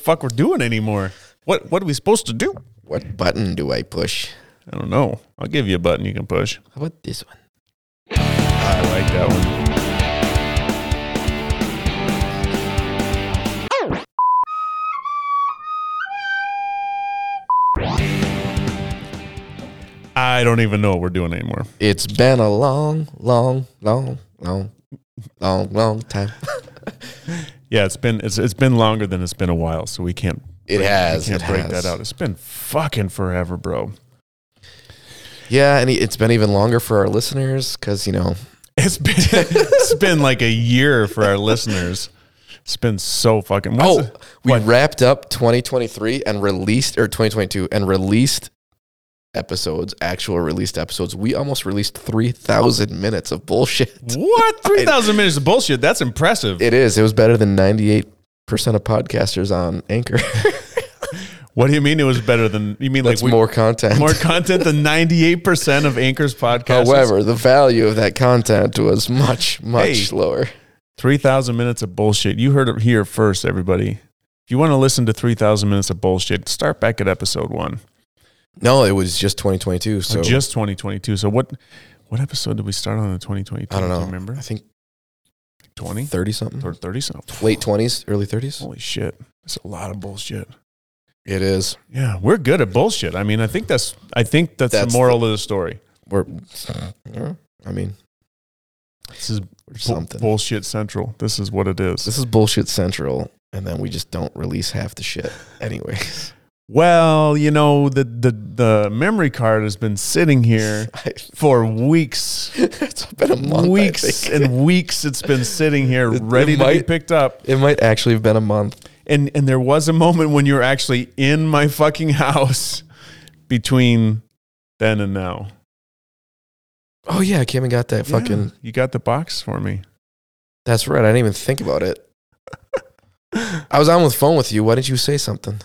fuck we're doing anymore. What what are we supposed to do? What button do I push? I don't know. I'll give you a button you can push. How about this one? I like that one. I don't even know what we're doing anymore. It's been a long, long, long, long, long, long time. Yeah, it's been it's it's been longer than it's been a while, so we can't It has. we can't it break has. that out. It's been fucking forever, bro. Yeah, and it's been even longer for our listeners because you know It's been it's been like a year for our listeners. It's been so fucking. Oh, what's the- we what? wrapped up 2023 and released, or 2022 and released episodes, actual released episodes. We almost released 3,000 minutes of bullshit. what three thousand minutes of bullshit? That's impressive. It is. It was better than 98% of podcasters on Anchor. what do you mean it was better than you mean That's like we, more more content. content than ninety eight percent of Anchor's podcast? However, the value of that content was much, much Hey. lower. three thousand minutes of bullshit. You heard it here first, everybody. If you want to listen to three thousand minutes of bullshit, start back at episode one. No, it was Oh, just 2022. So just twenty twenty two. So what? What episode did we start on in twenty twenty two? I don't know. remember I think twenty 30 something, or thirty something. late 20s, early 30s. Holy shit! That's a lot of bullshit. It is. Yeah, we're good at bullshit. I mean, I think that's I think that's, That's the moral of the story. We're, I mean, This is bu- something. bullshit central. This is what it is. This is bullshit central, and then we just don't release half the shit. Anyways, Well, you know, the the the memory card has been sitting here I- for weeks. it's been a month. I weeks think. and weeks it's been sitting here It- it ready to be might- picked up. It might actually have been a month. And and there was a moment when you were actually in my fucking house between then and now. Oh yeah, I came and got that fucking. Yeah, you got the box for me. That's right. I didn't even think about it. I was on with phone with you. Why didn't you say something?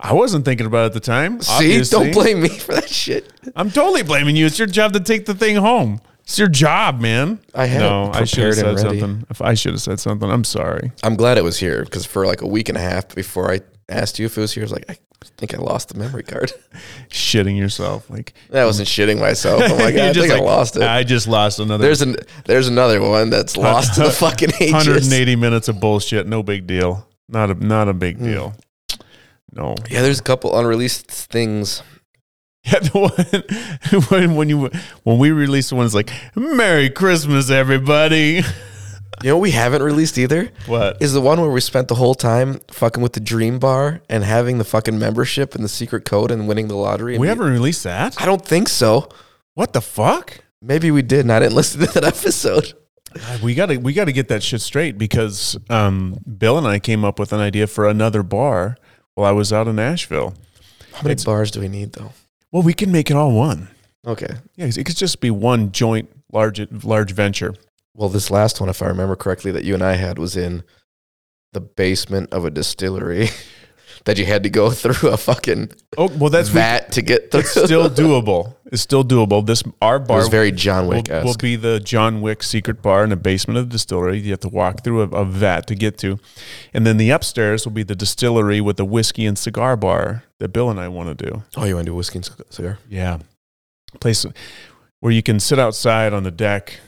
I wasn't thinking about it at the time. See, obviously. don't blame me for that shit. I'm totally blaming you. It's your job to take the thing home. It's your job, man. I had no, it I should have prepared and said ready. something. If I should have said something, I'm sorry. I'm glad it was here because for like a week and a half before I asked you if it was here, I was like, I think I lost the memory card. Shitting yourself, like I wasn't shitting myself. I'm like, You're Oh I think I like, lost it. I just lost another There's an there's another one that's lost to the fucking ages. 180 minutes of bullshit. No big deal. Not a not a Hmm. big deal. No. Yeah, there's a couple unreleased things. Yeah, the one when, when you when we release the one, it's like Merry Christmas, everybody. You know, what we haven't released either What? is the one where we spent the whole time fucking with the Dream Bar and having the fucking membership and the secret code and winning the lottery. And we haven't released that. I don't think so. What the fuck? Maybe we did, and I didn't listen to that episode. God, We gotta we gotta get that shit straight because um, Bill and I came up with an idea for another bar while I was out in Nashville. How many It's- bars do we need though? Well, we can make it all one. Okay. Yeah, 'cause it could just be one joint large large venture. Well, this last one, if I remember correctly, that you and I had was in the basement of a distillery that you had to go through a fucking Oh well, that's we- vat to get through. it's still doable. It's still doable. This our it bar was very John will, Wick will esque. be the John Wick secret bar in the basement of the distillery. You have to walk through a, a vat to get to, and then the upstairs will be the distillery with the whiskey and cigar bar that Bill and I want to do. Oh, you want to do whiskey and cigar? Yeah. Place where you can sit outside on the deck,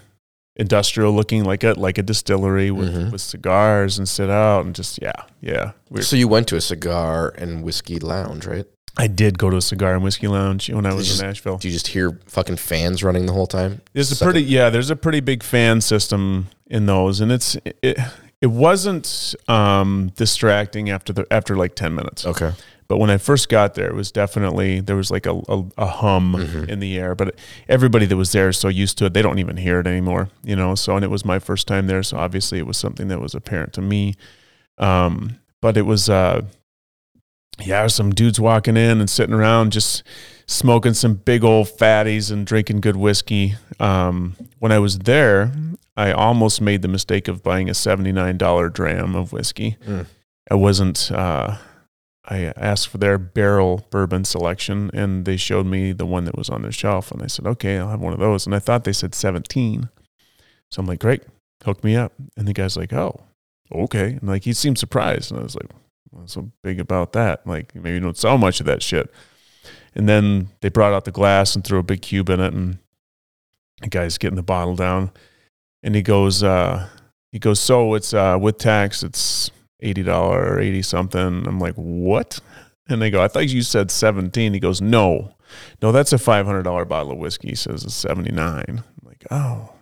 industrial looking like a like a distillery with, Mhm. with cigars and sit out and just yeah, yeah. We're, So you went to a cigar and whiskey lounge, right? I did go to a cigar and whiskey lounge when I They was just in Nashville. Do you just hear fucking fans running the whole time? There's a Suck pretty yeah, there's a pretty big fan system in those and it's it, it wasn't um, distracting after the after like 10 minutes. Okay. But when I first got there, it was definitely there was like a, a, a hum in the air. But everybody that was there is so used to it, they don't even hear it anymore, you know. So and it was my first time there, so obviously it was something that was apparent to me. Um, but it was, uh, yeah, there was some dudes walking in and sitting around, just smoking some big old fatties and drinking good whiskey. Um, when I was there, I almost made the mistake of buying a seventy nine dollar dram of whiskey. Mm. I wasn't. Uh, I asked for their barrel bourbon selection, and they showed me the one that was on their shelf, and I said, "Okay, I'll have one of those." And I thought they said seventeen, so I'm like, "Great, hook me up." And the guy's like, "Oh, okay," and like he seemed surprised, and I was like, what's so big about that? Like maybe you don't sell much of that shit. And then they brought out the glass and threw a big cube in it, and the guy's getting the bottle down, and he goes, uh, he goes, so it's uh, with tax, it's eighty dollar or eighty something. I'm like, what? And they go, I thought you said seventeen. He goes, no, no, that's a five hundred dollar bottle of whiskey. He says it's seventy nine. I'm like, oh,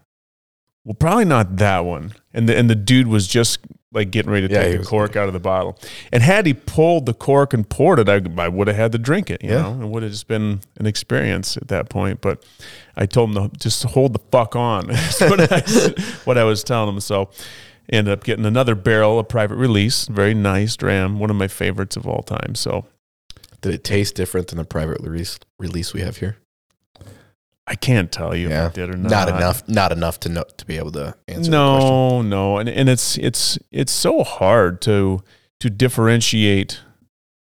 well, probably not that one. And the and the dude was just like getting ready to Yeah, he take the was- cork out of the bottle. And had he pulled the cork and poured it, I, I would have had to drink it. You Yeah. know, it would have just been an experience at that point. But I told him to just hold the fuck on. is what, I, what I was telling him. So ended up getting another barrel, a private release, very nice dram, one of my favorites of all time. So Did it taste different than the private release release we have here? I can't tell you Yeah. if I did or not. Not, enough. Not enough to know to be able to answer. the question. No, no, and and it's it's it's so hard to to differentiate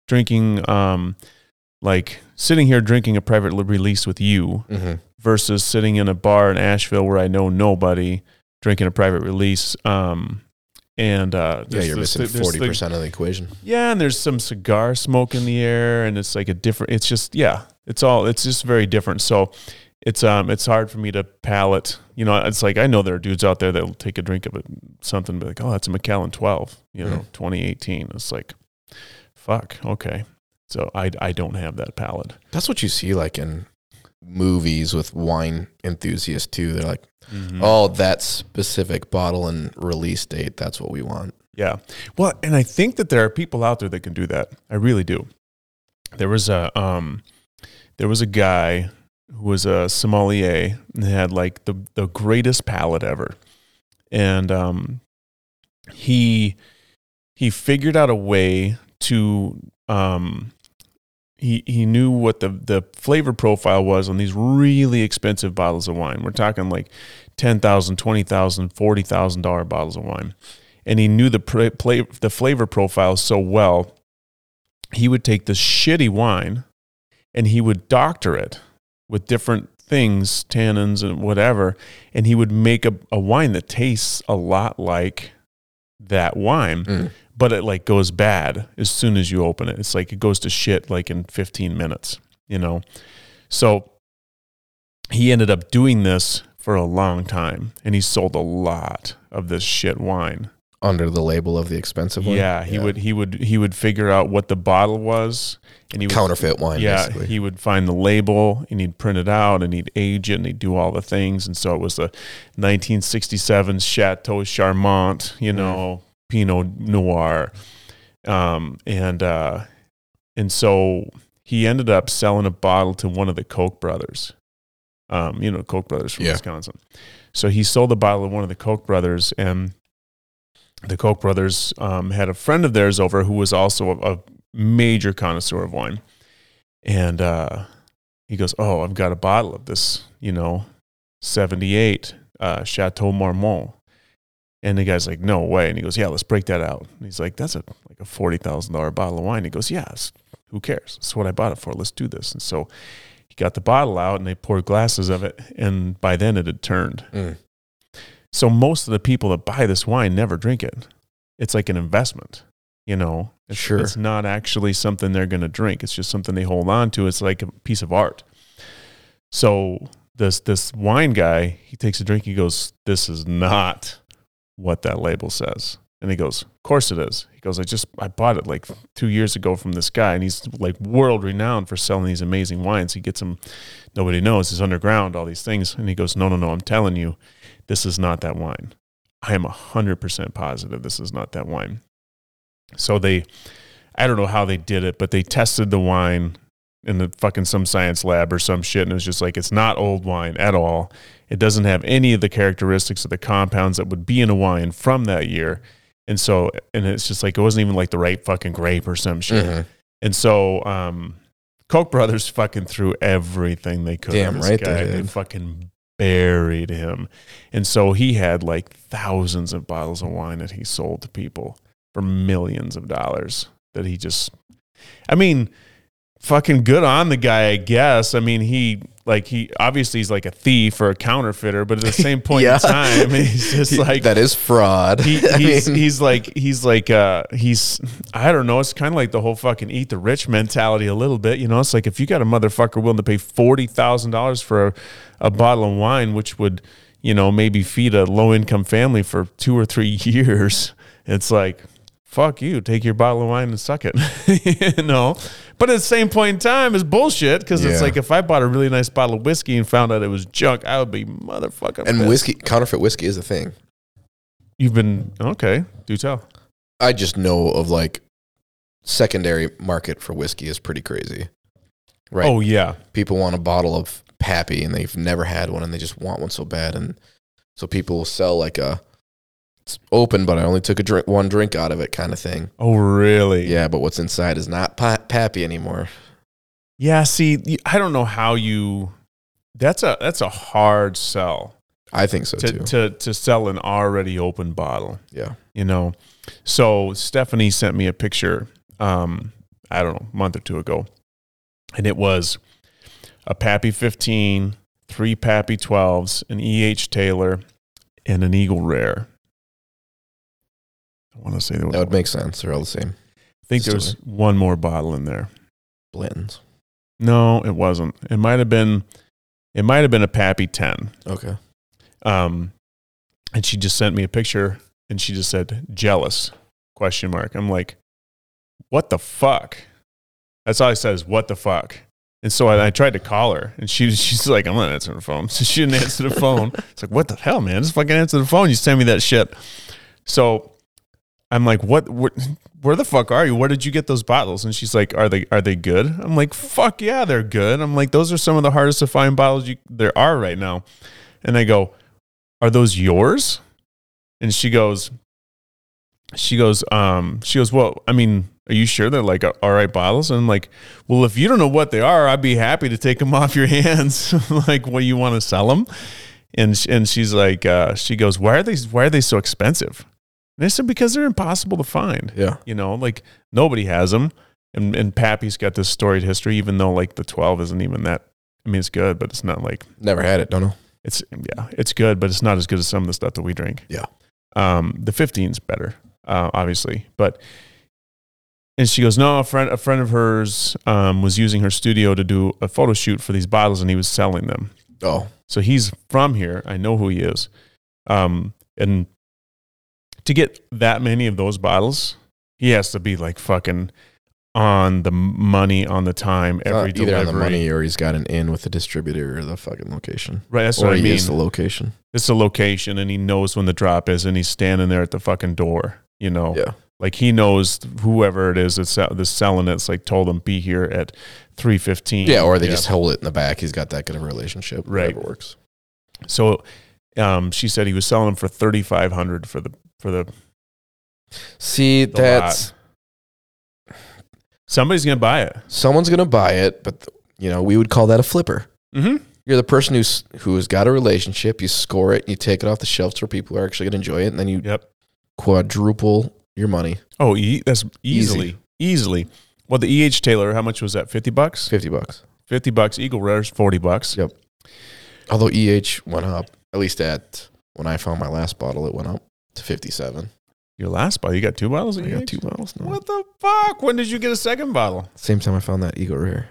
drinking, um, like sitting here drinking a private li- release with you Mhm. versus sitting in a bar in Asheville where I know nobody drinking a private release. Um, and uh, Yeah, there's- you're there's- missing there's forty the- percent of the equation. Yeah, and there's some cigar smoke in the air, and it's like a different. It's just yeah, it's all it's just very different. So it's um it's hard for me to palate. You know, it's like I know there are dudes out there that will take a drink of it, something, be like, oh, that's a Macallan 12, you know, Mhm. 2018. It's like, fuck, okay. So I I don't have that palate. That's what you see like in movies with wine enthusiasts too. They're like, Mm. oh, that specific bottle and release date. That's what we want. Yeah. Well, and I think that there are people out there that can do that. I really do. There was a um there was a guy who was a sommelier and had like the the greatest palate ever. And um he he figured out a way to um he, he knew what the, the flavor profile was on these really expensive bottles of wine. We're talking like $10,000, $20,000, $40,000 bottles of wine and he knew the pr- play, the flavor profile so well, he would take this shitty wine and he would doctor it with different things, tannins and whatever, and he would make a, a wine that tastes a lot like that wine, Mm. but it like goes bad as soon as you open it. It's like it goes to shit like in 15 minutes, you know. So he ended up doing this for a long time and he sold a lot of this shit wine. Under the label of the expensive one. Yeah, he would he would he would figure out what the bottle was, and he would, counterfeit wine. yeah basically. he would find the label and he'd print it out and he'd age it and he'd do all the things, and so it was the 1967 Chateau Charmant, you know, Pinot Noir, um, and uh, and so he ended up selling a bottle to one of the Koch brothers. Um, you know, Koch brothers from Yeah. Wisconsin. So he sold the bottle to one of the Koch brothers, and the Koch brothers um, had a friend of theirs over who was also a, a major connoisseur of wine. And uh, he goes, Oh, I've got a bottle of this, you know, 78 uh, Chateau Marmont. And the guy's like, no way. And he goes, yeah, let's break that out. And he's like, that's a like a forty thousand dollar bottle of wine. He goes, yes. Who cares? That's what I bought it for. Let's do this. And so he got the bottle out and they poured glasses of it. And by then it had turned. Mm. So most of the people that buy this wine never drink it. It's like an investment, you know. It's, Sure. It's not actually something they're going to drink. It's just something they hold on to. It's like a piece of art. So this this wine guy, he takes a drink. He goes, "This is not." what that label says. And he goes, Of course it is. He goes, I just I bought it like two years ago from this guy, and he's like world renowned for selling these amazing wines. He gets them, nobody knows, he's underground, all these things. And he goes, No, no, no, I'm telling you, this is not that wine. I am hundred percent positive this is not that wine. So they I don't know how they did it, but they tested the wine in the fucking some science lab or some shit, and it was just like it's not old wine at all. It doesn't have any of the characteristics of the compounds that would be in a wine from that year. And so, and it's just like, it wasn't even like the right fucking grape or some shit. Mhm. And so, um, Koch brothers fucking threw everything they could. at Damn this right they guy. did. fucking buried him. And so he had like thousands of bottles of wine that he sold to people for millions of dollars that he just, I mean, fucking good on the guy, I guess. I mean, he like he obviously he's like a thief or a counterfeiter, but at the same point Yeah. in time, he's just like that is fraud. he, I he's, mean, he's like he's like uh he's I don't know. It's kind of like the whole fucking eat the rich mentality a little bit. You know, it's like if you got a motherfucker willing to pay forty thousand dollars for a, a bottle of wine, which would you know maybe feed a low income family for two or three years, it's like. Fuck you! Take your bottle of wine and suck it, you know. But at the same point in time, it's bullshit because Yeah. it's like if I bought a really nice bottle of whiskey and found out it was junk, I would be motherfucking. and pissed. whiskey counterfeit whiskey is a thing. you've been okay. Do tell. I just know of like secondary market for whiskey is pretty crazy. Right. Oh yeah, People want a bottle of Pappy and they've never had one and they just want one so bad and so people will sell like a it's open but I only took a drink one drink out of it kind of thing. Oh, really? Yeah, but what's inside is not pa- Pappy anymore. Yeah. See, y- I don't know how you. That's a that's a hard sell I think so to, too. to to sell an already open bottle. Yeah. You know, so Stephanie sent me a picture. Um, I don't know, a month or two ago, and it was a Pappy 15, three Pappy 12s, an EH Taylor, and an Eagle Rare. I want to say there was. That would make sense. They're all the same. I think there was one more bottle in there. Blantons. No, it wasn't. It might have been it might have been a Pappy 10. Okay. Um and she just sent me a picture and she just said jealous question mark. I'm like what the fuck? That's all I said is what the fuck. And so I, I tried to call her and she she's like I'm not answering the phone. So she didn't answer the phone. It's like what the hell man? Just fucking answer the phone. You send me that shit. So I'm like, what? Where, where the fuck are you? Where did you get those bottles? And she's like, are they are they good? I'm like, fuck yeah, they're good. I'm like, those are some of the hardest to find bottles you, there are right now. And I go, are those yours? And she goes, she goes, um, she goes, well, I mean, are you sure they're like all right bottles? And I'm like, well, if you don't know what they are, I'd be happy to take them off your hands. I'm like, well, you want to sell them? And sh- and she's like, uh, she goes, why are they why are they so expensive? And I said, because they're impossible to find. Yeah. You know, like nobody has them. And, and Pappy's got this storied history, even though like the 12 isn't even that. I mean, it's good, but it's not like Never had it. Don't know. it's, yeah, it's good, but it's not as good as some of the stuff that we drink. Yeah. Um, the 15's better, uh, obviously. But, and she goes, no, a friend, a friend of hers um, was using her studio to do a photo shoot for these bottles and he was selling them. Oh, So he's from here. I know who he is. Um, and to get that many of those bottles, he has to be like fucking on the money, on the time, It's not every Uh, either on delivery. the money or he's got an in with the distributor or the fucking location. Right, that's or what I he mean. is the location. it's a location, and he knows when the drop is, and he's standing there at the fucking door. You know, Yeah. like he knows whoever it is that's, sell- that's selling it's like told him be here at three fifteen. Yeah, or they just hold it in the back. He's got that good of a relationship. Right. Whatever works. so. Um, she said he was selling them for thirty five hundred for the for the See, lot. that's somebody's gonna buy it. someone's gonna buy it, but you know we would call that a flipper. Mm-hmm. You're the person who's who has got a relationship. You score it, you take it off the shelves where people are actually gonna enjoy it, and then you Yep. quadruple your money. Oh, e- that's easily, Easy. easily. Well, the EH Taylor, how much was that? Fifty bucks. Fifty bucks. Fifty bucks. Eagle Rare's forty bucks. Yep. Although EH went up, at least at when I found my last bottle, it went up to fifty-seven. Your last bottle, you got two bottles. of I got EH? two bottles now. What the fuck? When did you get a second bottle? Same time I found that Eagle Rare.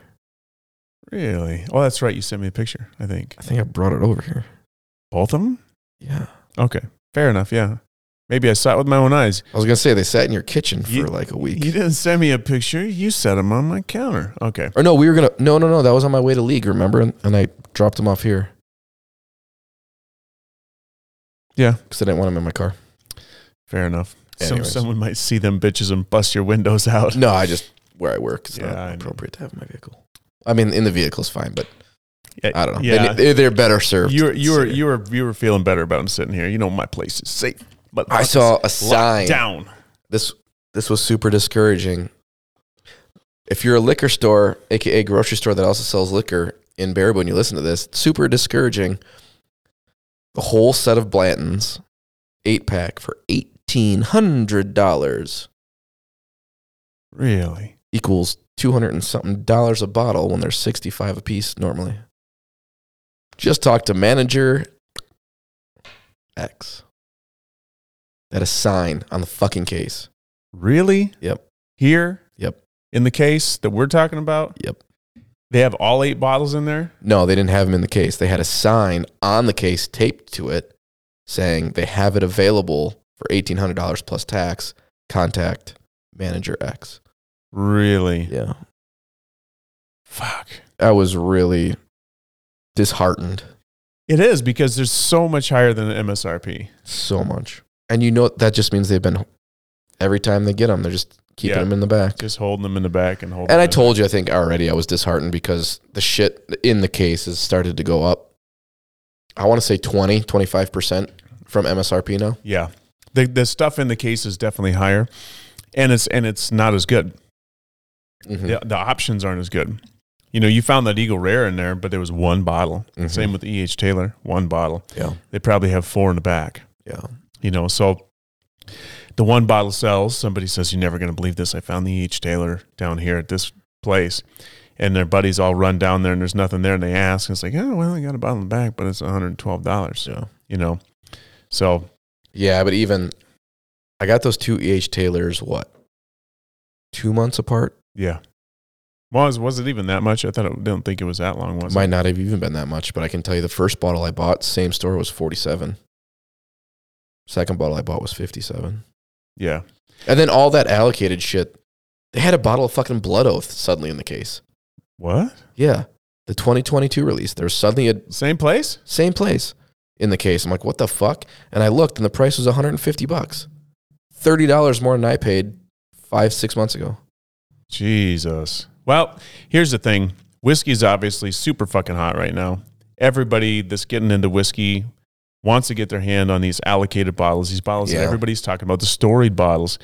Really? Oh, that's right. You sent me a picture. I think I think I brought it over here. both of them. Yeah. Okay, fair enough. Yeah, maybe I saw it with my own eyes. I was gonna say they sat in your kitchen for You- like a week. You didn't send me a picture. You set them on my counter. Okay. Or no, we were gonna. No, no, no. That was on my way to league. Remember, and, and I dropped them off here. Yeah. because I didn't want them in my car. Fair enough. Some, Anyways. someone might see them bitches and bust your windows out. No, I just where I work. It's Yeah, I not know. appropriate to have in my vehicle. I mean, in the vehicle's fine, but I don't know. Yeah. They, they're better served. You were, you were, sitting. you were, you were feeling better about him sitting here. You know, my place is safe. But I saw a sign. down. This this was super discouraging. If you're a liquor store, aka grocery store that also sells liquor in Baraboo, and you listen to this, it's super discouraging. The whole set of Blantons, eight pack for eighteen hundred dollars Really? equals two hundred and something dollars a bottle when they're sixty five a piece normally. Just talk to manager X. That a sign on the fucking case. Really? Yep. Here? Yep. In the case that we're talking about? Yep. They have all eight bottles in there? No, they didn't have them in the case. They had a sign on the case taped to it saying they have it available for eighteen hundred dollars plus tax. Contact manager X. Really? Yeah. Fuck. I was really disheartened It is because there's so much higher than the MSRP. so much. And you know that just means they've been every time they get them, they're just keeping Yeah. them in the back. Just holding them in the back and holding And I them in. told you, I think already, I was disheartened because the shit in the case has started to go up. I want to say 20, 25% from MSRP now. Yeah. The the stuff in the case is definitely higher. And it's and it's not as good. Mhm. The, the options aren't as good. You know, you found that Eagle Rare in there, but there was one bottle. Mhm. Same with EH Taylor, one bottle. Yeah. They probably have four in the back. Yeah. You know, so the one bottle sells. Somebody says, You're never going to believe this. I found the E.H. Taylor down here at this place. And their buddies all run down there and there's nothing there. And they ask, and it's like, Oh, well, I got a bottle in the back, but it's $112. Yeah. You know, so Yeah. But even I got those two EH Taylors, what, two months apart? yeah. Was, was it even that much? I thought it didn't think it was that long, was Might it? not have even been that much, but I can tell you the first bottle I bought, same store, was 47. Second bottle I bought was 57. Yeah. And then all that allocated shit, they had a bottle of fucking Blood Oath suddenly in the case. What? Yeah. The 2022 release. There was suddenly a Same place? same place in the case. I'm like, what the fuck? And I looked and the price was 150 bucks. $30 more than I paid five, six months ago. Jesus. Well, here's the thing. Whiskey's obviously super fucking hot right now. Everybody that's getting into whiskey wants to get their hand on these allocated bottles, these bottles that Yeah. everybody's talking about, the storied bottles.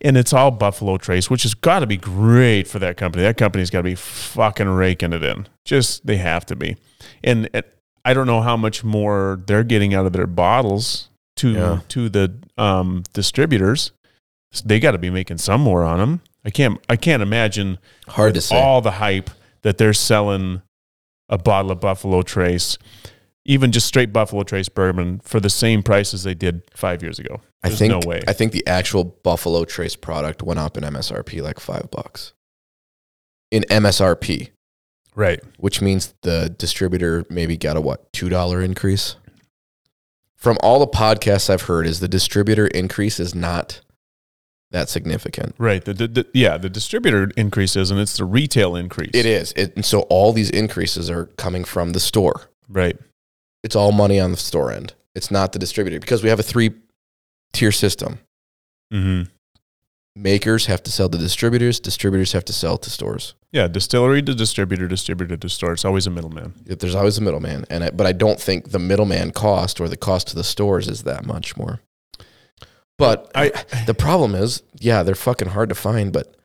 And it's all Buffalo Trace, which has got to be great for that company. That company's got to be fucking raking it in. Just, they have to be. And it, I don't know how much more they're getting out of their bottles to, Yeah. to the um, distributors. They got to be making some more on them. I can't, I can't imagine Hard to say. all the hype that they're selling a bottle of Buffalo Trace, even just straight Buffalo Trace bourbon, for the same price as they did five years ago. I There's think, no way. I think the actual Buffalo Trace product went up in MSRP like five bucks. In MSRP, right. which means the distributor maybe got a what, $2 increase? From all the podcasts I've heard, is the distributor increase is not that significant. Right. The, the, the- yeah, the distributor increase isn't, it's the retail increase. It is. It, and so all these increases are coming from the store. Right. It's all money on the store end. It's not the distributor because we have a three tier system. Mm-hmm. Makers have to sell to distributors, distributors have to sell to stores. Yeah, distillery to distributor, distributor to store. It's always a middleman. Yet There's always a middleman. And I, but I don't think the middleman cost or the cost to the stores is that much more. But I- the problem is, yeah, they're fucking hard to find, but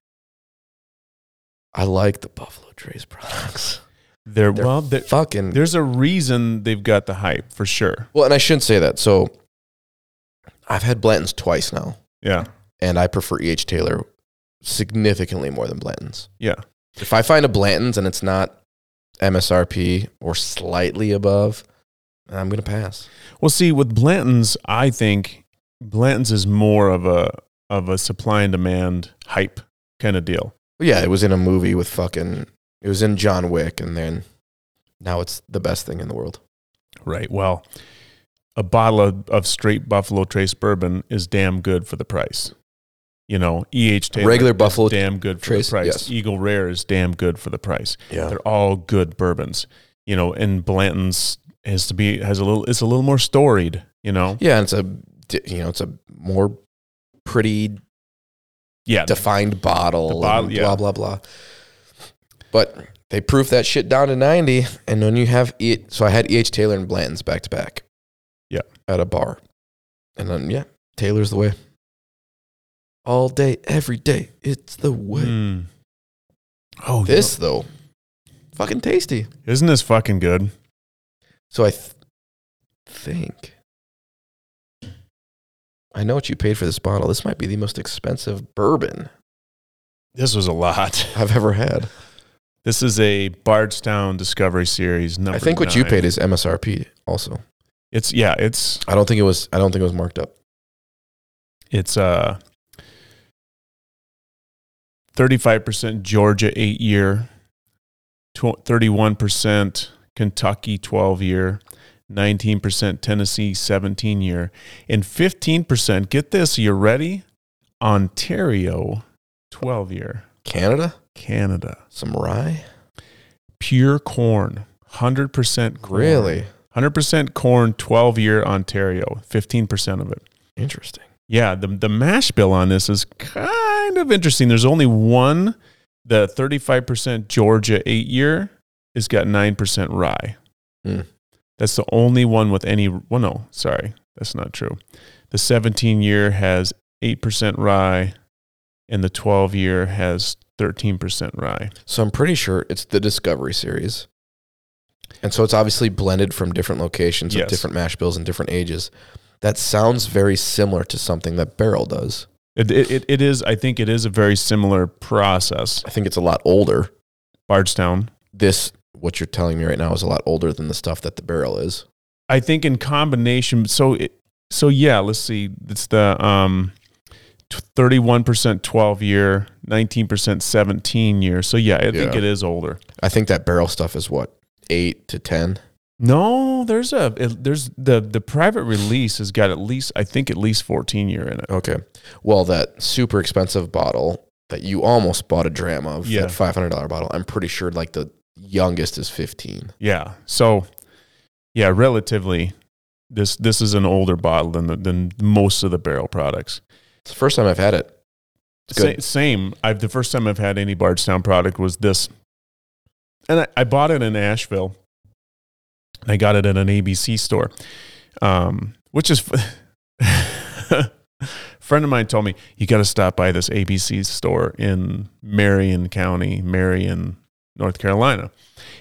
I like the Buffalo Trace products. They're, They're well, they're, fucking there's a reason they've got the hype for sure. Well, and I shouldn't say that. So I've had Blanton's twice now, Yeah. and I prefer E.H. Taylor significantly more than Blanton's. Yeah. If I find a Blanton's and it's not MSRP or slightly above, I'm going to pass. Well, see, with Blanton's, I think Blanton's is more of a of a supply and demand hype kind of deal. But yeah, it was in a movie with fucking, it was in John Wick, and then now it's the best thing in the world. Right. Well, a bottle of, of straight Buffalo Trace bourbon is damn good for the price. You know, EH Taylor Regular is Buffalo damn good for Trace, the price. yes. Eagle Rare is damn good for the price. Yeah. They're all good bourbons. You know, and Blanton's has to be has a little it's a little more storied, you know. Yeah, and it's a, di- you know, it's a more pretty Yeah. defined bottle, The bottle, and yeah. blah blah blah. But they proof that shit down to ninety, and when you have E so I had E. H. Taylor and Blanton's back to back. Yeah. at a bar, and then yeah, Taylor's the way. All day, every day, it's the way. Mm. Oh, This though, fucking tasty. isn't this fucking good? So I th- think I know what you paid for this bottle. This might be the most expensive bourbon This was a lot. I've ever had. This is a Bardstown Discovery Series number. I think what you nine. paid is MSRP. Also, It's yeah. It's I don't think it was. I don't think it was marked up. it's uh. 35% Georgia 8 year, tw- 31% Kentucky 12 year, 19% Tennessee 17 year, and 15%, get this, you're ready? Ontario 12 year, Canada, Canada. some rye. Pure corn, 100% corn. Really 100% corn, 12 year Ontario, 15% of it. interesting. Yeah, the, the mash bill on this is kind of interesting. There's only one, the 35% Georgia eight year has got 9% rye. Hmm. That's the only one with any, well, no, sorry, that's not true. The 17 year has 8% rye, and the 12 year has 13% rye. So I'm pretty sure it's the Discovery series. And so it's obviously blended from different locations Yes. with different mash bills and different ages. That sounds very similar to something that Barrel does. It, it, it, it is, I think it is a very similar process. I think it's a lot older. Bardstown. This, what you're telling me right now, is a lot older than the stuff that the Barrel is. I think in combination. So it, so yeah, let's see. It's the um, thirty one percent twelve year, nineteen percent seventeen year. So yeah, I think Yeah. it is older. I think that Barrel stuff is what, eight to 10? No, there's a it- there's the the private release has got at least I think at least fourteen year in it. Okay. Well, that super expensive bottle that you almost bought a dram of, Yeah. that $500 bottle, I'm pretty sure like the youngest is 15. Yeah. So yeah, relatively. This this is an older bottle than the, than most of the barrel products. It's the first time I've had it. It's Sa- good. same. I've the first time I've had any Bardstown product was this, and I, I bought it in Asheville. And I got it at an ABC store, um, which is. a friend of mine told me you got to stop by this ABC store in Marion County, Marion, North Carolina,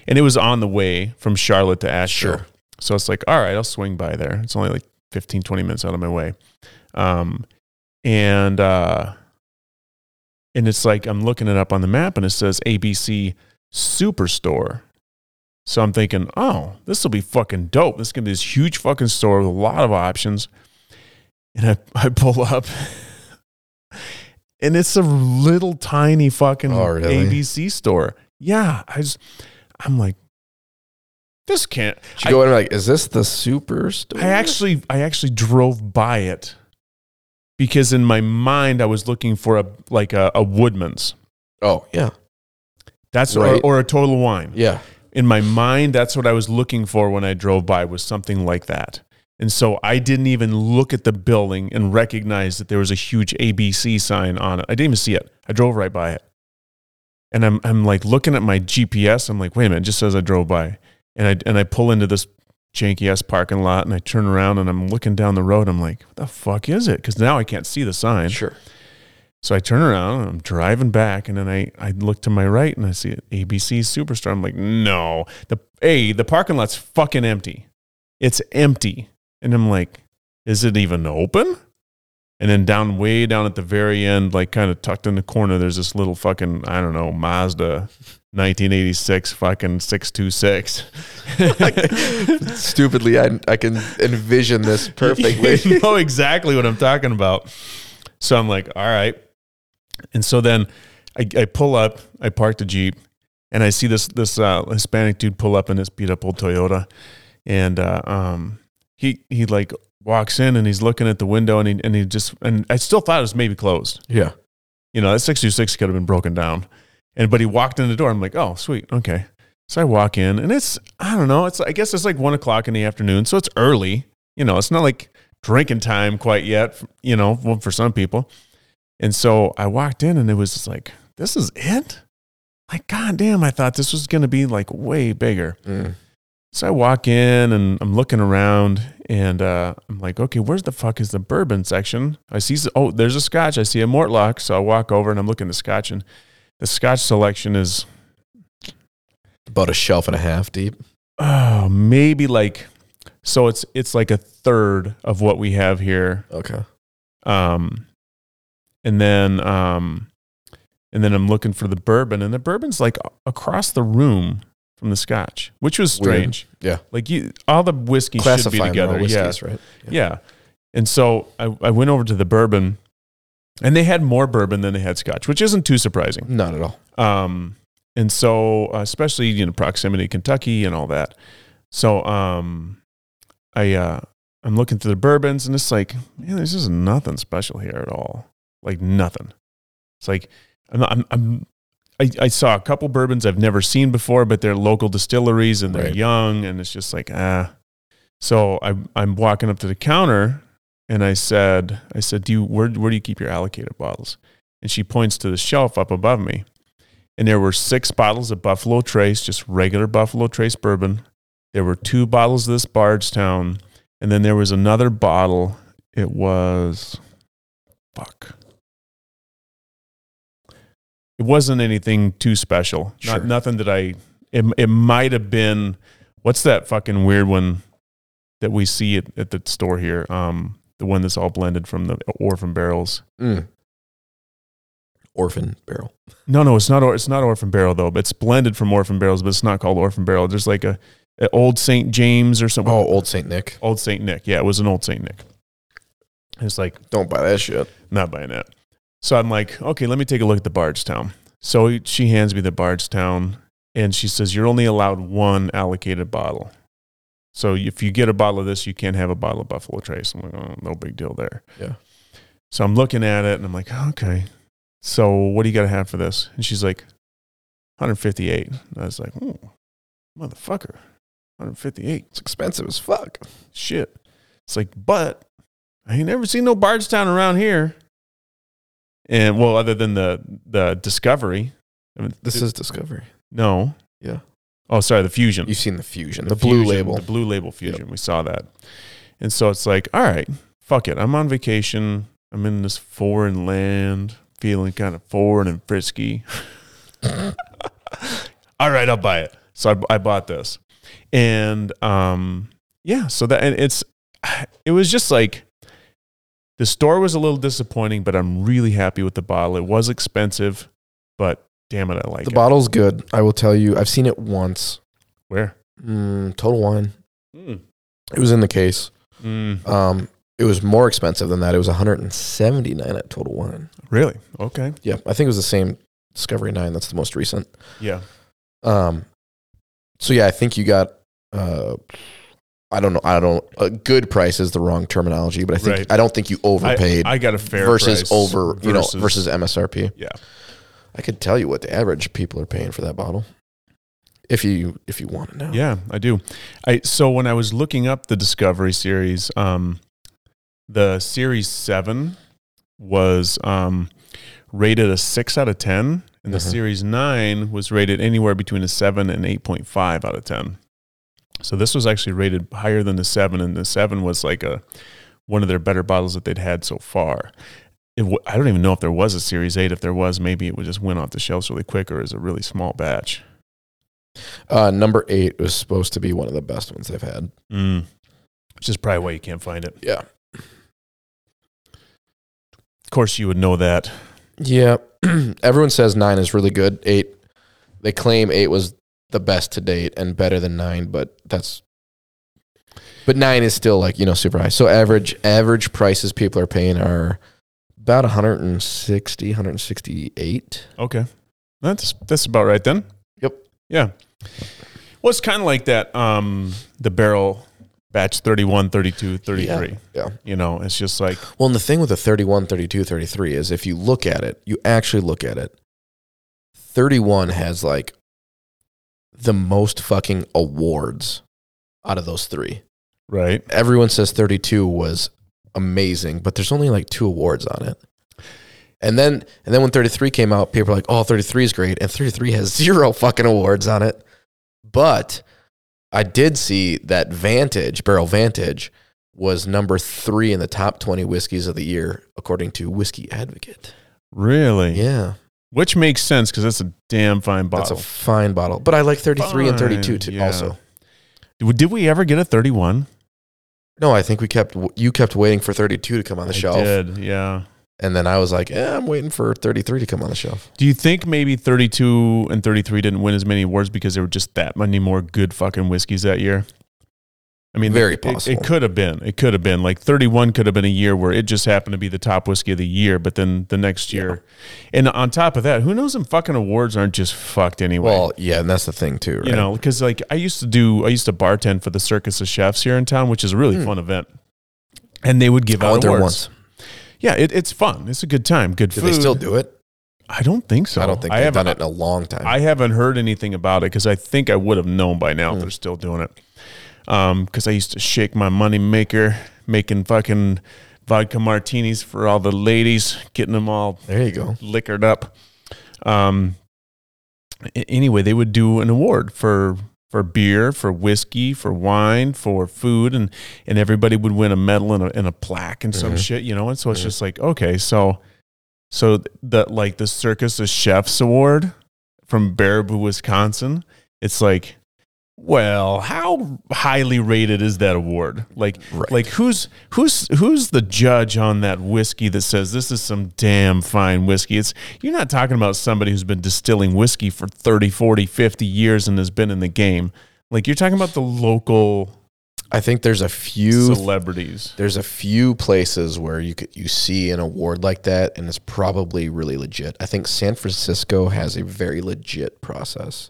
and it was on the way from Charlotte to Asheville. Sure. So it's like, all right, I'll swing by there. It's only like 15, 20 minutes out of my way. Um, and uh, and it's like I'm looking it up on the map and it says ABC Superstore. So I'm thinking, oh, this will be fucking dope. This is gonna be this huge fucking store with a lot of options. And I, I pull up and it's a little tiny fucking Oh, really? ABC store. Yeah. I was I'm like, this can't Did you go in and be like, is this the super store? I actually I actually drove by it because in my mind I was looking for a like a, a Woodman's. Oh yeah, That's Right. or, or a total wine. yeah. In my mind, that's what I was looking for when I drove by was something like that. And so I didn't even look at the building and recognize that there was a huge ABC sign on it. I didn't even see it. I drove right by it. And I'm I'm like looking at my GPS. I'm like, wait a minute, it just says I drove by. And I and I pull into this janky ass parking lot and I turn around and I'm looking down the road. I'm like, what the fuck is it? Because now I can't see the sign. Sure. So I turn around and I'm driving back, and then I, I look to my right and I see it, ABC Superstar. I'm like, no, the a the parking lot's fucking empty. It's empty, and I'm like, is it even open? And then down way down at the very end, like kind of tucked in the corner, there's this little fucking I don't know Mazda, 1986 fucking 626. Stupidly, I I can envision this you perfectly. know exactly what I'm talking about. So I'm like, all right. And so then I, I pull up, I park the Jeep, and I see this this uh, Hispanic dude pull up in his beat up old Toyota. And uh, um, he he like walks in and he's looking at the window and he and he just and I still thought it was maybe closed. yeah. You know, that six two six could have been broken down. And but he walked in the door. I'm like, oh sweet, okay. So I walk in and it's I don't know, it's I guess it's like one o'clock in the afternoon, so it's early. You know, it's not like drinking time quite yet, you know, well, for some people. And so I walked in and it was just like, this is it? Like, goddamn, I thought this was gonna be like way bigger. Mm. So I walk in and I'm looking around and uh, I'm like, okay, where's the fuck is the bourbon section? I see, oh, there's a scotch. I see a Mortlock. So I walk over and I'm looking at the scotch and the scotch selection is, About a shelf and a half deep. oh, maybe like, so it's, it's like a third of what we have here. Okay. Um, and then, um, and then I'm looking for the bourbon, and the bourbon's like a- across the room from the scotch, which was Weird. strange. Yeah. like you, all the whiskey should be Classifying them all together. Yeah, whiskeys, right? yeah. And so I, I went over to the bourbon, and they had more bourbon than they had scotch, which isn't too surprising. Not at all. Um, and so, uh, especially you know, proximity to Kentucky and all that. So, um, I uh, I'm looking through the bourbons, and it's like, man, this is nothing special here at all. Like nothing. It's like I'm I'm. I'm I, I saw a couple bourbons I've never seen before, but they're local distilleries and they're Right. young, and it's just like ah. So I'm I'm walking up to the counter, and I said I said, do you where where do you keep your allocated bottles? And she points to the shelf up above me, and there were six bottles of Buffalo Trace, just regular Buffalo Trace bourbon. There were two bottles of this Bardstown, and then there was another bottle. It was fuck. It wasn't anything too special. Sure. Not nothing that I. It, it might have been. What's that fucking weird one that we see at, at the store here? Um, the one that's all blended from the orphan barrels. Mm. Orphan barrel. No, no, it's not. or- It's not Orphan Barrel though. But it's blended from Orphan Barrels, but it's not called Orphan Barrel. There's like a, a old Saint James or something. Oh, Old Saint Nick. old Saint Nick. Yeah, it was an old Saint Nick. It's like Don't buy that shit. not buying that. So I'm like, okay, let me take a look at the Bardstown. So she hands me the Bardstown, and she says, "You're only allowed one allocated bottle. So if you get a bottle of this, you can't have a bottle of Buffalo Trace." I'm like, oh, no big deal there. Yeah. So I'm looking at it, and I'm like, okay. So what do you got to have for this? And she's like, 158. And I was like, oh, motherfucker, 158 It's expensive as fuck. shit. It's like, but I ain't never seen no Bardstown around here. And well, other than the the Discovery, I mean, This th- is Discovery. no, Yeah. Oh, sorry, the Fusion, You've seen the Fusion, the, The blue Fusion, label. the Blue Label Fusion. We saw that, and so it's like, all right, fuck it. I'm on vacation. I'm in this foreign land, feeling kind of foreign and frisky. all right, I'll buy it. So I, I bought this, and um, yeah. So that and it's it was just like the store was a little disappointing, but I'm really happy with the bottle. It was expensive, but damn it, I like the it. bottle's good. I will tell you. I've seen it once. Where? Mm, Total Wine. Hmm. Mm. It was in the case. Mm, Um, it was more expensive than that. It was 179 at Total Wine. really? Okay. Yeah, I think it was the same Discovery Nine. That's the most recent. Yeah. Um, so yeah, I think you got. Uh, I don't know. I don't. A good price is the wrong terminology, but I think Right. I don't think you overpaid I, I got a fair versus price over. you know, versus MSRP. Yeah. I could tell you what the average people are paying for that bottle, if you if you want to know. yeah, I do. I so when I was looking up the Discovery series, um, the series seven was um, rated a six out of ten, and the Uh-huh. series nine was rated anywhere between a seven and eight point five out of ten. So this was actually rated higher than the seven, and the seven was like a one of their better bottles that they'd had so far. It w- I don't even know if there was a series eight. If there was, maybe it would just went off the shelves really quick, or is a really small batch. Uh, number eight was supposed to be one of the best ones they've had. Mm. Which is probably why you can't find it. Yeah. Of course, you would know that. Yeah. Everyone says nine is really good. Eight, they claim eight was the best to date and better than nine, but that's. But nine is still like you know super high. So average average prices people are paying are about 160, 168. Okay, that's that's about right then. Yep. Yeah. Well, it's kind of like that. Um, the barrel batch 31, 32, 33. Yeah. You know, it's just like Well, and the thing with the 31, 32, 33 is if you look at it, you actually look at it, 31 has like the most fucking awards out of those three. right. everyone says 32 was amazing, but there's only like two awards on it. And then and then when 33 came out, people were like, "Oh, 33 is great." And 33 has zero fucking awards on it. But I did see that Vantage, Barrel Vantage was number 3 in the top 20 whiskeys of the year according to Whiskey Advocate. Really. Yeah. Which makes sense because that's a damn fine That's bottle. a fine bottle. But I like 33 and 32 Fine, too yeah. also. W- Did we ever get a 31? No, I think we kept you kept waiting for 32 to come on the I shelf. did. Yeah. And then I was like, eh, I'm waiting for 33 to come on the shelf. Do you think maybe 32 and 33 didn't win as many awards because there were just that many more good fucking whiskeys that year? I mean, Very it- It, possible. could have been. It could have been. Like 31 could have been a year where it just happened to be the top whiskey of the year, but then the next year. And on top of that, who knows if fucking awards aren't just fucked anyway? Well, yeah, and that's the thing too, right? you know, because like I used to do, I used to bartend for the Circus of Chefs here in town, which is a really fun event. And they would give I out went there awards. Hmm. once. Yeah, it, it's fun. It's a good time. Good Do food. they still do it? I don't think so. I don't think I they've haven't- done it in a long time. I haven't heard anything about it because I think I would have known by now if Hmm. they're still doing it. Because I used to shake my money maker, making fucking vodka martinis for all the ladies, getting them all there you go. liquored up. Um, a- anyway, they would do an award for for beer, for whiskey, for wine, for food, and and everybody would win a medal and a, and a plaque and some Mhm. shit, you know. And so it's Mhm. just like okay, so so th- the like the Circus of Chefs Award from Baraboo, Wisconsin. It's like, well, how highly rated is that award? Like, Right. like who's who's who's the judge on that whiskey that says this is some damn fine whiskey? It's you're not talking about somebody who's been distilling whiskey for 30, 40, 50 years and has been in the game. Like you're talking about the local I think there's a few celebrities. there's a few places where you could you see an award like that and it's probably really legit. I think San Francisco has a very legit process.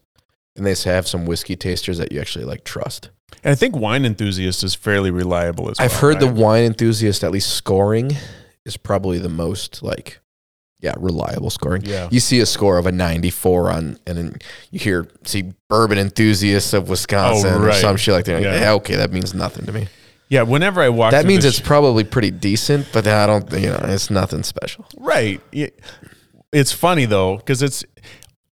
And they have some whiskey tasters that you actually like trust. And I think wine enthusiast is fairly reliable as well. I've heard the right? wine enthusiast at least scoring is probably the most like yeah, reliable scoring. yeah. You see a score of a 94 on, and then you hear, see bourbon enthusiasts of Wisconsin Oh, or right. some shit like that. Yeah. Yeah. Okay, that means nothing to me. Yeah, whenever I walk That through means the it's probably pretty decent, but I don't, you know, it's nothing special. Right. Yeah. It's funny though, because it's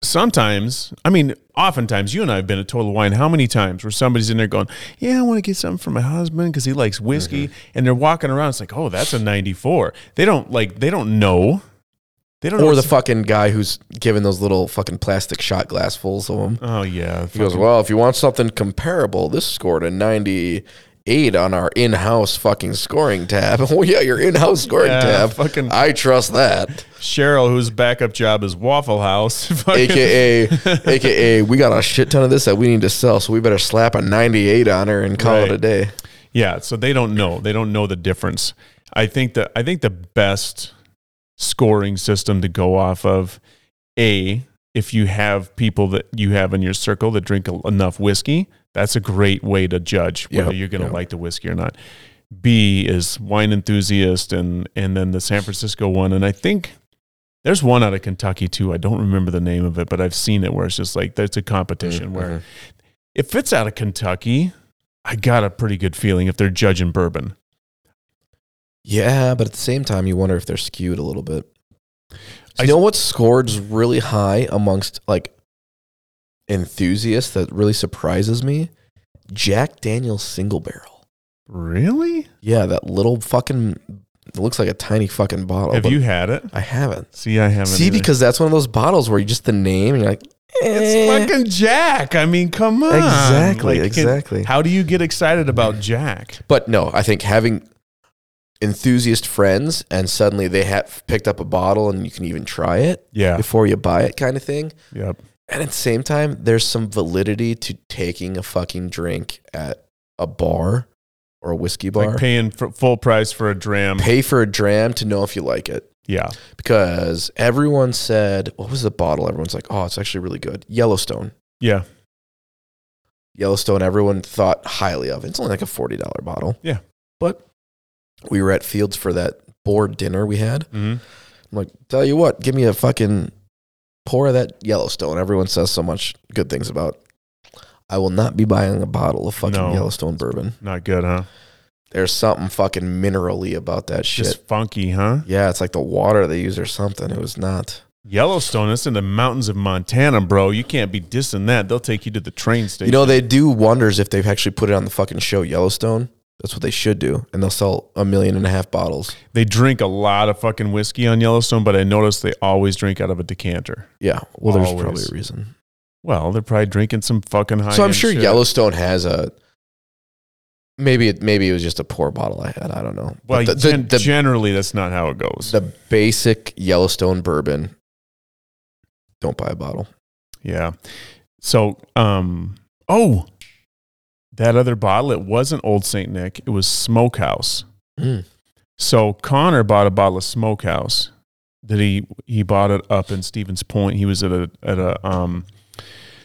sometimes, I mean, oftentimes, you and I have been at Total Wine. How many times where somebody's in there going, Yeah, I want to get something for my husband because he likes whiskey. Mm-hmm. And they're walking around. It's like, Oh, that's a 94. They don't like, they don't know. They don't Or know. the fucking guy who's giving those little fucking plastic shot glassfuls of them. oh, yeah. He goes, fucking- well, if you want something comparable, this scored a 98 on our in-house fucking scoring tab. Oh yeah, your in-house scoring Yeah, tab. fucking- I trust that. Cheryl, whose backup job is Waffle House. fucking- AKA, AKA, we got a shit ton of this that we need to sell, so we better slap a 98 on her and call Right. it a day. Yeah, so they don't know. They don't know the difference. I think the I think the best scoring system to go off of a if you have people that you have in your circle that drink a- enough whiskey, that's a great way to judge whether Yep, you're going to yep. like the whiskey or not. B is wine enthusiast and and then the San Francisco one and I think there's one out of Kentucky too. I don't remember the name of it, but I've seen it where it's just like there's a competition Mm, where if it's out of Kentucky, I got a pretty good feeling if they're judging bourbon. Yeah, but at the same time, you wonder if they're skewed a little bit. I- you know what scores really high amongst like enthusiasts that really surprises me? Jack Daniel's single barrel. Really? Yeah, that little fucking it looks like a tiny fucking bottle. Have but you had it? I haven't. See, I haven't. See, either. because that's one of those bottles where you just the name and you're like, it's eh. fucking Jack. I mean, come on. Exactly, you can- exactly. how do you get excited about Jack? But no, I think having enthusiast friends and suddenly they have picked up a bottle and you can even try it Yeah. before you buy it kind of thing. Yep. And at the same time, there's some validity to taking a fucking drink at a bar or a whiskey bar. Like pay-, paying for full price for a dram. for a dram to know if you like it. yeah. Because everyone said, what was the bottle? Everyone's like, oh, it's actually really good. Yellowstone. Yeah. Yellowstone, everyone thought highly of. It's only like a $40 bottle. Yeah. But we were at Fields for that board dinner we had. hmm I'm like, tell you what, give me a fucking pour of that Yellowstone. Everyone says so much good things about. I will not be buying a bottle of fucking No. Yellowstone bourbon. Not good, huh? There's something fucking minerally about that shit. Just funky, huh? yeah, it's like the water they use or something. It was not. Yellowstone, it's in the mountains of Montana, bro. You can't be dissing that. They'll take you to the train station. You know, they do wonders if they've actually put it on the fucking show Yellowstone. That's what they should do. And they'll sell a million and a half bottles. they drink a lot of fucking whiskey on Yellowstone, but I noticed they always drink out of a decanter. Yeah. Well, there's Always. probably a reason. Well, they're probably drinking some fucking high. So I'm sure shit. Yellowstone has a Maybe it maybe it was just a poor bottle I had. I don't know. But Well, the, the, gen- the- generally that's not how it goes. the basic Yellowstone bourbon. Don't buy a bottle. yeah. So, um, oh, that other bottle, it wasn't Old St. Nick, it was Smokehouse. Mm. So Connor bought a bottle of Smokehouse that he he bought it up in Stevens Point. He was at a at a um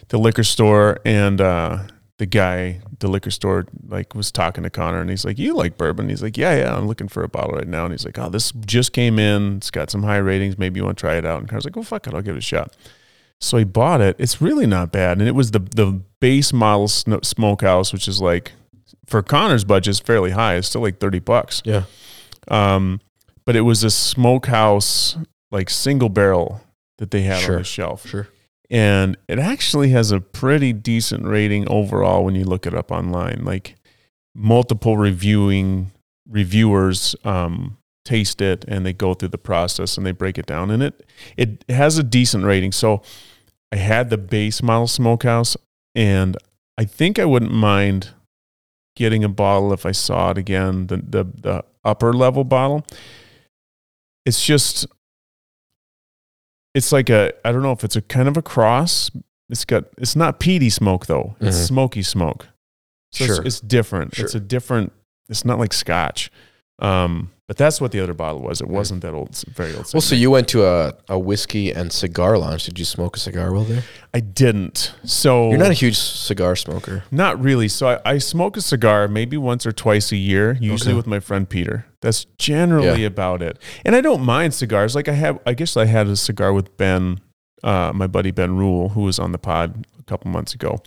the liquor store and uh the guy the liquor store like was talking to Connor and he's like, "You like bourbon?" He's like, "Yeah, yeah, I'm looking for a bottle right now." And he's like, "Oh, this just came in. It's got some high ratings. Maybe you want to try it out." And Connor's like, "Oh fuck it, I'll give it a shot." So he bought it. It's really not bad, and it was the the base model sno- smokehouse, which is like for Connor's budget is fairly high. It's still like thirty bucks Yeah. um, but it was a smokehouse like single barrel that they had Sure. on the shelf, Sure. and it actually has a pretty decent rating overall when you look it up online. Like multiple reviewing reviewers um, taste it and they go through the process and they break it down, and it it has a decent rating. So I had the base model smokehouse, and I think I wouldn't mind getting a bottle if I saw it again, the the, the upper level bottle. It's just it's like a I don't know if it's a kind of a cross. It's got it's not peaty smoke though. It's Mhm. smoky smoke. So Sure. it's, it's different. Sure. It's a different it's not like scotch. Um, but that's what the other bottle was. It wasn't that old very old. Well, so you went to a, a whiskey and cigar lounge. Did you smoke a cigar while there? I didn't. So You're not a huge cigar smoker. Not really. So I, I smoke a cigar maybe once or twice a year, usually Okay. with my friend Peter. That's generally Yeah. about it. And I don't mind cigars. Like I have, I guess I had a cigar with Ben, uh, my buddy Ben Rule, who was on the pod a couple months ago.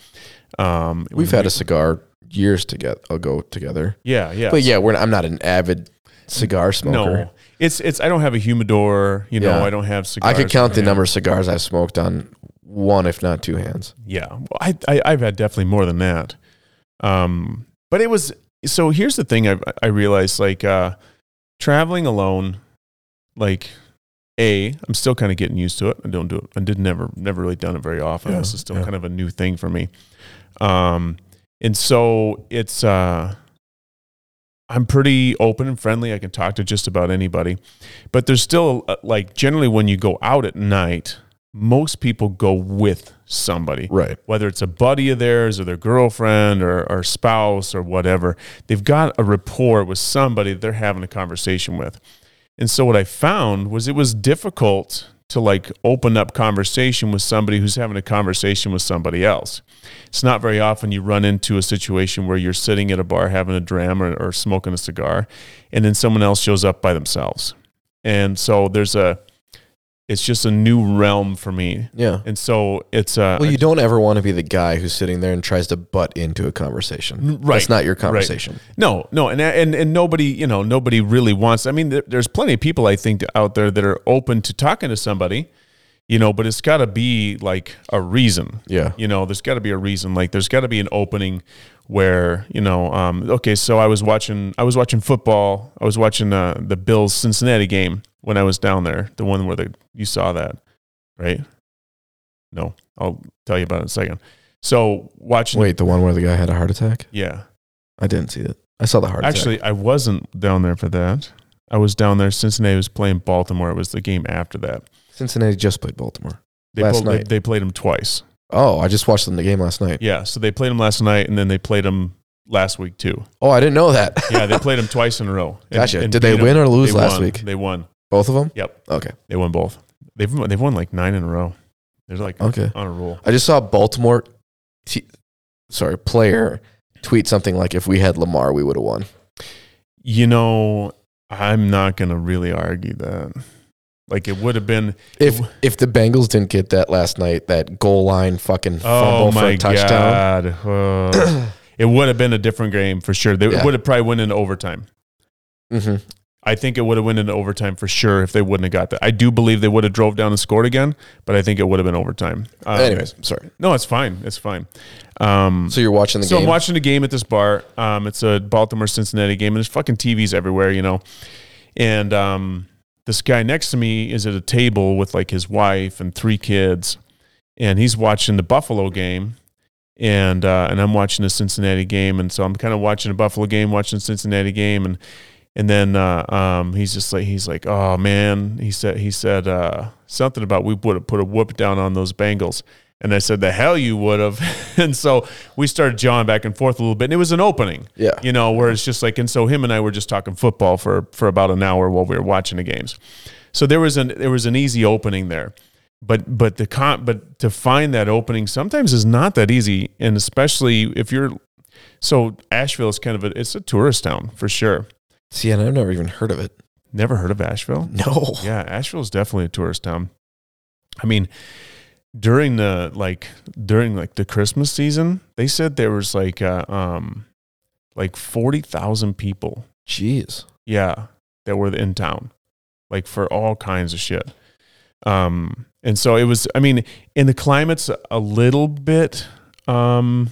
Um, We've had a cigar years together. ago together. yeah, yeah. But yeah, we're. I'm not an avid cigar smoker. no, it's it's. I don't have a humidor. You know, Yeah. I don't have cigars. I could count the Yeah. number of cigars I've smoked on one, if not two hands. Yeah, well, I, I I've had definitely more than that. Um, but it was so. Here's the thing I I realized like uh, traveling alone, like a I'm still kind of getting used to it. I don't do it. I did never never really done it very often. Yeah, this is still yeah. kind of a new thing for me. Um, and so it's uh, I'm pretty open and friendly. I can talk to just about anybody, but there's still uh, like generally when you go out at night. Most people go with somebody Right. whether it's a buddy of theirs or their girlfriend or, or spouse or whatever, they've got a rapport with somebody that they're having a conversation with. And so what I found was it was difficult to like open up conversation with somebody who's having a conversation with somebody else. It's not very often you run into a situation where you're sitting at a bar having a dram or, or smoking a cigar and then someone else shows up by themselves. And so there's a it's just a new realm for me. Yeah. And so it's uh Well, you don't ever want to be the guy who's sitting there and tries to butt into a conversation. Right. That's not your conversation. No, no, and and and nobody, you know, nobody really wants. I mean, there, there's plenty of people I think out there that are open to talking to somebody, you know, but it's got to be like a reason. Yeah. You know, there's got to be a reason. Like, there's got to be an opening where you know, um, okay, so I was watching, I was watching football. I was watching uh, the Bills Cincinnati game when I was down there, the one where the you saw that, right? No, I'll tell you about it in a second. So watching, Wait, the one where the guy had a heart attack? yeah. I didn't see that. I saw the heart attack. Actually, I wasn't down there for that. I was down there. Cincinnati was playing Baltimore. It was the game after that. Cincinnati just played Baltimore. They, Last pulled- they- night. they played them twice. Oh, I just watched them the game last night. Yeah, so they played them last night, and then they played them last week too. Oh, I didn't know that. Yeah, they played them twice in a row. And- gotcha. and Did they beat 'em. win or lose They last won. week? They won. Both of them? Yep. Okay. They won both. They've won- they've won like nine in a row. They're like Okay. on a roll. I just saw a Baltimore, t- sorry, player tweet something like, "If we had Lamar, we would have won." You know, I'm not gonna really argue that. Like it would have been. If if the Bengals didn't get that last night, that goal line fucking fumble Oh for my a touchdown. god. Oh. It would have been a different game for sure. They Yeah. would have probably went into overtime. hmm I think it would have went into overtime for sure if they wouldn't have got that. I do believe they would have drove down and scored again, but I think it would have been overtime. Um, Anyways, sorry. no, it's fine. It's fine. Um, So you're watching the so game. I'm watching a game at this bar. Um, it's a Baltimore Cincinnati game, and there's fucking TVs everywhere, you know. And um, this guy next to me is at a table with like his wife and three kids, and he's watching the Buffalo game. and uh, and I'm watching a Cincinnati game, and so I'm kind of watching a Buffalo game, watching a Cincinnati game, and and then uh, um, he's just like he's like, oh man, he said he said uh, something about we would have put a whoop down on those Bengals, and I said the hell you would have, and so we started jawing back and forth a little bit, and it was an opening, Yeah. you know, where it's just like, and so him and I were just talking football for for about an hour while we were watching the games, so there was an there was an easy opening there but but the con but to find that opening sometimes is not that easy and especially if you're so asheville is kind of a it's a tourist town for sure See, and I've never even heard of it. never heard of asheville No. yeah asheville is definitely a tourist town i mean during the like during like the christmas season they said there was like uh, um like 40,000 people Jeez. yeah that were in town like for all kinds of shit um and so it was i mean and the climate's a little bit um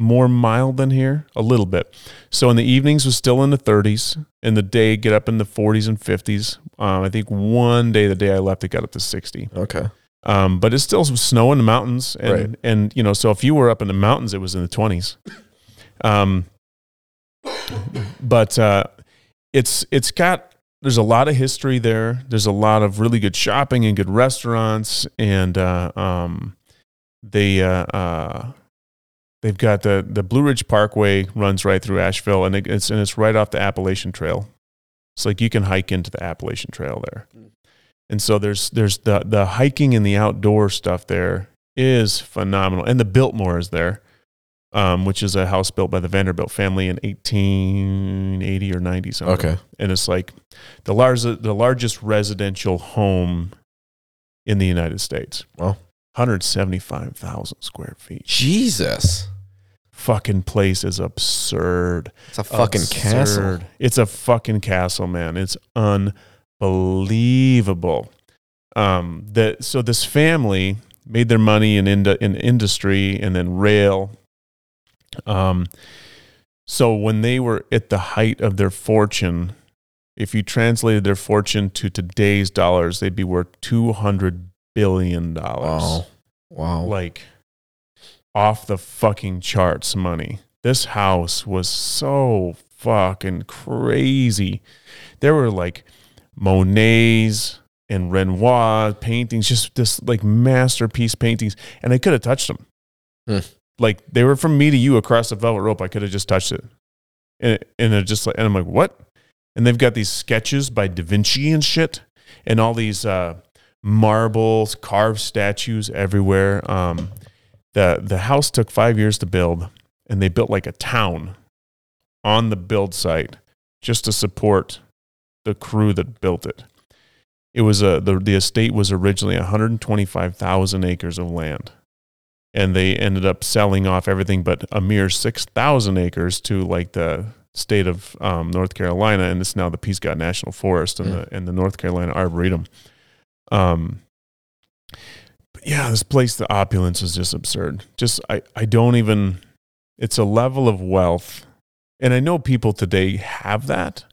more mild than here a little bit so in the evenings was still in the 30s in the day get up in the 40s and 50s um, i think one day the day i left it got up to 60 Okay. um, but it's still snow in the mountains, and Right. and you know, so if you were up in the mountains, it was in the twenties. Um, but uh, it's it's got there's a lot of history there. There's a lot of really good shopping and good restaurants, and uh, um, they uh, uh, they've got the the Blue Ridge Parkway runs right through Asheville, and it, it's and it's right off the Appalachian Trail. It's like you can hike into the Appalachian Trail there. And so there's there's the the hiking and the outdoor stuff there is phenomenal. And the Biltmore is there, um, which is a house built by the Vanderbilt family in 1880 or 90 something. Okay. And it's like the large the largest residential home in the United States. Wow. 175,000 square feet. Jesus. Fucking place is absurd. It's a fucking castle. Absurd. It's a fucking castle, man. It's unbelievable. Um, that so this family made their money in ind- in industry and then rail. Um, so when they were at the height of their fortune, if you translated their fortune to today's dollars, they'd be worth two hundred billion dollars Wow. Wow. like off the fucking charts money. This house was so fucking crazy. There were like Monets and Renoir paintings, just this like masterpiece paintings, and I could have touched them. Hmm. Like they were from me to you across the velvet rope. I could have just touched it, and and it just like and I'm like what? And they've got these sketches by Da Vinci and shit, and all these uh, marbles, carved statues everywhere. Um, the the house took five years to build, and they built like a town on the build site just to support the crew that built it. It was a the the estate was originally 125,000 acres of land, and they ended up selling off everything but a mere 6,000 acres to like the state of um, North Carolina, and it's now the Peacock National Forest and the and the North Carolina Arboretum. Um, but yeah, this place, the opulence is just absurd. Just I, I don't even. It's a level of wealth, and I know people today have that,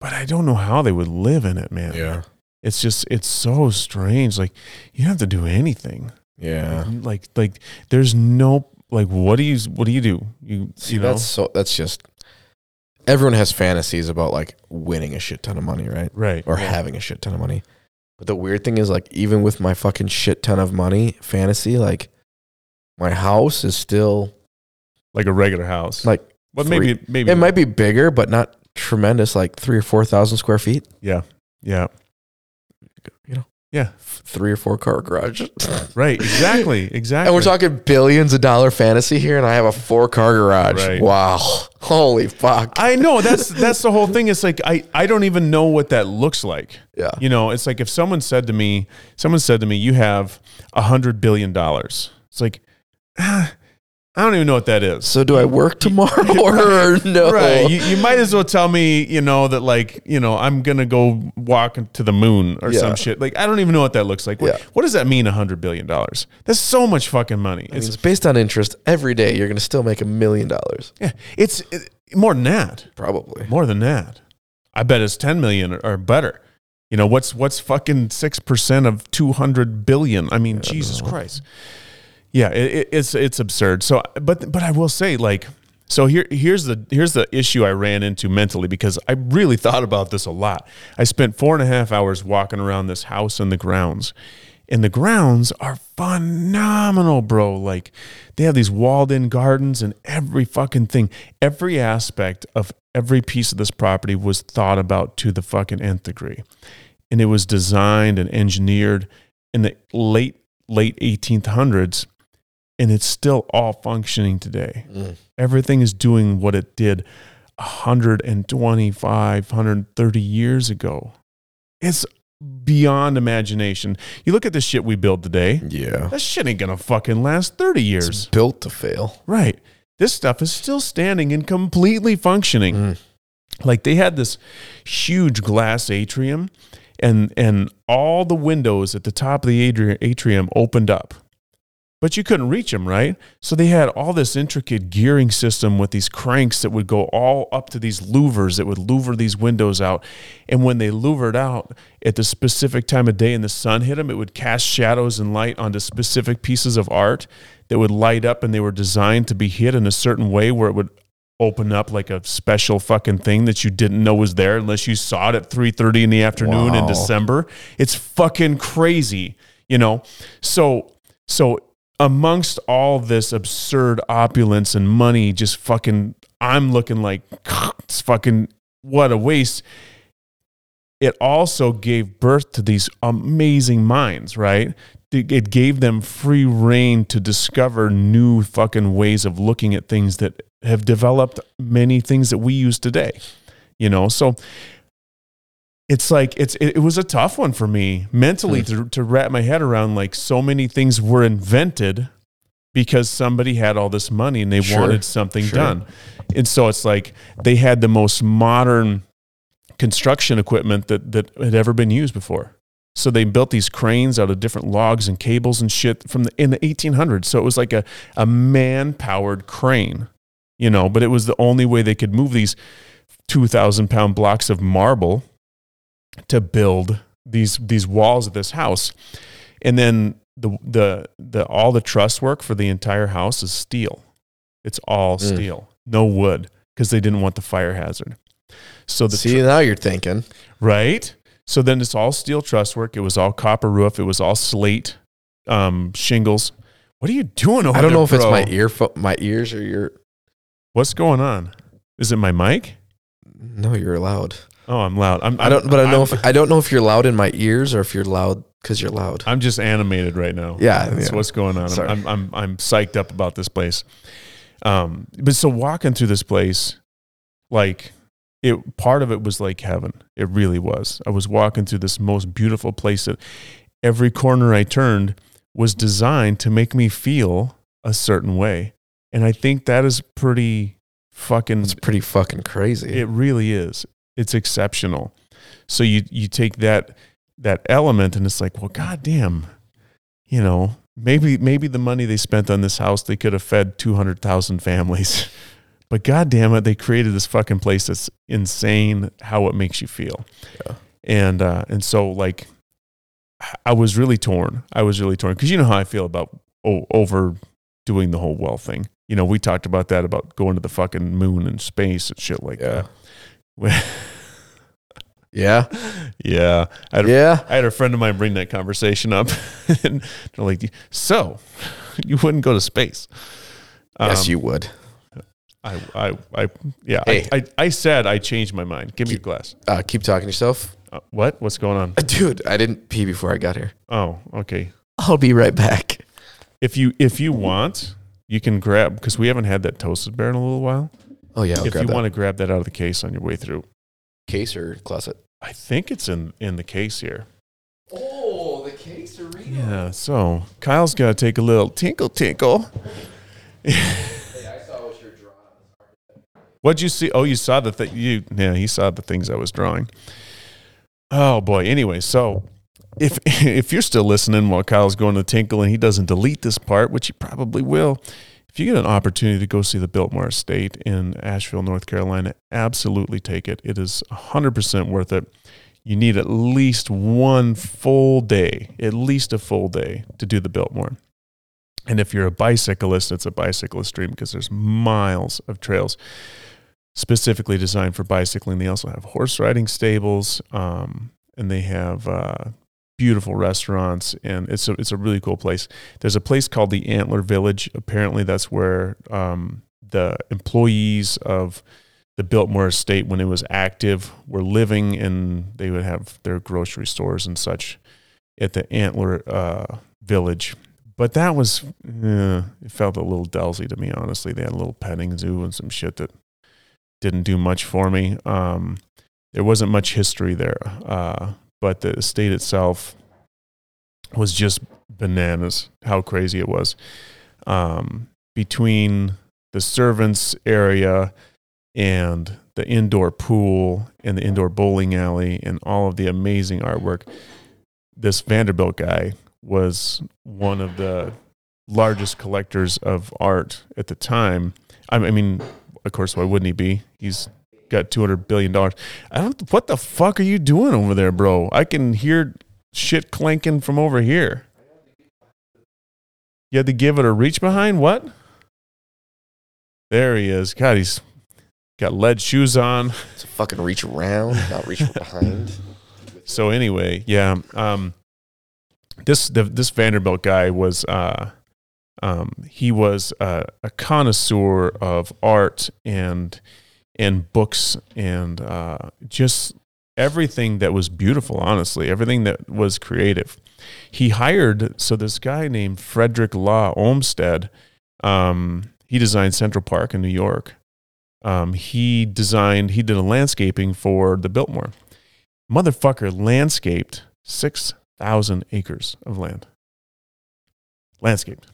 but I don't know how they would live in it, man. yeah. It's just it's so strange. Like you don't have to do anything. Yeah. Like, like like there's no like what do you what do you do? You See, you know that's so. That's just. Everyone has fantasies about like winning a shit ton of money, right? right Or Yeah. having a shit ton of money. But the weird thing is, like, even with my fucking shit ton of money fantasy, like, my house is still like a regular house. like but three- maybe maybe it might be bigger, but not tremendous, like three or four thousand square feet, yeah you know, yeah three or four car garage. right exactly exactly. And we're talking billions of dollar fantasy here, and I have a four car garage. Right. Wow. Holy fuck. I know that's that's the whole thing. It's like I I don't even know what that looks like. yeah. You know, it's like if someone said to me, someone said to me, you have a hundred billion dollars. It's like ah, I don't even know what that is. So do I work tomorrow or no? Right. You, you might as well tell me, you know, that like, you know, I'm going to go walk to the moon or Yeah. some shit. Like, I don't even know what that looks like. What, Yeah. what does that mean, $100 billion? That's so much fucking money. I mean, It's, it's based on interest. Every day you're going to still make a million dollars. yeah, it's it, more than that. Probably. More than that. I bet it's 10 million or, or better. You know, what's what's fucking 6% of 200 billion? I mean, Jesus Christ. Yeah, it, it, it's it's absurd. So, but but I will say, like, so here here's the here's the issue I ran into mentally because I really thought about this a lot. I spent four and a half hours walking around this house and the grounds, and the grounds are phenomenal, bro. Like, they have these walled-in gardens and every fucking thing, every aspect of every piece of this property was thought about to the fucking nth degree, and it was designed and engineered in the late late 1800s and it's still all functioning today. Mm. Everything is doing what it did 125, 130 years ago. It's beyond imagination. You look at the shit we build today, Yeah. that shit ain't gonna fucking last 30 It's years. built to fail. Right. This stuff is still standing and completely functioning Mm. like they had this huge glass atrium and and all the windows at the top of the atri- atrium opened up but you couldn't reach them right so they had all this intricate gearing system with these cranks that would go all up to these louvers that would louver these windows out and when they louvered out at the specific time of day and the sun hit them it would cast shadows and light onto specific pieces of art that would light up and they were designed to be hit in a certain way where it would open up like a special fucking thing that you didn't know was there unless you saw it at 3:30 in the afternoon in Wow. December. It's fucking crazy, you know. So so amongst all this absurd opulence and money just fucking I'm looking like it's fucking what a waste. It also gave birth to these amazing minds, right? It it gave them free reign to discover new fucking ways of looking at things that have developed many things that we use today, you know? So it's like, it's, it, it was a tough one for me mentally to, to wrap my head around like so many things were invented because somebody had all this money and they Sure. wanted something Sure. done. And so it's like they had the most modern construction equipment that, that had ever been used before. So they built these cranes out of different logs and cables and shit from the, in the 1800s. So it was like a, a man powered crane, you know, but it was the only way they could move these 2,000 pound blocks of marble to build these, these walls of this house. And then the, the, the, all the truss work for the entire house is steel. It's all Mm. steel, no wood, because they didn't want the fire hazard. So the See, now you're thinking. right? So then it's all steel truss work. It was all copper roof. It was all slate um, shingles. What are you doing over I don't there, know if it's Oh, bro? my ear, my ears, or your. What's going on? Is it my mic? No, you're loud. Oh, I'm loud. I'm, I don't, but I know I'm, if I don't know if you're loud in my ears or if you're loud because you're loud. I'm just animated right now. Yeah, That's yeah. what's going on. Sorry. I'm, I'm I'm psyched up about this place. Um, but so walking through this place, like it part of it was like heaven. It really was. I was walking through this most beautiful place that every corner I turned was designed to make me feel a certain way. And I think that is pretty fucking It's pretty fucking crazy. it really is. It's exceptional. So you you take that that element and it's like, well, goddamn, you know, maybe maybe the money they spent on this house they could have fed two hundred thousand families, but goddamn it, they created this fucking place that's insane. How it makes you feel, Yeah. and uh, and so like, I was really torn. I was really torn because you know how I feel about oh, over doing the whole well thing. You know, we talked about that about going to the fucking moon and space and shit like yeah. that. Yeah. yeah. I had, a I Yeah. had a friend of mine bring that conversation up and they're like, so you wouldn't go to space. yes, Um, you would. I, I, I, yeah. Hey. I, I, I said I changed my mind. Give me a Keep- glass. Uh, keep talking to yourself. Uh, what? What's going on? Uh, Dude, I didn't pee before I got here. Oh, okay. I'll be right back. If you, if you want, you can grab because we haven't had that toasted bear in a little while. Oh, yeah. I'll if grab you that. want to grab that out of the case on your way through, case or closet? I think it's in in the case here. Oh, the case arena. Yeah. So Kyle's got to take a little tinkle tinkle. I saw what you're drawing. What'd you see? Oh, you saw the thing. You yeah, he saw the things I was drawing. Oh boy. Anyway, so if if you're still listening while Kyle's going to tinkle and he doesn't delete this part, which he probably will, if you get an opportunity to go see the Biltmore Estate in Asheville, North Carolina, absolutely take it. It is 100% worth it. You need at least one full day, at least a full day to do the Biltmore. And if you're a bicyclist, it's a bicyclist stream because there's miles of trails specifically designed for bicycling. They also have horse riding stables, um, and they have uh, beautiful restaurants, and it's a it's a really cool place. There's a place called the Antler Village. Apparently, that's where um, the employees of the Biltmore Estate, when it was active, were living, and they would have their grocery stores and such at the Antler uh, Village. But that was, eh, it felt a little dowsy to me, honestly. They had a little petting zoo and some shit that didn't do much for me. Um, there wasn't much history there, uh, but the estate itself was just bananas. How crazy it was. Um, between the servants area and the indoor pool and the indoor bowling alley and all of the amazing artwork, this Vanderbilt guy was one of the largest collectors of art at the time. I I mean, of course, why wouldn't he be? He's got two hundred billion dollars. I don't. What the fuck are you doing over there, bro? I can hear shit clanking from over here. You had to give it a reach behind. What? There he is. God, he's got lead shoes on. So fucking reach around, not reach behind. So anyway, yeah. Um, this the, this Vanderbilt guy was uh, um, he was uh, a connoisseur of art and and books and uh, just everything that was beautiful. Honestly, everything that was creative. He hired so this guy named Frederick Law Olmsted. Um, he designed Central Park in New York. Um, he designed he did a landscaping for the Biltmore motherfucker landscaped 6,000 acres of land. Landscaped.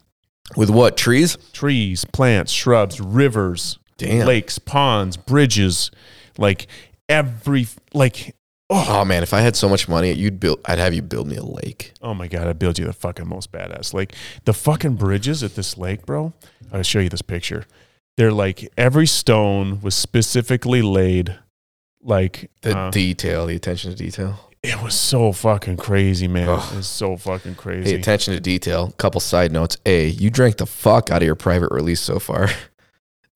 With what? Trees? Trees, plants, shrubs, rivers, Damn. lakes, ponds, bridges, like every, like, oh, Oh man, if I had so much money, you'd build I'd have you build me a lake. oh my God, I built you the fucking most badass. Like, the fucking bridges at this lake, bro. I'll show you this picture. They're like, every stone was specifically laid, like, The uh, detail, the attention to detail. it was so fucking crazy, man. Ugh. It was so fucking Hey, crazy. attention to detail. Couple side notes. A, you drank the fuck out of your private release so far.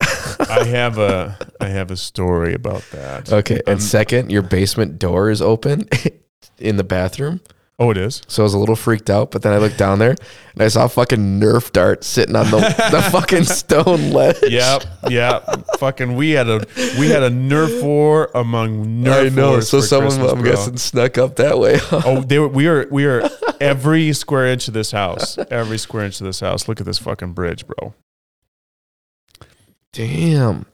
I have a I have a story about that. Okay. Um, And second, your basement door is open in the bathroom. Oh, it is. So I was a little freaked out, but then I looked down there and I saw a fucking Nerf dart sitting on the, the fucking stone ledge. Yep, yep. Fucking, we had a we had a Nerf war among Nerf I know. wars So for someone, Christmas, I'm bro. guessing, snuck up that way. Oh, they were, we are we are every square inch of this house. Every square inch of this house. Look at this fucking bridge, bro. Damn.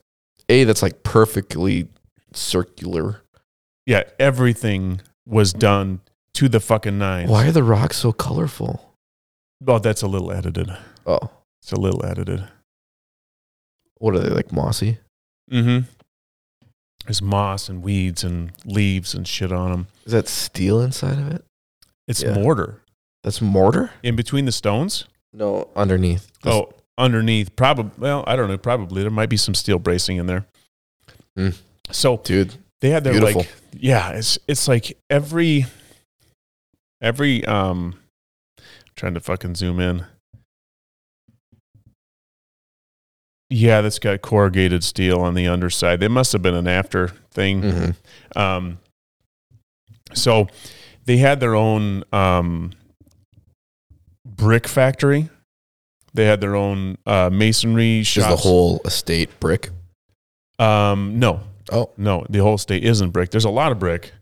A, that's like perfectly circular. Yeah, everything was done to the fucking nines. Why are the rocks so colorful? Oh, that's a little edited. Oh, It's a little edited. what are they like mossy? Mm-hmm. There's moss and weeds and leaves and shit on them. Is that steel inside of it? It's Yeah. mortar That's mortar? in between the stones. No, underneath. That's- Oh, underneath, probably. Well, I don't know. Probably there might be some steel bracing in there. Mm. So dude, they had their beautiful. like, yeah, it's it's like every every um, trying to fucking zoom in. Yeah, that's got corrugated steel on the underside. It must have been an after thing. hmm Um, so they had their own um, brick factory. They had their own uh, masonry Just shop. the whole estate brick. Um, no, Oh, no, the whole state isn't brick. There's a lot of brick,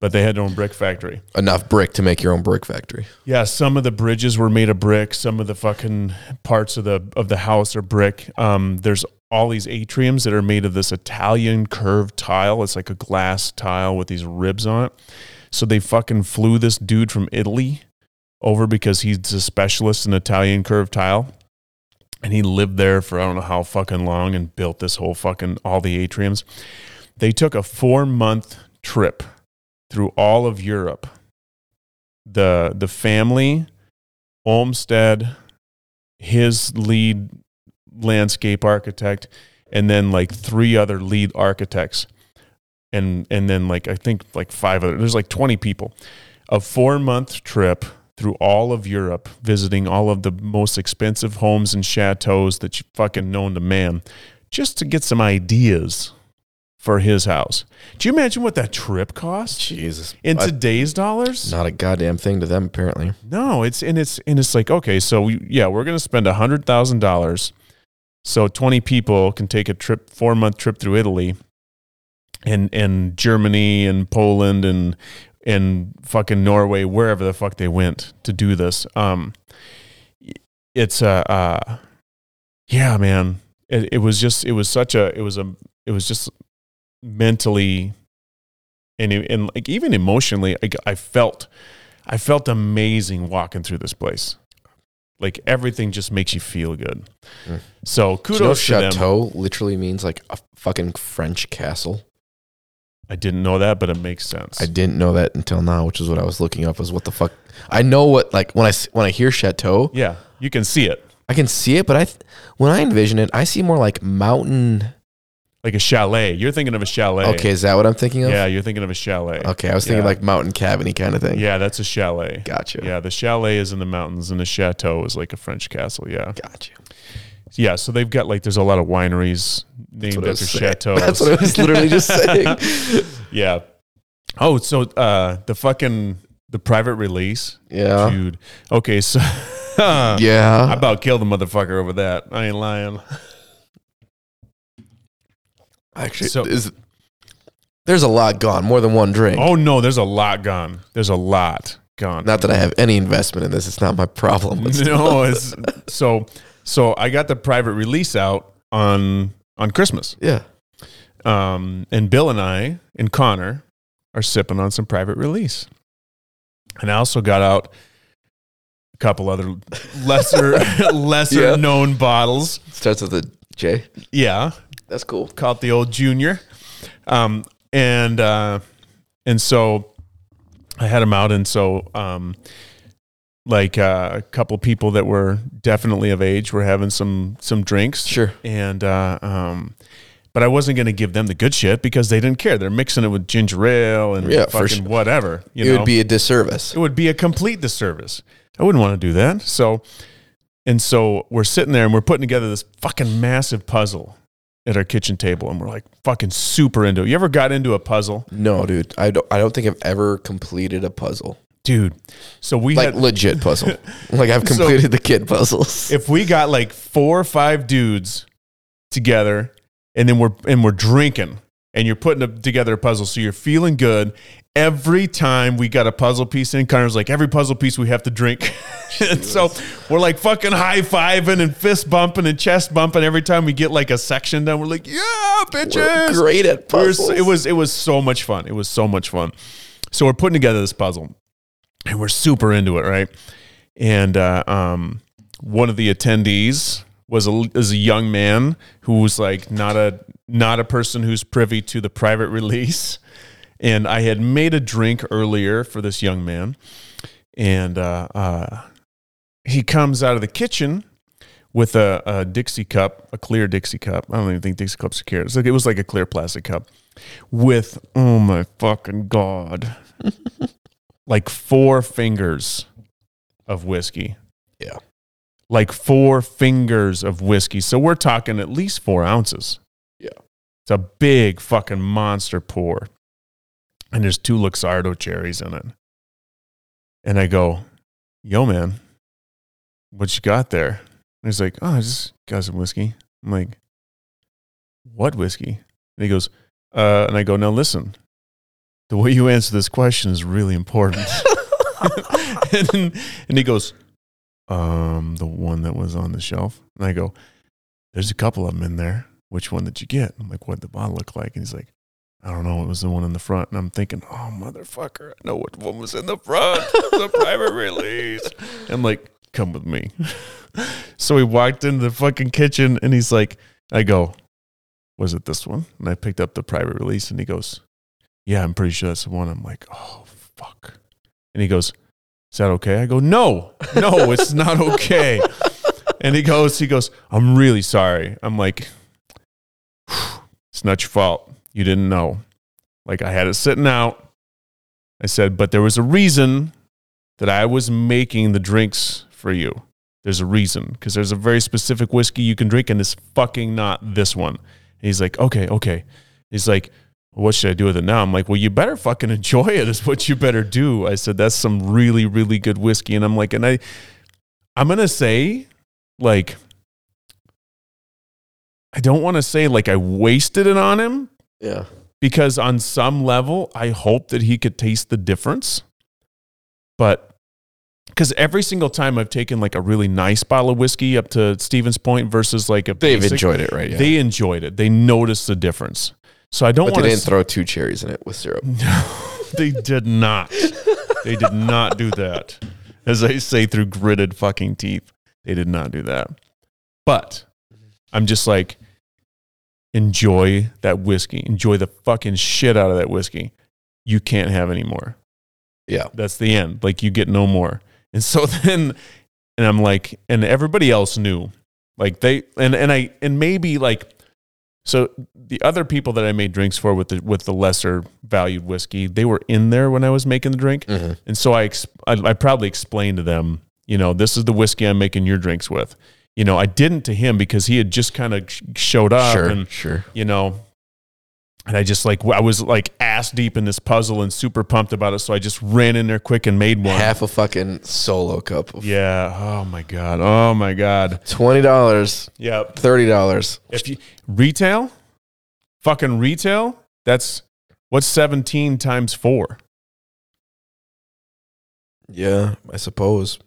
but they had their own brick factory. enough brick to make your own brick factory. Yeah, some of the bridges were made of brick. Some of the fucking parts of the of the house are brick. Um, there's all these atriums that are made of this Italian curved tile. It's like a glass tile with these ribs on it. So they fucking flew this dude from Italy over because he's a specialist in Italian curved tile. And he lived there for I don't know how fucking long and built this whole fucking all the atriums. They took a four month trip through all of Europe. The the family, Olmsted, his lead landscape architect, and then like three other lead architects. And and then like I think like five other there's like twenty people. A four month trip through all of Europe, visiting all of the most expensive homes and chateaus that you fucking known to man, just to get some ideas for his house. Do you imagine what that trip cost Jesus. in I- today's dollars? not a goddamn thing to them, apparently. No, it's and it's and it's like okay, so we, yeah, we're gonna spend a hundred thousand dollars, so twenty people can take a trip, four month trip through Italy, and and Germany and Poland and and fucking Norway, wherever the fuck they went to do this. Um, it's uh, uh yeah, man, it, it was just it was such a it was a it was just mentally and and like even emotionally, I, I felt I felt amazing walking through this place. Like everything just makes you feel good. Mm. So Do you know kudos to them. chateau literally means like a fucking French castle? I didn't know that, but it makes sense. I didn't know that until now, which is what I was looking up. Is what the fuck? I know what like when I s- when I hear chateau, yeah, you can see it I can see it, but I th- when I envision it, I see more like mountain. like a chalet. You're thinking of a chalet. Okay, is that what I'm thinking of? Yeah, you're thinking of a chalet. Okay, I was thinking Yeah. like mountain cabiny kind of thing. Yeah, that's a chalet. Gotcha. Yeah, the chalet is in the mountains, and the chateau is like a French castle. Yeah, Gotcha. yeah. So they've got like there's a lot of wineries named what I was after saying. chateaus. That's what I was literally just saying. yeah. Oh, so uh, the fucking the private release, Yeah. dude. Okay, so I Yeah. about killed the motherfucker over that. I ain't lying. Actually, So- is, there's a lot gone, more than one drink. Oh no, there's a lot gone. There's a lot gone. Not that I have any investment in this. It's not my problem. It's- no, it's, so so I got the private release out on on Christmas. Yeah. Um, and Bill and I and Connor are sipping on some private release. And I also got out a couple other lesser lesser Yeah. known bottles. Starts with a J. Yeah. That's cool. called the old junior. Um, and uh, and so I had him out, and so um, like uh, a couple people that were definitely of age were having some some drinks, Sure. and uh, um, but I wasn't going to give them the good shit because they didn't care. They're mixing it with ginger ale and Yeah, for fucking sure. whatever. You it know? would be a disservice. It would be a complete disservice. I wouldn't want to do that. So, and so we're sitting there and we're putting together this fucking massive puzzle at our kitchen table, and we're like fucking super into it. You ever got into a puzzle, No, dude. I don't. I don't think I've ever completed a puzzle. dude? So we Like had, legit puzzle. like I've So- completed the kid puzzles. if we got like four or five dudes together, and then we're and we're drinking, and you're putting a, together a puzzle, so you're feeling good. Every time we got a puzzle piece in, Connor's like, every puzzle piece we have to drink. and so we're like fucking high fiving and fist bumping and chest bumping every time we get like a section done. We're like, yeah, bitches. We're great at We were puzzles. so- it was it was so much fun. It was so much fun. So we're putting together this puzzle, and we're super into it, right? And uh, um, one of the attendees was a is a young man who was like not a not a person who's privy to the private release. And I had made a drink earlier for this young man, and uh, uh, he comes out of the kitchen with a, a Dixie cup, a clear Dixie cup. I don't even think Dixie cups are clear. It's like, it was like a clear plastic cup with, oh my fucking God, like four fingers of whiskey. Yeah. Like four fingers of whiskey. So we're talking at least four ounces. Yeah. It's a big fucking monster pour. And there's two Luxardo cherries in it. And I go, yo, man, what you got there? And he's like, oh, I just got some whiskey. I'm like, what whiskey? And he goes, uh, and I go, now listen, the way you answer this question is really important. and, then- and he goes, um, the one that was on the shelf. And I go, there's a couple of them in there. Which one did you get? I'm like, what'd the bottle look like? And he's like, I don't know. It was the one in the front. And I'm thinking, oh, motherfucker, I know what one was in the front. It's a private release. I'm like, come with me. so we walked into the fucking kitchen and he's like, I go, was it this one? And I picked up the private release and he goes, yeah, I'm pretty sure that's the one. I'm like, oh, fuck. And he goes, is that okay? I go, no, no, it's not okay. and he goes, he goes, I'm really sorry. I'm like, it's not your fault. You didn't know. Like I had it sitting out. I said, but there was a reason that I was making the drinks for you. There's a reason because there's a very specific whiskey you can drink, and it's fucking not this one. And he's like, okay, okay. He's like, what should I do with it now? I'm like, well, you better fucking enjoy it. Is what you better do. I said, that's some really, really good whiskey, and I'm like, and I, I'm gonna say, like, I don't want to say like I wasted it on him Yeah. because on some level I hope that he could taste the difference. But because every single time I've taken like a really nice bottle of whiskey up to Stevens Point versus like a They've basic, enjoyed it, right? Yeah. they enjoyed it. They noticed the difference. So I don't but they want to. didn't throw two cherries in it with syrup. No, they did not. they did not do that. As I say through gritted fucking teeth, they did not do that. But I'm just like, enjoy that whiskey. Enjoy the fucking shit out of that whiskey. You can't have any more. Yeah. That's the end. Like, you get no more. And so then, and I'm like, and everybody else knew. Like, they, and, and I, and maybe like, so the other people that I made drinks for with the with the lesser valued whiskey, they were in there when I was making the drink, Mhm. and so I, ex- I I probably explained to them, you know, this is the whiskey I'm making your drinks with. You know, I didn't to him because he had just kind of sh- showed up, sure. Um, and sure. you know, and I just like I was like ass deep in this puzzle and super pumped about it, so I just ran in there quick and made one. Half a fucking solo cup. Of yeah. Oh my god. Oh my god. Twenty dollars. Yep. Thirty dollars. If you retail, fucking retail, that's what's 17 times four? Yeah, I suppose.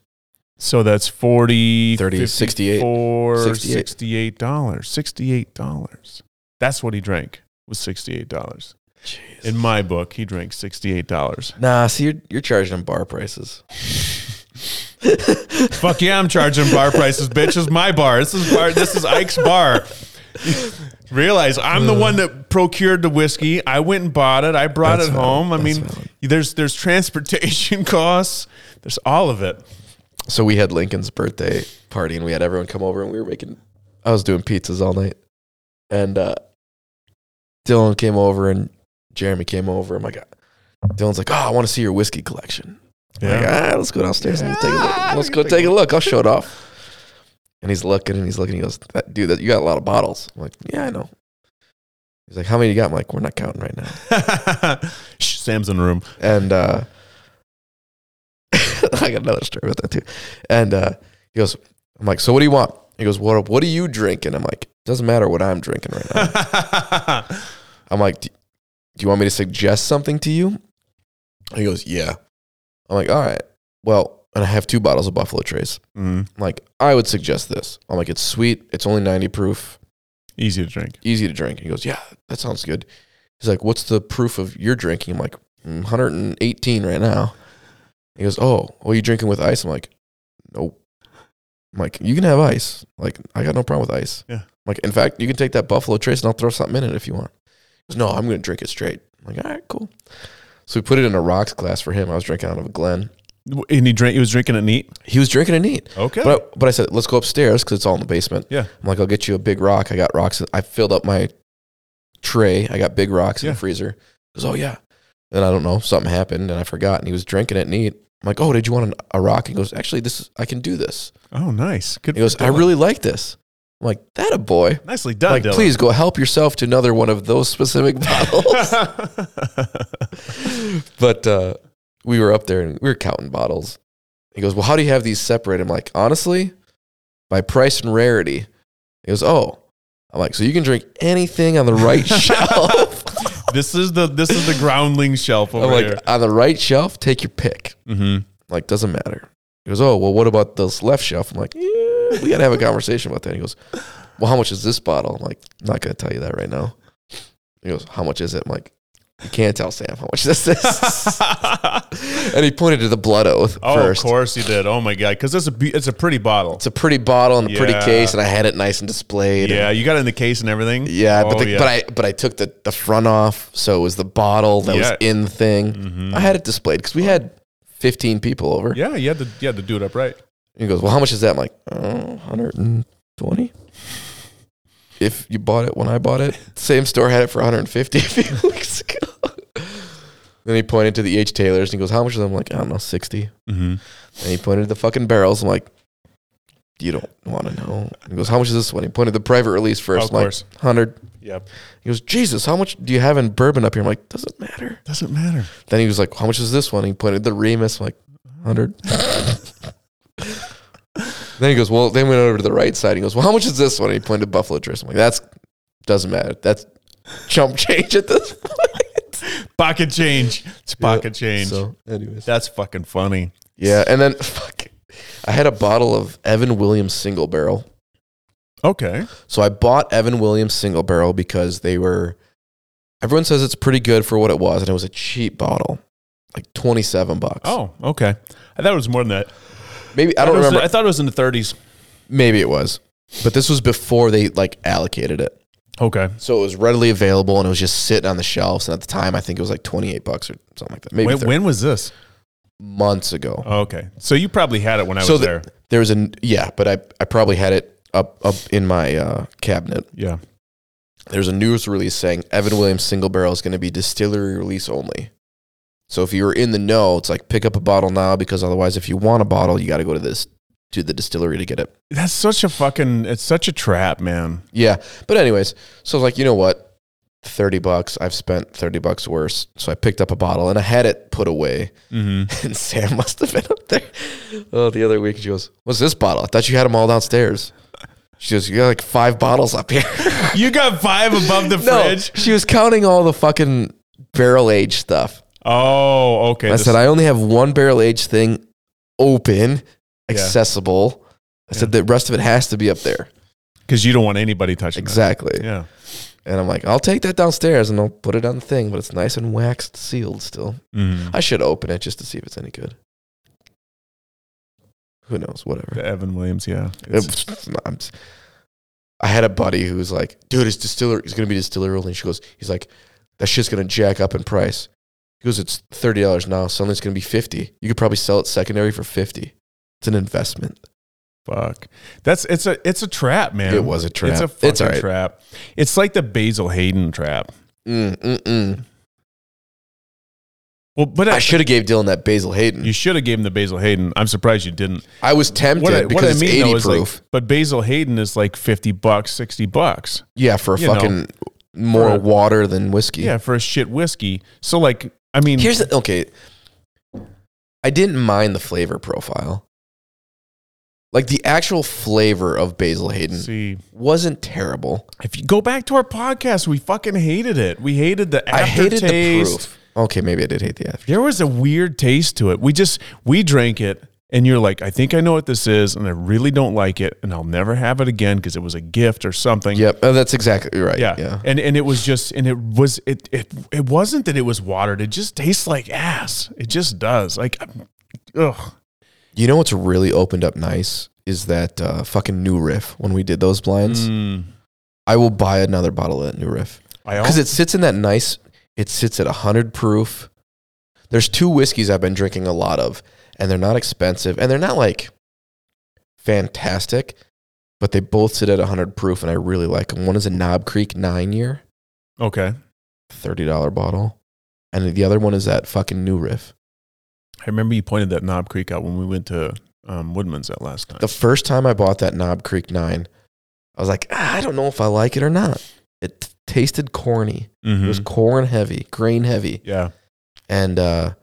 So that's 40, 30, 68, 68. $68. $68. That's what he drank was $68. Jeez. In my book, he drank $68. nah, see, you're, you're charging them bar prices. Fuck yeah, I'm charging bar prices, bitch. This is my bar. This is bar. This is Ike's bar. Realize I'm the Uh. one that procured the whiskey. I went and bought it. I brought That's it valid. home. I That's mean, valid. there's there's transportation costs. There's all of it. So we had Lincoln's birthday party, and we had everyone come over, and we were making. I was doing pizzas all night, and uh, Dylan came over, and Jeremy came over. I'm like, Dylan's like, "Oh, I want to see your whiskey collection." I'm like, ah, let's go downstairs and we'll take a Yeah, look. Let's we go can take a look. I'll show it off. And he's looking and he's looking. He goes, that, "Dude, that you got a lot of bottles." I'm like, "Yeah, I know." He's like, "How many you got?" I'm like, "We're not counting right now." Shh, Sam's in the room. And uh, I got another story about that too. And uh, he goes, I'm like, so what do you want? He goes, what What are you drinking? I'm like, doesn't matter what I'm drinking right now. Oh. I'm like, do do you want me to suggest something to you? He goes, yeah. I'm like, all right. Well, and I have two bottles of Buffalo Trace. Mm, I'm like, I would suggest this. I'm like, it's sweet. It's only 90 proof, easy to drink. easy to drink. He goes, yeah, that sounds good. He's like, what's the proof of your drinking? I'm like, "Mm, 118 right now. He goes, oh, well, you drinking with ice? I'm like, nope. I'm like, you can have ice. Like, I got no problem with ice. Yeah. I'm like, in fact, you can take that Buffalo Trace and I'll throw something in it if you want. He goes, no, I'm going to drink it straight. I'm like, all right, cool. So we put it in a rocks glass for him. I was drinking out of a Glen. And he drank. He was drinking it neat. He was drinking it neat. Okay. But, but I said, let's go upstairs because it's all in the basement. Yeah. I'm like, I'll get you a big rock. I got rocks. I filled up my tray. I got big rocks in Yeah. the freezer. He goes, oh, yeah. And I don't know. Something happened and I forgot. And he was drinking it neat. I'm like, oh, did you want an, a rock? He goes, actually, this is, I can do this. oh, nice. Good. He goes, for I Dylan. really like this. I'm like, that a boy. nicely done. like, Dylan. please go help yourself to another one of those specific bottles. but uh, we were up there and we were counting bottles. He goes, Well, how do you have these separate? I'm like, Honestly, by price and rarity. He goes, Oh. I'm like, So you can drink anything on the right shelf. this is the this is the groundling shelf over I'm like, here. On the right shelf, take your pick. Mm-hmm. I'm like, doesn't matter. He goes, Oh, well, what about this left shelf? I'm like, Yeah, we got to have a conversation about that. He goes, Well, how much is this bottle? I'm like, I'm not going to tell you that right now. He goes, How much is it? I'm like, You can't tell Sam how much this is. and he pointed to the blood oath oh, first. of course he did. Oh my god, because it's a be- it's a pretty bottle. it's a pretty bottle and a pretty Yeah. case, and I had it nice and displayed. Yeah, and- you got it in the case and everything. yeah, but Oh, the, but I but I took the the front off, so it was the bottle that was Yeah. in the thing. Mhm. I had it displayed because we had fifteen people over. yeah, you had to you had to do it upright. He goes, "Well, how much is that?" I'm like, oh, 120. If you bought it when I bought it, same store had it for 150 a few weeks ago. Then he pointed to the H Taylors and he goes, How much are them? I'm like, I don't know, 60. And Mm-hmm. he pointed to the fucking barrels. I'm like, You don't want to know. He goes, How much is this one? He pointed to the private release first. Of I'm like, course. 100. Yep. He goes, Jesus, how much do you have in bourbon up here? I'm like, Doesn't matter. Doesn't matter. Then he was like, How much is this one? He pointed to the Remus. I'm like, 100. then he goes, Well, then we went over to the right side. He goes, Well, how much is this one? he pointed to Buffalo Trace. I'm like, That's doesn't matter. That's chump change at this point. Pocket change. It's pocket change. So, anyways. That's fucking funny. Yeah, and then fuck, I had a bottle of Evan Williams single barrel. Okay. So I bought Evan Williams single barrel because they were. Everyone says it's pretty good for what it was, and it was a cheap bottle, like twenty seven bucks. Oh, okay. I thought it was more than that. maybe I It don't was- remember. I thought it was in the 30s. maybe it was, but this was before they like allocated it, Okay. so it was readily available, and it was just sitting on the shelves. And at the time, I think it was like twenty eight bucks or something like that. Maybe When, 30 when was this? months ago. Oh, okay. So you probably had it when I so was the- there. there was an yeah, but I I probably had it up up in my uh, cabinet. Yeah. there's a news release saying Evan Williams single barrel is going to be distillery release only. So if you were in the know, it's like pick up a bottle now because otherwise, if you want a bottle, you got to go to this to the distillery to get it. That's such a fucking, it's such a trap, man. Yeah, but anyways, so I was like, you know what, thirty bucks. I've spent thirty bucks worse. So I picked up a bottle and I had it put away. Mm-hmm. And Sam must have been up there. Oh, the other week she goes, "What's this bottle? I thought you had them all downstairs." She goes, "You got like five bottles up here." You got five above the no, fridge. she was counting all the fucking barrel aged stuff. Oh, okay. I This- said, I only have one barrel age thing open, accessible. I said, the rest of it has to be up there. because you don't want anybody touching that. Exactly. Yeah. And I'm like, I'll take that downstairs and I'll put it on the thing, but it's nice and waxed sealed still. Mhm. I should open it just to see if it's any good. Who knows? Whatever. The Evan Williams. Yeah. It's- It's- I'm s- I had a buddy who was like, dude, it's distiller. It's going to be distiller only. She goes, he's like, that shit's going to jack up in price. He goes, it's $30 now. Suddenly it's going to be 50 You could probably sell it secondary for 50 It's an investment. Fuck. That's it's a it's a trap, man. It was a trap. It's a It's fucking all right. trap. It's like the Basil Hayden trap. Mm, mm, mm. Well, but I I, should have gave Dylan that Basil Hayden. you should have gave him the Basil Hayden. I'm surprised you didn't. I was tempted What I, because what I it's mean 80 though is proof. like, but Basil Hayden is like fifty bucks, sixty bucks. yeah, for you know, fucking more for a- water than whiskey. Yeah, for a shit whiskey. So like, I mean, Here's the okay. I didn't mind the flavor profile. Like the actual flavor of Basil Hayden see, wasn't terrible. if you go back to our podcast, we fucking hated it. We hated the I hated aftertaste. the proof. Okay, maybe I did hate the after. There was a weird taste to it. We just we drank it and you're like, I think I know what this is and I really don't like it and I'll never have it again because it was a gift or something. Yep, oh, that's exactly right. Yeah. Yeah, yeah. And and it was just and it was it it it wasn't that it was watered. It just tastes like ass. It just does. Like I'm- ugh. You know what's really opened up nice is that uh, fucking new riff. When we did those blinds, Mm. I will buy another bottle of that new riff I because also it sits in that nice. It sits at hundred proof. There's two whiskeys I've been drinking a lot of, and they're not expensive, and they're not like fantastic, but they both sit at hundred proof, and I really like them. One is a Knob Creek nine year, Okay. thirty dollar bottle, and the other one is that fucking new riff. I remember you pointed that knob creek out when we went to um, Woodman's that last time. The first time I bought that Knob Creek 9, I was like, "Ah, I don't know if I like it or not. It t- tasted corny. Mhm. It was corn heavy, grain heavy. yeah. And, uh,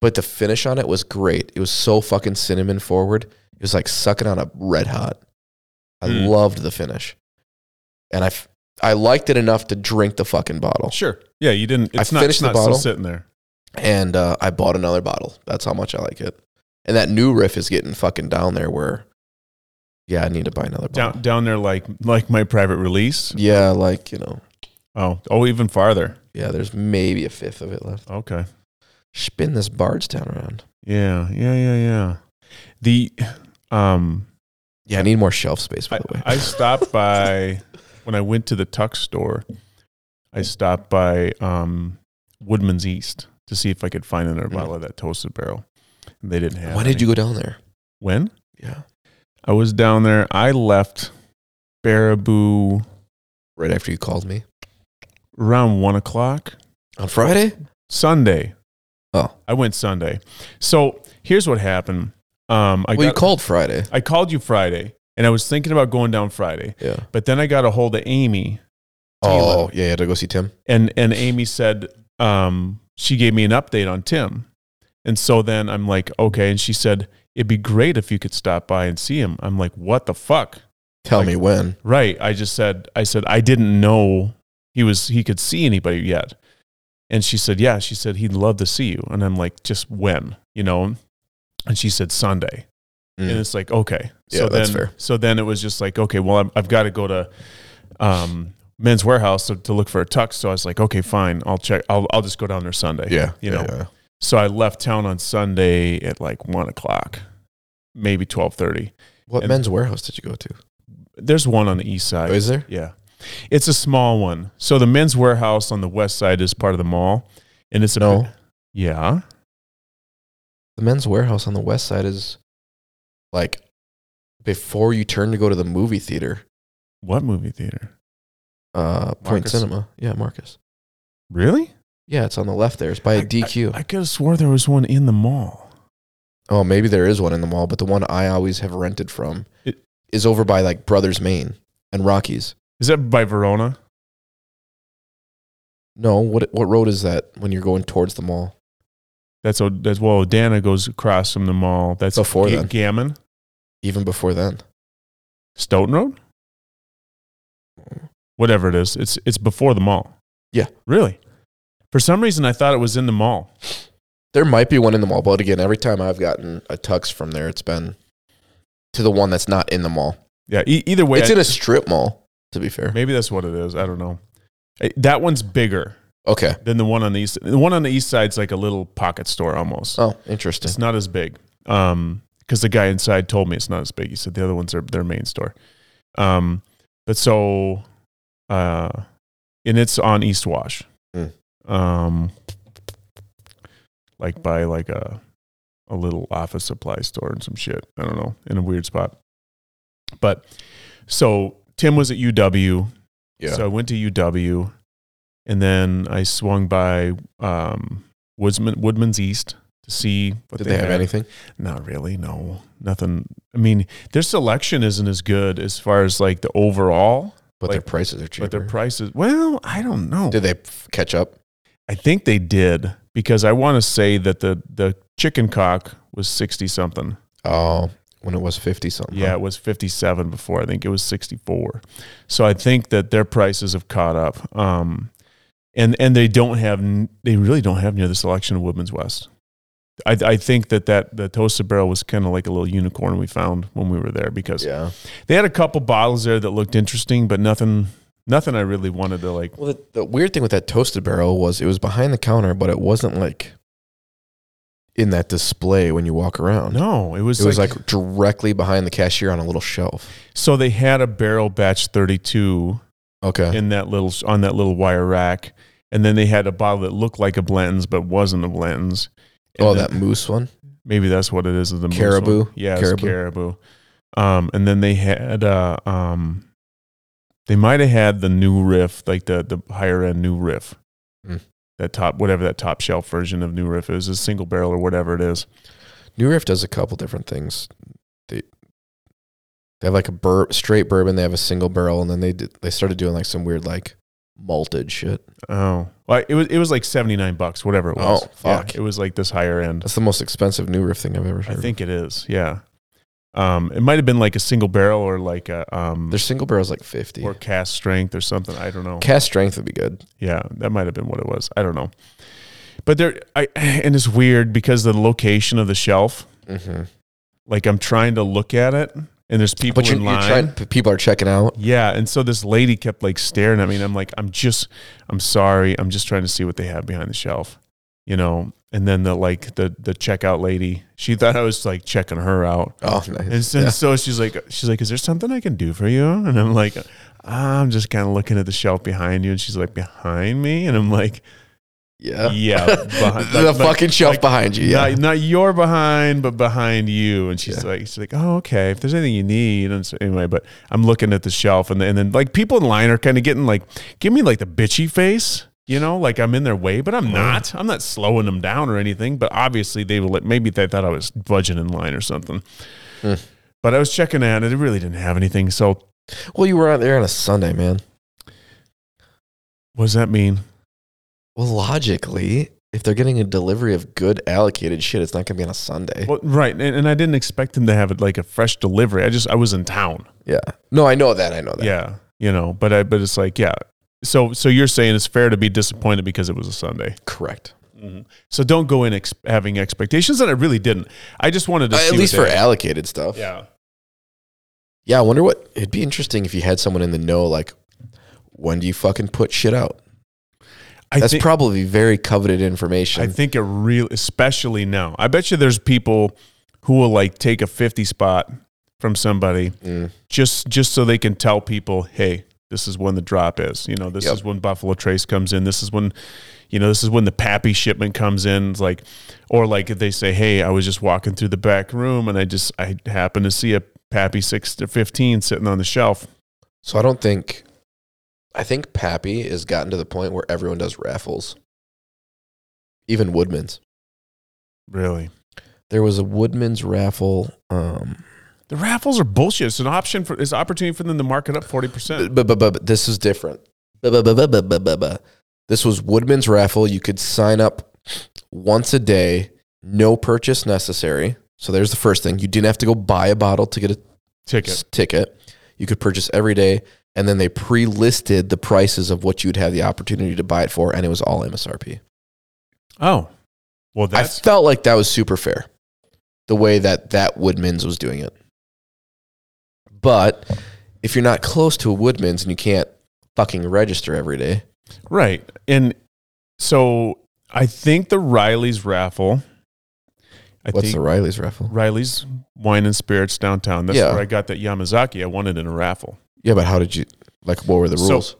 but the finish on it was great. It was so fucking cinnamon forward. It was like sucking on a red hot. I Mm. loved the finish. And I, f- I liked it enough to drink the fucking bottle. Sure. Yeah, you didn't Oh. I it's not, finished it's the not still bottle. sitting there. And uh, I bought another bottle. That's how much I like it. And that new riff is getting fucking down there where, yeah, I need to buy another bottle. Down down there like like my private release. Yeah, like, you know. Oh, oh, even farther. Yeah, there's maybe a fifth of it left. Okay. Spin this Bardstown around. Yeah, yeah, yeah, yeah. The um, Yeah, I need more shelf space, I, by the way. I stopped by when I went to the Tuck store. I stopped by um Woodman's East to see if I could find another Mm. bottle of that toasted barrel. And they didn't have. Why did you go down there? When Yeah. I was down there, I left Baraboo Right after you called me. around one o'clock On Friday? Sunday. Oh. I went Sunday. So here's what happened. Um, I well, you got, called Friday. I called you Friday, and I was thinking about going down Friday, Yeah. but then I got a hold of Amy, Oh, yeah. You had to go see Tim. and and Amy said um, she gave me an update on Tim, and so then I'm like, okay, and she said it'd be great if you could stop by and see him. I'm like, what the fuck? Tell Like- me when. Right. I just said I said I didn't know he was he could see anybody yet. And she said, "Yeah." She said he'd love to see you. And I'm like, "Just when?" You know. And she said Sunday. And Mm. it's like, okay. Yeah, then, that's fair. So then it was just like, okay, well, I'm, I've got to go to um, Men's Warehouse to, to look for a tux. So I was like, okay, fine. I'll check. I'll, I'll just go down there Sunday. Yeah. You yeah, know. yeah. So I left town on Sunday at like one o'clock, maybe twelve thirty. What And- men's warehouse did you go to? There's one on the east side. Oh, is there? Yeah. It's a small one. So the men's warehouse on the west side is part of the mall. And it's a No. Yeah. The men's warehouse on the west side is like before you turn to go to the movie theater, What movie theater? uh, Point Marcus. Cinema. Yeah, Marcus. Really? Yeah, it's on the left there. It's by I- DQ. I could have swore there was one in the mall. oh, maybe there is one in the mall, but the one I always have rented from is It- over by like Brothers Main and Rockies. Is that by Verona? No, what what road is that when you're going towards the mall? That's O- that's well, Dana goes across from the mall. That's Before then. Gammon, Even before then. Stoughton Road, whatever it is. It's it's before the mall. Yeah. Really? For some reason, I thought it was in the mall. There might be one in the mall, but again, every time I've gotten a tux from there, it's been to the one that's not in the mall. Yeah. E- either way, it's I- in a strip mall, to be fair. maybe that's what it is. I don't know. Eh, That one's bigger. Okay. than the one on the east. The one on the east side's like a little pocket store almost. Oh, interesting. It's not as big. Um, because the guy inside told me it's not as big. He said the other ones are their main store. Um, but so, uh, and it's on East Wash. Mm. Um, like by like a a little office supply store and some shit. I don't know in a weird spot. But so Tim was at UW. Yeah. So I went to UW, and then I swung by um, Woodsman Woodman's East to see what Did they have had. anything? Not really. No, nothing. I mean, their selection isn't as good as far as like the overall, But Like- their prices are cheaper. but their prices. Well, I don't know. Did they f- catch up? I think they did because I want to say that the the chicken cock was sixty something. Oh, when it was 50 something. Yeah, it was 57 before. I think it was 64. So I think that their prices have caught up. Um, and and they don't have n- they really don't have near the selection of Woodman's West. I I think that that the toasted barrel was kind of like a little unicorn we found when we were there because Yeah. they had a couple bottles there that looked interesting, but nothing nothing I really wanted to like. Well, the, the weird thing with that toasted barrel was it was behind the counter, but it wasn't like in that display when you walk around. No, it was It was like, directly behind the cashier on a little shelf. so they had a barrel batch 32 Okay. in that little on that little wire rack, and then they had a bottle that looked like a Blanton's but wasn't a Blanton's. And oh, then- that moose one. maybe that's what it is. Is the moose one. Caribou? yeah, it's Caribou. caribou. Um, and then they had uh, um, they might have had the new riff, like the the higher end new riff, Mm. that top whatever that top shelf version of new riff is, a single barrel or whatever it is. New Riff does a couple different things. They they have like a bur- straight bourbon. They have a single barrel, and then they did, they started doing like some weird like malted shit. Oh, well, it was it was like seventy nine bucks, whatever it was. Oh, Yeah, fuck. it was like this higher end. That's the most expensive New Riff thing I've ever I heard. think it is. Yeah. Um, it might have been like a single barrel or like a um their single barrel's like fifty. or cast strength or something. I don't know. Cast strength would be good. Yeah, that might have been what it was. I don't know. But there, I and it's weird because the location of the shelf. Mm-hmm. Like I'm trying to look at it, and there's people But you, in you're line. trying. p- People are checking out. yeah, and so this lady kept like staring at me, and I'm like, I'm just, I'm sorry, I'm just trying to see what they have behind the shelf, you know. And then the like the the checkout lady, she thought I was like checking her out, Oh, nice. and so, Yeah. so she's like, she's like, is there something I can do for you? And I'm like, I'm just kind of looking at the shelf behind you, and she's like, behind me, and I'm like. yeah, Yeah, behind- the like- like- fucking shelf like- behind you. Yeah, Not, not your behind, but behind you. And she's like, she's like, oh, okay. If there's anything you need, and so anyway, but I'm looking at the shelf, and then, and then like people in line are kind of getting like, give me like the bitchy face. You know, like I'm in their way, but I'm not. I'm not slowing them down or anything. But obviously, they will. Maybe they thought I was budging in line or something. Hmm. But I was checking out, and it really didn't have anything. So, Well, you were out there on a Sunday, man. what does that mean? Well, logically, if they're getting a delivery of good allocated shit, it's not going to be on a Sunday. Well, right, and, and I didn't expect them to have it like a fresh delivery. I just I was in town. yeah. No, I know that. I know that. Yeah, you know, but I but it's like yeah. So so you're saying it's fair to be disappointed because it was a Sunday. Correct. So don't go in ex- having expectations, and I really didn't. I just wanted to Uh, see at what least they- for allocated stuff. yeah. Yeah, I wonder what it'd be interesting if you had someone in the know, like, when do you fucking put shit out? I That's think, probably very coveted information. I think it real, especially now. I bet you there's people who will like take a 50 spot from somebody Mm. just just so they can tell people, hey, this is when the drop is. You know, this Yep. is when Buffalo Trace comes in. This is when, you know, this is when the Pappy shipment comes in. It's like, or like if they say, hey, I was just walking through the back room and I just I happened to see a Pappy six to fifteen sitting on the shelf. So I don't think. I think Pappy has gotten to the point where everyone does raffles, even Woodman's. Really. There was a Woodman's raffle, um, The raffles are bullshit. It's an option for it's an opportunity for them to mark it up forty percent. but, but, but, but this is different. But, but, but, but, but, but, but, but. This was Woodman's raffle. You could sign up once a day, no purchase necessary. So there's the first thing. You didn't have to go buy a bottle to get a Ticket. ticket. You could purchase every day, and then they pre-listed the prices of what you would have the opportunity to buy it for, and it was all MSRP. Oh, well, I that's felt like that was super fair, the way that that Woodman's was doing it. But if you're not close to a Woodman's and you can't fucking register every day, right. And so I think the Riley's raffle. I what's think the Riley's raffle? Riley's Wine and Spirits downtown. That's Yeah. where I got that Yamazaki. I won it in a raffle. Yeah, but how did you like? What were the So- rules?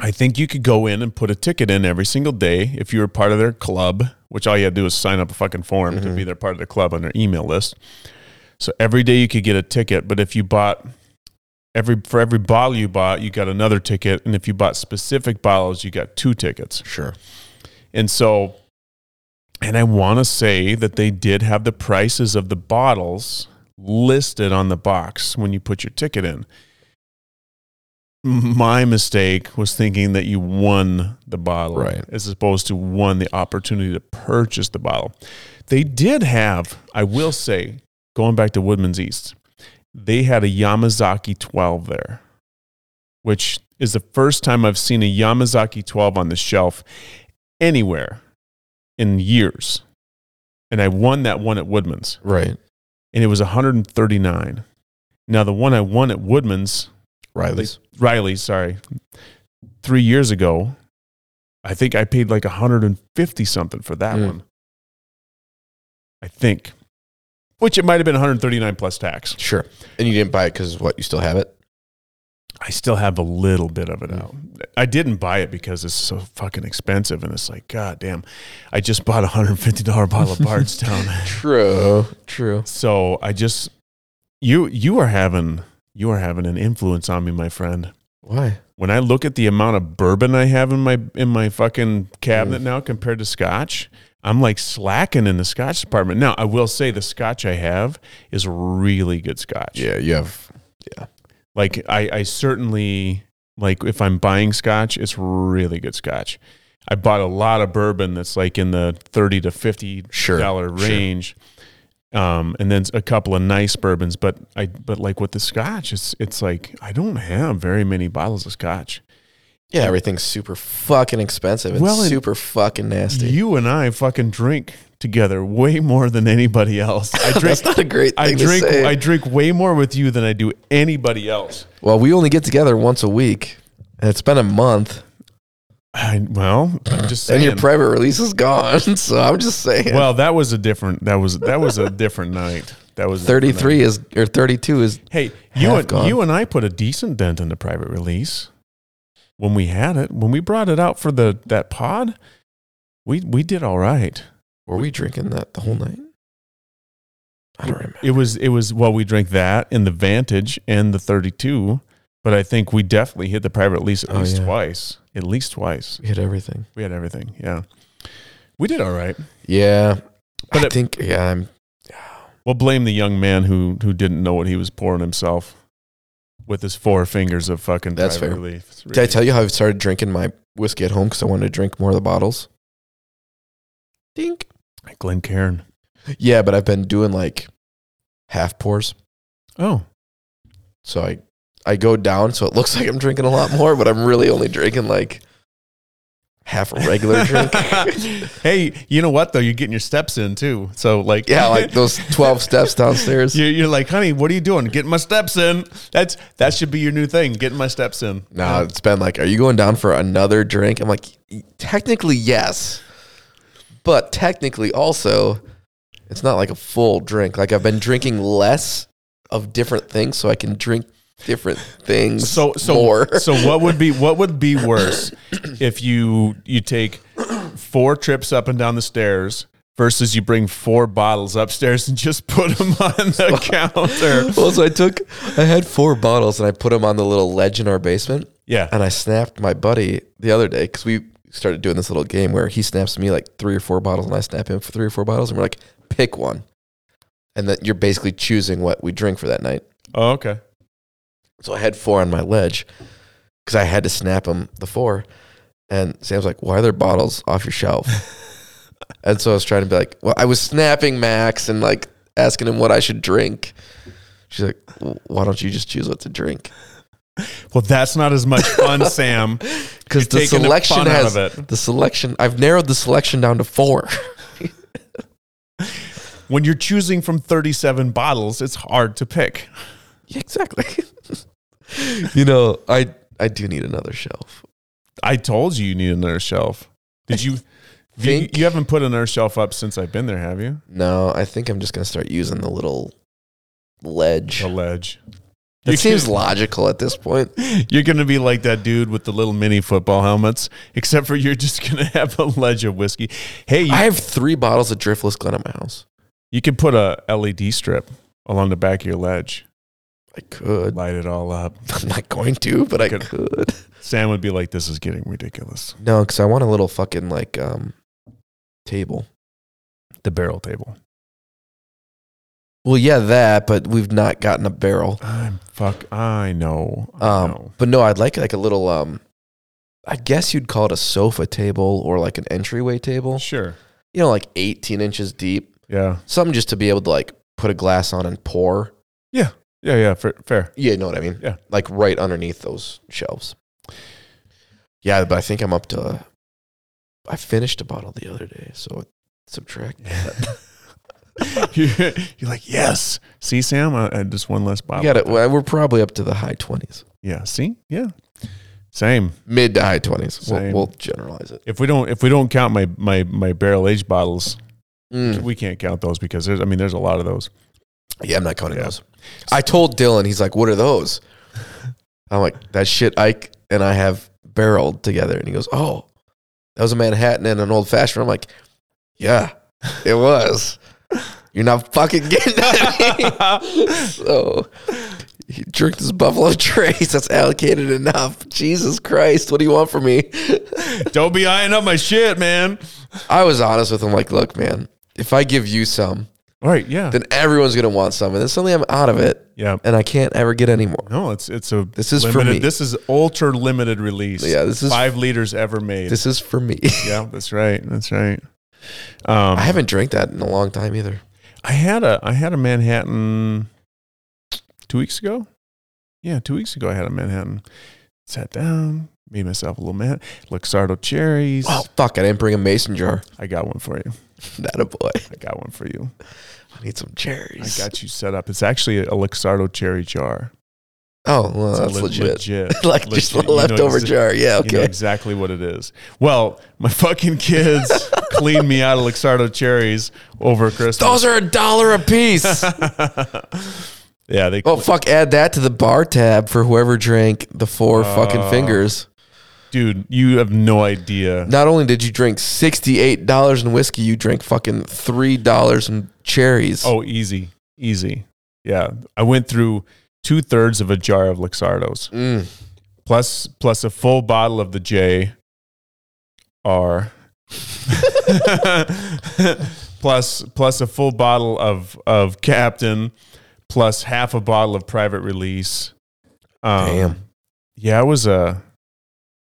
I think you could go in and put a ticket in every single day if you were part of their club, which all you had to do is sign up a fucking form to Mhm. be their part of the club on their email list. So every day you could get a ticket, but if you bought every for every bottle you bought, you got another ticket, and if you bought specific bottles, you got two tickets. sure. And so, and I want to say that they did have the prices of the bottles listed on the box when you put your ticket in. My mistake was thinking that you won the bottle Right. as opposed to won the opportunity to purchase the bottle. They did have, I will say, going back to Woodman's East, they had a Yamazaki 12 there, which is the first time I've seen a Yamazaki 12 on the shelf anywhere in years. And I won that one at Woodman's, Right. and it was 139. Now, the one I won at Woodman's, Riley's. Riley, sorry, three years ago, I think I paid like 150 something for that Mm. one. I think, which it might have been 139 plus tax. Sure. And you didn't buy it because what? You still have it? I still have a little bit of it Mm. out. I didn't buy it because it's so fucking expensive, and it's like, god damn, I just bought a hundred fifty dollar bottle of Bardstown. True. True. So I just you you are having you are having an influence on me, my friend. Why? When I look at the amount of bourbon I have in my in my fucking cabinet now compared to scotch, I'm like slacking in the scotch department. Now, I will say the scotch I have is really good scotch. Yeah, you have. Like I I certainly like if I'm buying scotch, it's really good scotch. I bought a lot of bourbon that's like in the 30 to 50 Sure. dollar sure. range. Um, and then a couple of nice bourbons, but I but like with the scotch, it's it's like I don't have very many bottles of scotch. Yeah, everything's super fucking expensive and Well, and super fucking nasty. You and I fucking drink together way more than anybody else. I drink That's not a great thing I drink to say. I drink way more with you than I do anybody else. well, we only get together once a week, and it's been a month, I, well, I'm just and saying. your private release is gone. So I'm just saying, well, that was a different that was that was a different night. That was a different night. 33 is or 32 is Hey, you Half and gone. you and I put a decent dent in the private release when we had it. When we brought it out for the that pod, we we did all right. were we drinking that the whole night? I don't remember. It was it was well, we drank that and the Vantage and the thirty two, but I think we definitely hit the private release at Oh, least yeah. twice. at least twice. We had everything. We had everything. Yeah. We did all right. Yeah. But I it- think, yeah, I'm, We'll blame the young man who who didn't know what he was pouring himself with his four fingers of fucking That's private fair. relief. It's did I really- tell you how I started drinking my whiskey at home because I wanted to drink more of the bottles? Dink. Glen Cairn. Yeah, but I've been doing like half pours. Oh. So I, I go down, so it looks like I'm drinking a lot more, but I'm really only drinking like half a regular drink. hey, you know what though? You're getting your steps in too. So like yeah, like those 12 steps downstairs. You're, you're like, honey, what are you doing? Getting my steps in. That's that should be your new thing. Getting my steps in. No, it's been like, are you going down for another drink? I'm like, technically, yes. But technically, also, it's not like a full drink. Like, I've been drinking less of different things so I can drink different things So so more. so what would be what would be worse if you you take four trips up and down the stairs versus you bring four bottles upstairs and just put them on the counter. well, so I took, I had four bottles and I put them on the little ledge in our basement. Yeah. And I snapped my buddy the other day because we started doing this little game where he snaps me like three or four bottles and I snap him for three or four bottles. And we're like, pick one. And then you're basically choosing what we drink for that night. Oh, okay. So I had four on my ledge because I had to snap them the four. And Sam's like, why are there bottles off your shelf? and so I was trying to be like, well, I was snapping Max and like asking him what I should drink. She's like, "Well, why don't you just choose what to drink? Well, that's not as much fun, Sam. Because You're the taking the selection fun out has of it. the selection. I've narrowed the selection down to four. When you're choosing from 37 bottles, it's hard to pick. Yeah, exactly. you know, I I do need another shelf. I told you you need another shelf. Did you? You, Think- you haven't put another shelf up since I've been there, have you? No, I think I'm just gonna start using the little ledge. The ledge. You It seems can- logical at this point. You're going to be like that dude with the little mini football helmets, except for you're just going to have a ledge of whiskey. Hey, you, I have three bottles of Driftless Glen at my house. you can put a LED strip along the back of your ledge, I could. light it all up. I'm not going to, but I Good. could. Sam would be like, "This is getting ridiculous." No, because I want a little fucking like um table. The barrel table. Well, yeah, that, but we've not gotten a barrel. I'm fuck. I know. I Um, know. but no, I'd like like a little um. I guess you'd call it a sofa table or like an entryway table. Sure. You know, like 18 inches deep. Yeah. Something just to be able to like put a glass on and pour. Yeah. Yeah. Fair. fair. Yeah, you know what I mean? Yeah. Like right underneath those shelves. Yeah, but I think I'm up to. I finished a bottle the other day, so subtract. you're, you're like, yes. See, Sam, I, I just one less bottle. You got it. Well, we're probably up to the high 20s, Yeah. See. Yeah. Same. mid to high 20s. We'll, Same. we'll generalize it. If we don't, if we don't count my my my barrel aged bottles, Mm. we can't count those because there's, I mean, there's a lot of those. Yeah, I'm not counting Yeah. those. I told Dylan, he's like, "What are those?" I'm like, "That shit Ike and I have barreled together," and he goes, "Oh, that was a Manhattan and an old fashioned." I'm like, "Yeah, it was." You're not fucking getting it. so he jerked his buffalo trace. That's allocated enough. Jesus Christ, what do you want from me? don't be eyeing up my shit, man. I was honest with him, like, look, man, if I give you some, All right. Yeah. then everyone's gonna want some, and then suddenly I'm out of it, yeah. and I can't ever get any more. No, it's it's a This is for limited, me. This is ultra limited release. Yeah, this is- five liters ever made. This is for me. yeah, that's right. That's right. Um, I haven't drank that in a long time either. I had a I had a Manhattan two weeks ago. Yeah, two weeks ago I had a Manhattan. Sat down, made myself a little man. Luxardo cherries. Oh fuck! I didn't bring a mason jar. I got one for you. That a boy. I got one for you. I need some I cherries. got you set up. It's actually a Luxardo cherry jar. oh, well, It's a that's le- legit. legit. like just a Legit. You know leftover exa- jar. Yeah. You know Okay. exactly what it is. Well, my fucking kids cleaned me out of Luxardo cherries over Christmas. Those are a dollar a piece. yeah, they oh fuck! Add that to the bar tab for whoever drank the four Uh, fucking fingers. dude, you have no idea. Not only did you drink sixty-eight dollars in whiskey, you drank fucking three dollars in cherries. Oh, easy, easy. Yeah, I went through two thirds of a jar of Luxardos. Mm. plus plus a full bottle of the J R plus plus a full bottle of of Captain plus half a bottle of Private Release. Um, Damn. Yeah, it was a.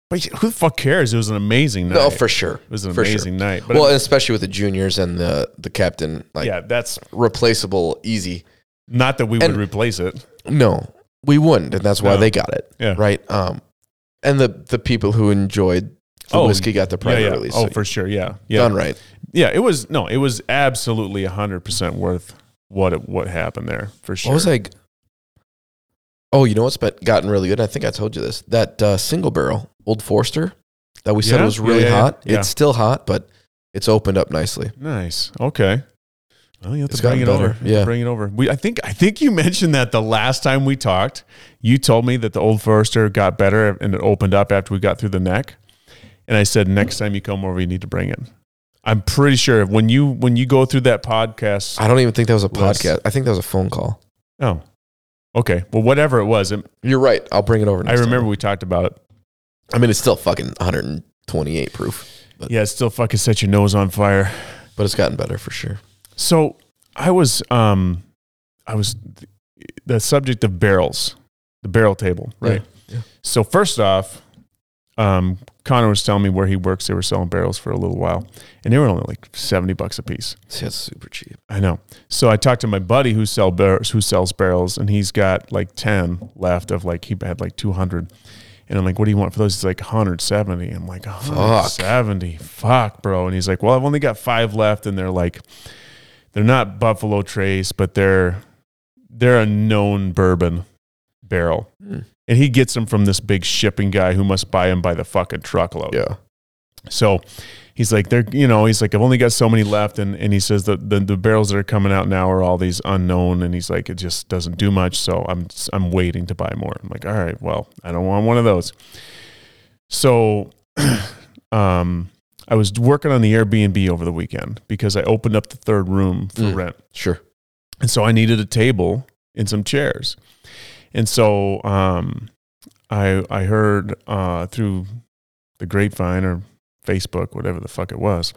But who the fuck cares? It was an amazing night. No, for sure. it was an for sure. amazing night. But well, it- and especially with the juniors and the the captain, like yeah, that's replaceable, easy. not that we And- would replace it. No, we wouldn't, and that's why No. they got it. Yeah. Right. Um, and the the people who enjoyed the Oh, whiskey got the Yeah, private yeah. release. Oh, so for sure. Yeah, yeah, Done right. yeah. It was no, it was absolutely hundred percent worth what it, what happened there for sure. What was I? g- Oh, you know what's been, gotten really good? I think I told you this. That uh, single barrel Old Forster that we said Yeah, was yeah, really yeah, yeah, hot. yeah. It's still hot, but it's opened up nicely. Nice. Okay. Well, you have to It's bring it gotten over. better. You have to Yeah. bring it over. We, I think, I think you mentioned that the last time we talked, you told me that the old Forester got better and it opened up after we got through the neck. And I said, next time you come over, you need to bring it. I'm pretty sure when you when you go through that podcast. I don't even think that was a Less. podcast. I think that was a phone call. oh, okay. Well, whatever it was, it, You're right. I'll bring it over. I next time. remember we talked about it. I mean, it's still fucking 128 proof, But- Yeah, it still fucking set your nose on fire. but it's gotten better for sure. So I was, um, I was the subject of barrels, the barrel table, right? Yeah. So first off, um, Connor was telling me where he works. They were selling barrels for a little while, and they were only like seventy bucks a piece. See, that's super cheap. I know. So I talked to my buddy who sell barrels, who sells barrels, and he's got like ten left of like he had like two hundred. And I'm like, what do you want for those? He's like 170. I'm like, 170, fuck. bro. And he's like, well, I've only got five left, and they're like, they're not Buffalo Trace, but they're they're a known bourbon barrel. Hmm. And he gets them from this big shipping guy who must buy them by the fucking truckload. Yeah. So he's like, they're, you know, he's like, I've only got so many left. And, and he says that the, the barrels that are coming out now are all these unknown. And he's like, it just doesn't do much. So I'm, I'm waiting to buy more. I'm like, all right, well, I don't want one of those. So, um, I was working on the Airbnb over the weekend because I opened up the third room for Mm. rent. Sure. And so I needed a table and some chairs. And so um, I I heard uh, through the grapevine or Facebook, whatever the fuck it was,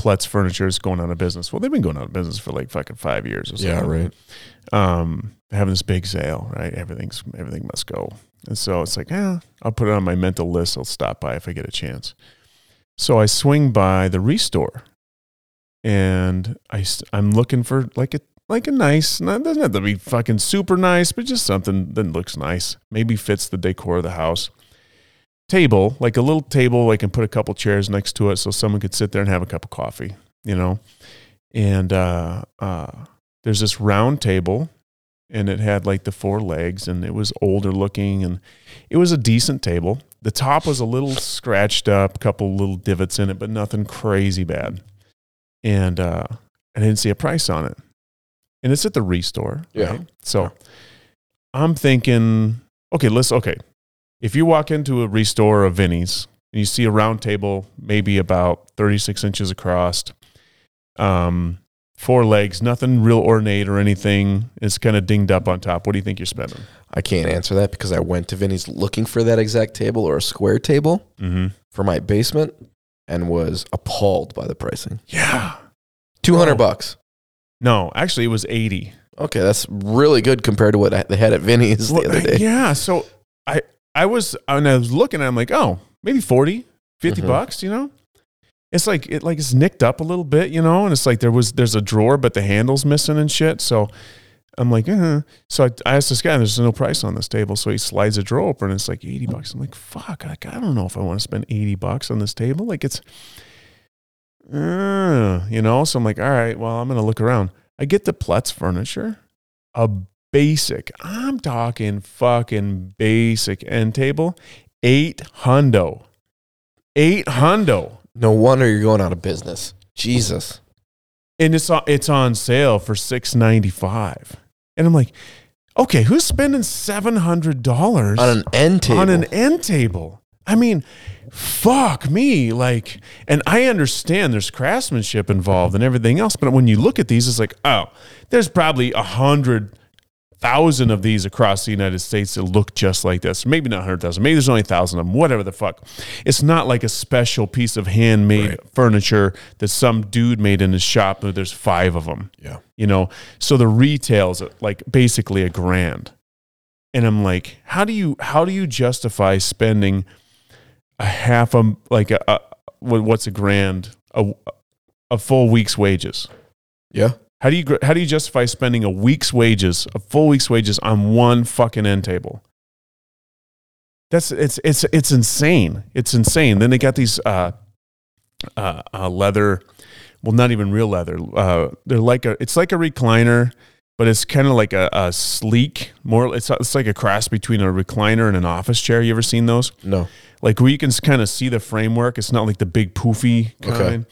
Pletz Furniture is going out of business. Well, they've been going out of business for like fucking five years or something um, having this big sale, right? Everything's everything must go, and so it's like, yeah, I'll put it on my mental list. I'll stop by if I get a chance. So I swing by the restore, and I s- I'm looking for like a like a nice. Not, doesn't have to be fucking super nice, but just something that looks nice. Maybe fits the decor of the house. Table, like a little table, I can put a couple chairs next to it, so someone could sit there and have a cup of coffee, you know. And uh, uh, there's this round table and it had like the four legs and it was older looking and it was a decent table the top was a little scratched up couple little divots in it but nothing crazy bad and uh i didn't see a price on it and it's at the restore Yeah. right? so i'm thinking okay let's okay if you walk into a restore of vinnie's and you see a round table maybe about 36 inches across um four legs, nothing real ornate or anything. It's kind of dinged up on top. What do you think you're spending? I can't answer that because I went to Vinny's looking for that exact table or a square table Mm-hmm. for my basement and was appalled by the pricing. Yeah. 200 Oh. bucks. No, actually, it was eighty. Okay, that's really good compared to what I- they had at Vinny's the Well, uh, other day. Yeah. So I I was and I was looking and I'm like, oh, maybe 40, 50 Mhm. bucks. You know, it's like it like it's nicked up a little bit. You know, and it's like there was there's a drawer but the handle's missing and shit. So. I'm like, uh so I, I asked this guy, there's no price on this table. So he slides a drawer open and it's like 80 bucks. I'm like, fuck, like, I don't know if I want to spend 80 bucks on this table. Like it's, uh, you know? So I'm like, all right, well, I'm going to look around. I get the Pletz furniture, a basic, I'm talking fucking basic end table, eight hundo, eight hundo. No wonder you're going out of business. Jesus. and it's on, it's on sale for six ninety five, and I'm like, okay, who's spending seven hundred dollars On an end table. on an end table? I mean, fuck me, like, and I understand there's craftsmanship involved and everything else, but when you look at these, it's like, oh, there's probably a hundred thousand of these across the United States that look just like this. Maybe not 100,000. Maybe there's only 1,000 of them, whatever the fuck. It's not like a special piece of handmade Right. furniture that some dude made in his shop, but there's five of them, Yeah. you know? So the retail's at, like basically a grand. And I'm like, how do you, how do you justify spending a half a, like a, a what- what's a grand, a, a full week's wages? Yeah. How do you gr- how do you justify spending a week's wages, a full week's wages on one fucking end table? That's it's it's it's insane. It's insane. Then they got these uh, uh, uh, leather, well, not even real leather. Uh, they're like a it's like a recliner, but it's kind of like a, a sleek. More it's it's like a cross between a recliner and an office chair. You ever seen those? No. like where you can kind of see the framework. It's not like the big poofy Okay. kind.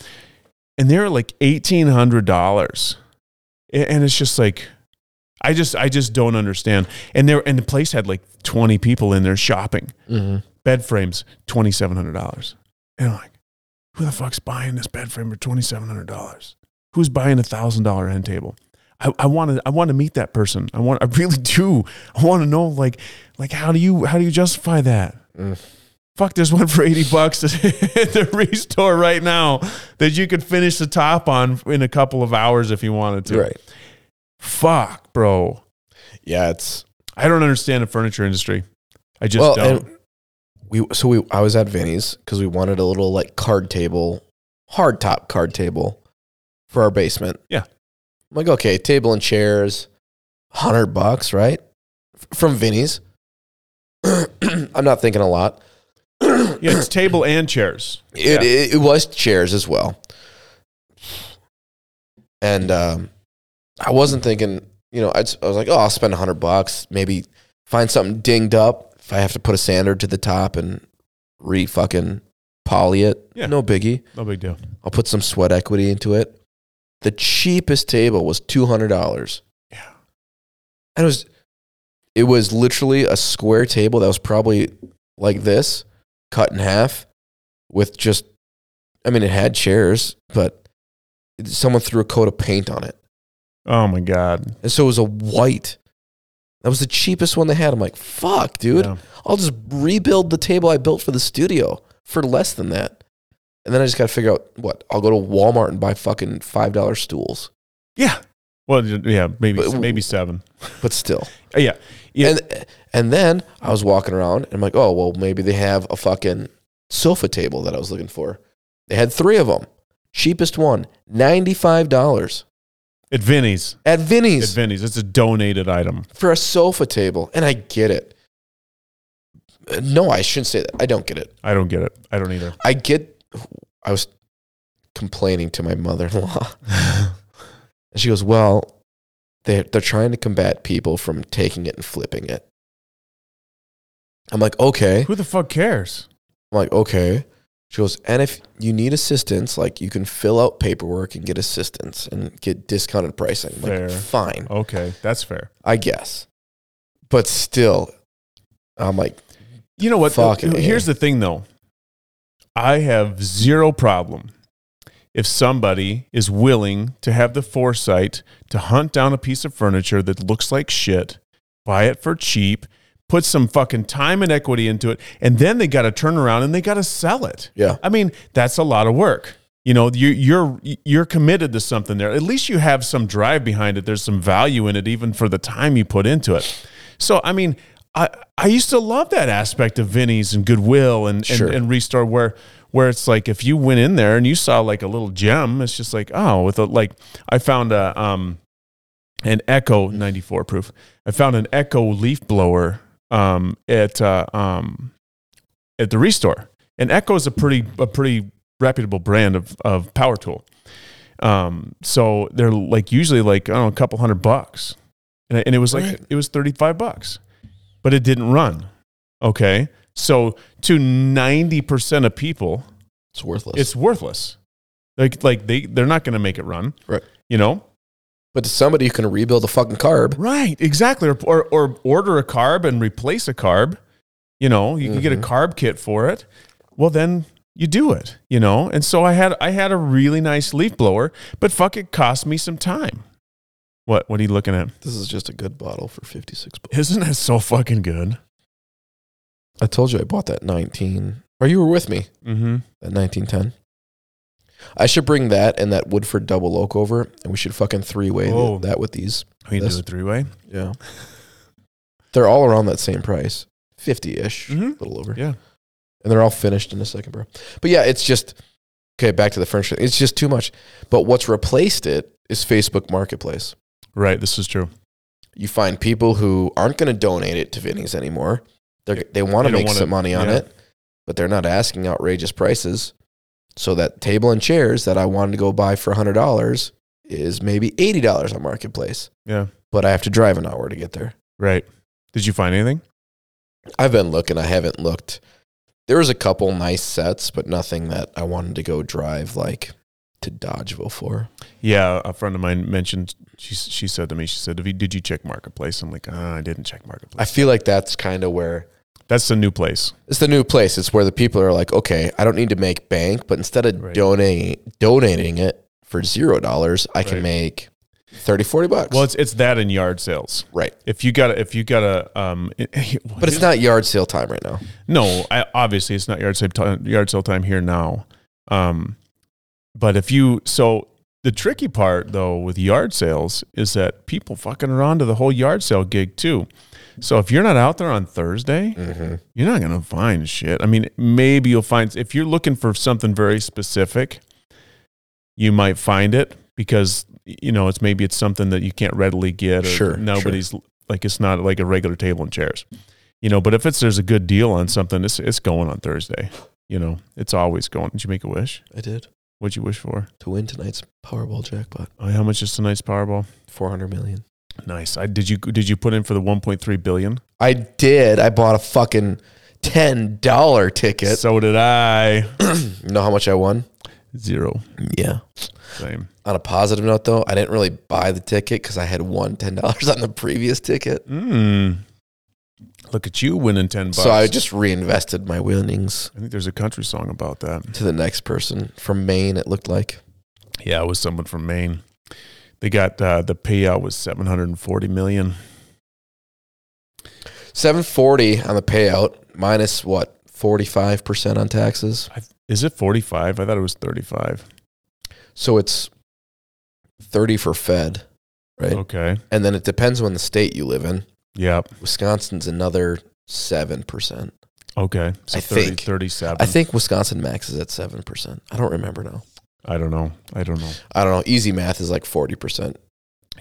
And they're like eighteen hundred dollars, and it's just like, I just I just don't understand. And there and the place had like twenty people in there shopping. Mm-hmm. Bed frames twenty seven hundred dollars, and I'm like, who the fuck's buying this bed frame for twenty seven hundred dollars? Who's buying a thousand dollar end table? I, I want to I want to meet that person. I want I really do. I want to know like like how do you how do you justify that? Mm. fuck, there's one for 80 bucks at the restore right now that you could finish the top on in a couple of hours if you wanted to. Right. Fuck, bro. Yeah. It's I don't understand the furniture industry. I just well. don't. And we so we I was at Vinny's because we wanted a little like card table, hard top card table for our basement. Yeah. I'm like, okay, table and chairs, hundred bucks, right? F- From Vinny's. I'm not thinking a lot. yeah, it's table and chairs. It, it, it was chairs as well. And um, I wasn't thinking, you know, I'd, I was like, oh, I'll spend 100 bucks, maybe find something dinged up if I have to put a sander to the top and re fucking poly it. Yeah. No biggie. No big deal. I'll put some sweat equity into it. The cheapest table was $200. Yeah. And it was it was literally a square table that was probably like this, cut in half with just I mean it had chairs, but it- someone threw a coat of paint on it. Oh my God. And so it was a white. That was the cheapest one they had. I'm like, "Fuck, dude. Yeah. I'll just rebuild the table I built for the studio for less than that." And then I just got to figure out what. I'll go to Walmart and buy fucking $5 stools. Yeah. Well, yeah, maybe But- maybe seven. But still. Uh, Yeah. Yeah. And and then I was walking around and I'm like, oh well, maybe they have a fucking sofa table that I was looking for. They had three of them. Cheapest one, ninety five dollars At Vinny's. at At Vinny's Vinny's. It's a donated item. for a sofa table, and I get it. Uh, No, I shouldn't say that. I don't get it. I don't get it. I don't either. I get. I was complaining to my mother in law, and she goes, "Well, they they're trying to combat people from taking it and flipping it." I'm like, okay. Who the fuck cares? I'm like, okay. She goes, and if you need assistance, like you can fill out paperwork and get assistance and get discounted pricing. I'm Fair. Like, fine, Oh. Okay, that's fair. I guess. But still, I'm like, You know what? Fuck though? it. Here's the thing, though. I have zero problem if somebody is willing to have the foresight to hunt down a piece of furniture that looks like shit, buy it for cheap, put some fucking time and equity into it, and then they got to turn around and they got to sell it. yeah, I mean, that's a lot of work. You know, you, you're you're committed to something there. At least you have some drive behind it. There's some value in it, even for the time you put into it. So, I mean, I I used to love that aspect of Vinny's and Goodwill and Sure. and, and Restore, where where it's like if you went in there and you saw like a little gem, it's just like oh, with a like I found a um an Echo 94 proof. I found an Echo leaf blower um at uh, um at the Restore and Echo is a pretty a pretty reputable brand of of power tool. Um, so they're like usually like I don't know a couple hundred bucks, and it- and it was like Right. it was thirty five bucks, but it didn't run. Okay, so to ninety percent of people, it's worthless. it's worthless. Like like they they're not going to make it run. Right. You know. but to somebody who can rebuild a fucking carb, Right, exactly. Or, or, or order a carb and replace a carb. You know, you can get a Mhm. carb kit for it. Well, then you do it. You know, and so I had I had a really nice leaf blower, but fuck, it cost me some time. What What are you looking at? This is just a good bottle for 56 bucks. Isn't that so fucking good? I told you I bought that 19. Or you were with me, Mm-hmm. that 1910. I should bring that and that Woodford double oak over, and we should fucking three way Oh. that with these. We can do This- a three way. Yeah. they're all around that same price 50 ish, Mhm. a little over. Yeah. And they're all finished in a second, bro. But yeah, it's just, okay, back to the furniture. It's just too much. But what's replaced it is Facebook Marketplace. Right. This is true. you find people who aren't going to donate it to Vinny's anymore. They're, they want They don't to make wanna- some money on yeah. it, but they're not asking outrageous prices. So that table and chairs that I wanted to go buy for hundred dollars is maybe eighty dollars on Marketplace. Yeah. but I have to drive an hour to get there. Right. Did you find anything? I've been looking. I haven't looked. There was a couple nice sets, but nothing that I wanted to go drive like to Dodgeville for. Yeah, a friend of mine mentioned. She she said to me, she said, "Have you- "Did you check marketplace?" I'm like, ah, "I didn't check I marketplace. feel like that's kind of where That's the new place." It's the new place. It's where the people are like, okay, I don't need to make bank, but instead of Right. donating donating it for zero dollars, I can Right. make 30, 40 bucks. Well, it's it's that in yard sales. right. If you got a, if you got a um, But it's not yard sale time right now. No, I, obviously it's not yard sale time, yard sale time here now. Um, but if you so the tricky part though with yard sales is that people fucking are onto the whole yard sale gig too. So if you're not out there on Thursday, Mm-hmm. you're not gonna find shit. I mean, maybe you'll find if you're looking for something very specific, you might find it because you know it's maybe it's something that you can't readily get. Or Sure, sure. nobody's like it's not like a regular table and chairs, you know. But if it's there's a good deal on something, it's it's going on Thursday. You know, it's always going. Did you make a wish? I did What'd you wish for? to win tonight's Powerball jackpot, Oh, how much is tonight's Powerball? four hundred million. Nice. I did you did you put in for the 1.3 billion? I did. I bought a fucking ten dollar ticket. So did I. you know how much I won? Zero. Yeah. Same. On a positive note, though, I didn't really buy the ticket because I had won ten dollars on the previous ticket, Mm. Look at you winning 10 bucks. so I just reinvested my winnings. I think there's a country song about that. to the next person from Maine. It looked like Yeah, it was someone from Maine. They got uh, the payout was 740 million. 740 on the payout minus what 45 percent on taxes. I, is it 45? I thought it was 35. So it's 30 for Fed, right? Okay. And then it depends on the state you live in. Yep. Wisconsin's another seven percent. Okay. So I 30, think- 37. I think Wisconsin maxes at seven percent. I don't remember now. I don't know. I don't know. I don't know. Easy math is like 40 percent.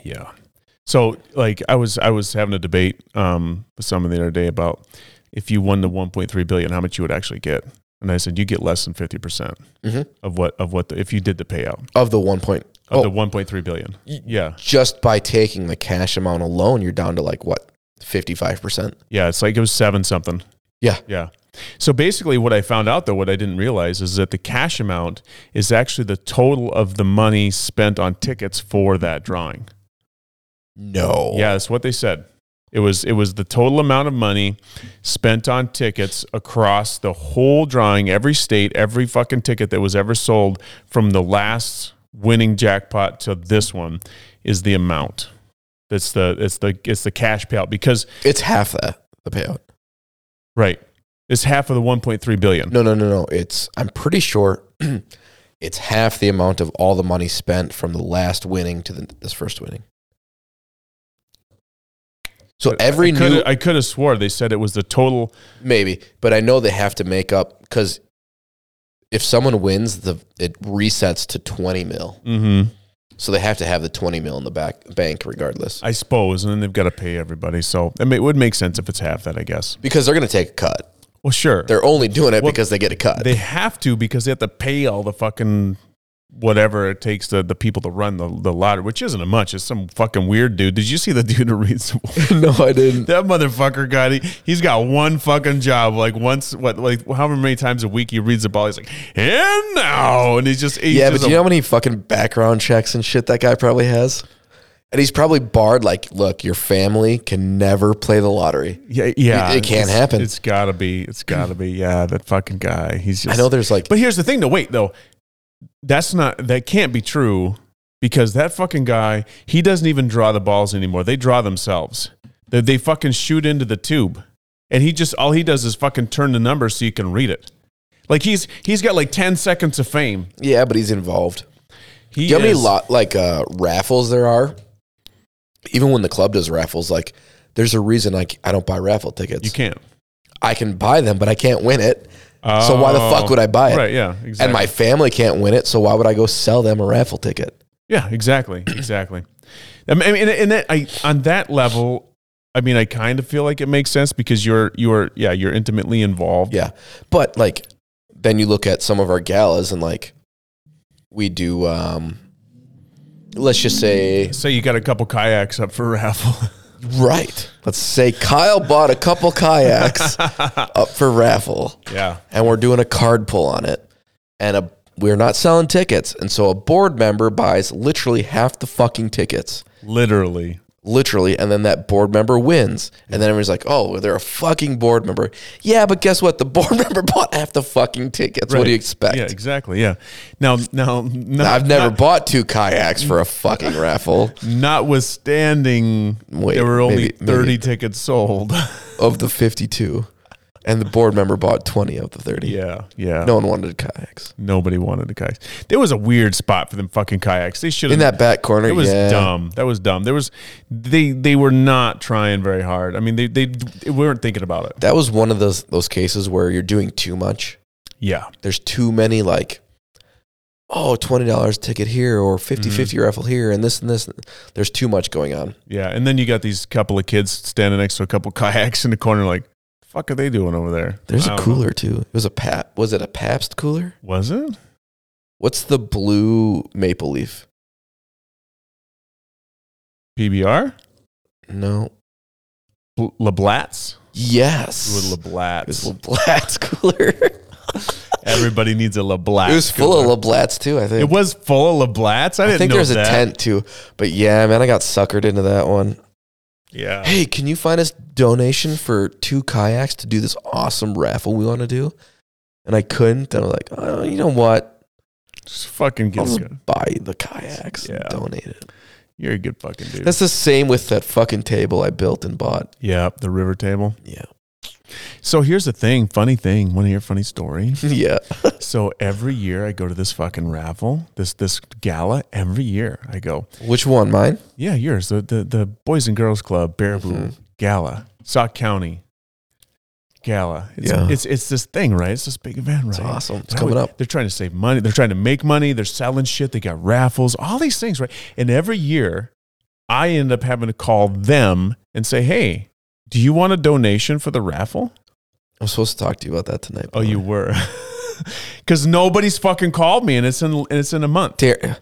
Yeah. So like I was I was having a debate um with someone the other day about if you won the 1.3 billion how much you would actually get. And I said you get less than 50% Mhm. of what of what the, if you did the payout of the one point. of Oh. the 1.3 billion. Yeah. Just by taking the cash amount alone, you're down to like what 55 percent. Yeah, it's like it was seven something. Yeah. Yeah. So basically, what I found out though, what I didn't realize is that the cash amount is actually the total of the money spent on tickets for that drawing. No. Yeah, that's what they said. It was it was the total amount of money spent on tickets across the whole drawing, every state, every fucking ticket that was ever sold from the last winning jackpot to this one is the amount. It's the it's the it's the cash payout because It's half that the payout. right. It's half of the 1.3 billion. No, no, no, no. It's I'm pretty sure it's half the amount of all the money spent from the last winning to the, this first winning. So every I could new I could have swore they said it was the total. maybe, but I know they have to make up because if someone wins, the it resets to twenty mil. Mm-hmm. So they have to have the twenty mil in the back bank regardless I suppose, and then they've got to pay everybody. So I mean, it would make sense if it's half that, I guess. because they're going to take a cut. Well, sure. They're only doing it Well, because they get a cut. They have to because they have to pay all the fucking whatever it takes to the people to run the, the lottery, which isn't a much. It's some fucking weird dude. Did you see the dude who reads? no, I didn't. that motherfucker got he, he's got one fucking job. Like once, what, like however many times a week he reads the ball, he's like, and now, and he's just he's Yeah, but just do a- you know how many fucking background checks and shit that guy probably has? And he's probably barred. Like, look, your family can never play the lottery. yeah, yeah, It- it can't it's- happen. It's gotta be, it's gotta be, yeah, that fucking guy. He's just I know there's like, But here's the thing, though. Wait, though, that's not that can't be true because that fucking guy, he doesn't even draw the balls anymore. They draw themselves. They, they fucking shoot into the tube. And he just, all he does is fucking turn the number so you can read it. Like he's, he's got like 10 seconds of fame. Yeah, but he's involved. He Do you know how is, many lot like uh, raffles there are? Even when the club does raffles, like there's a reason like I don't buy raffle tickets. You can't. I can buy them, but I can't win it. so why the Oh. fuck would I buy it? Right. Yeah. Exactly. And my family can't win it, so why would I go sell them a raffle ticket? Yeah, exactly, exactly. I mean, and, and that, I on that level, I mean, I kind of feel like it makes sense because you're you're yeah you're intimately involved. Yeah. But like then you look at some of our galas and like we do um let's just say So you got a couple kayaks up for raffle. right. Let's say Kyle bought a couple kayaks up for raffle. yeah, and we're doing a card pull on it and a, we're not selling tickets and so a board member buys literally half the fucking tickets literally. literally and then that board member wins and then everyone's like oh well, they're a fucking board member yeah but guess what the board member bought half the fucking tickets what do Right. you expect Yeah, exactly. Yeah. Now, now, no, I've never Not, bought two kayaks for a fucking raffle notwithstanding, Wait, there were only maybe- maybe- thirty tickets sold. of the 52. And the board member bought 20 of the 30. yeah, yeah. No one wanted kayaks. nobody wanted the kayaks. There was a weird spot for them fucking kayaks. They should have In that back corner, It was yeah. dumb. That was dumb. There was they they were not trying very hard. I mean, they they, they weren't thinking about it. That was one of those those cases where you're doing too much. Yeah, there's too many like oh $20 ticket here or 50 50 Mm-hmm. raffle here and this and this there's too much going on yeah. And then you got these couple of kids standing next to a couple kayaks in the corner, like, "Fuck, are they doing over there?" there's I a don't cooler too it was a pap was it a pabst cooler know. Was it? what's the blue maple leaf PBR no Bl- Lablats. yes Ooh, it was Lablats. LeBlat's cooler Everybody needs a Lablat. it was full of LeBlat's too i think It was full of Lablats. I i, didn't think know there's that. a tent too but yeah man i got suckered into that one Yeah. hey, can you find us donation for two kayaks to do this awesome raffle we want to do? And I couldn't. And I'm like, oh, you know what? Just fucking I'll get just good. buy the kayaks Yeah. and donate it. You're a good fucking dude. That's the same with that fucking table I built and bought. yeah, the river table. Yeah. So here's the thing, funny thing. Want to hear a funny story? yeah. So every year I go to this fucking raffle, this this gala. Every year I go, Which one? Mine? yeah, yours, the the, the Boys and Girls Club Baraboo Mhm. Gala, Sauk County Gala. It's, Yeah. it's it's this thing, right? It's this big event, right? It's awesome. It's And I coming would- up. They're trying to save money. They're trying to make money. They're selling shit. They got raffles, all these things, right? And every year, I end up having to call them and say, "Hey, do you want a donation for the raffle?" I'm supposed to talk to you about that tonight. Oh, you were. Because nobody's fucking called me, and it's in and it's in a month. Dar-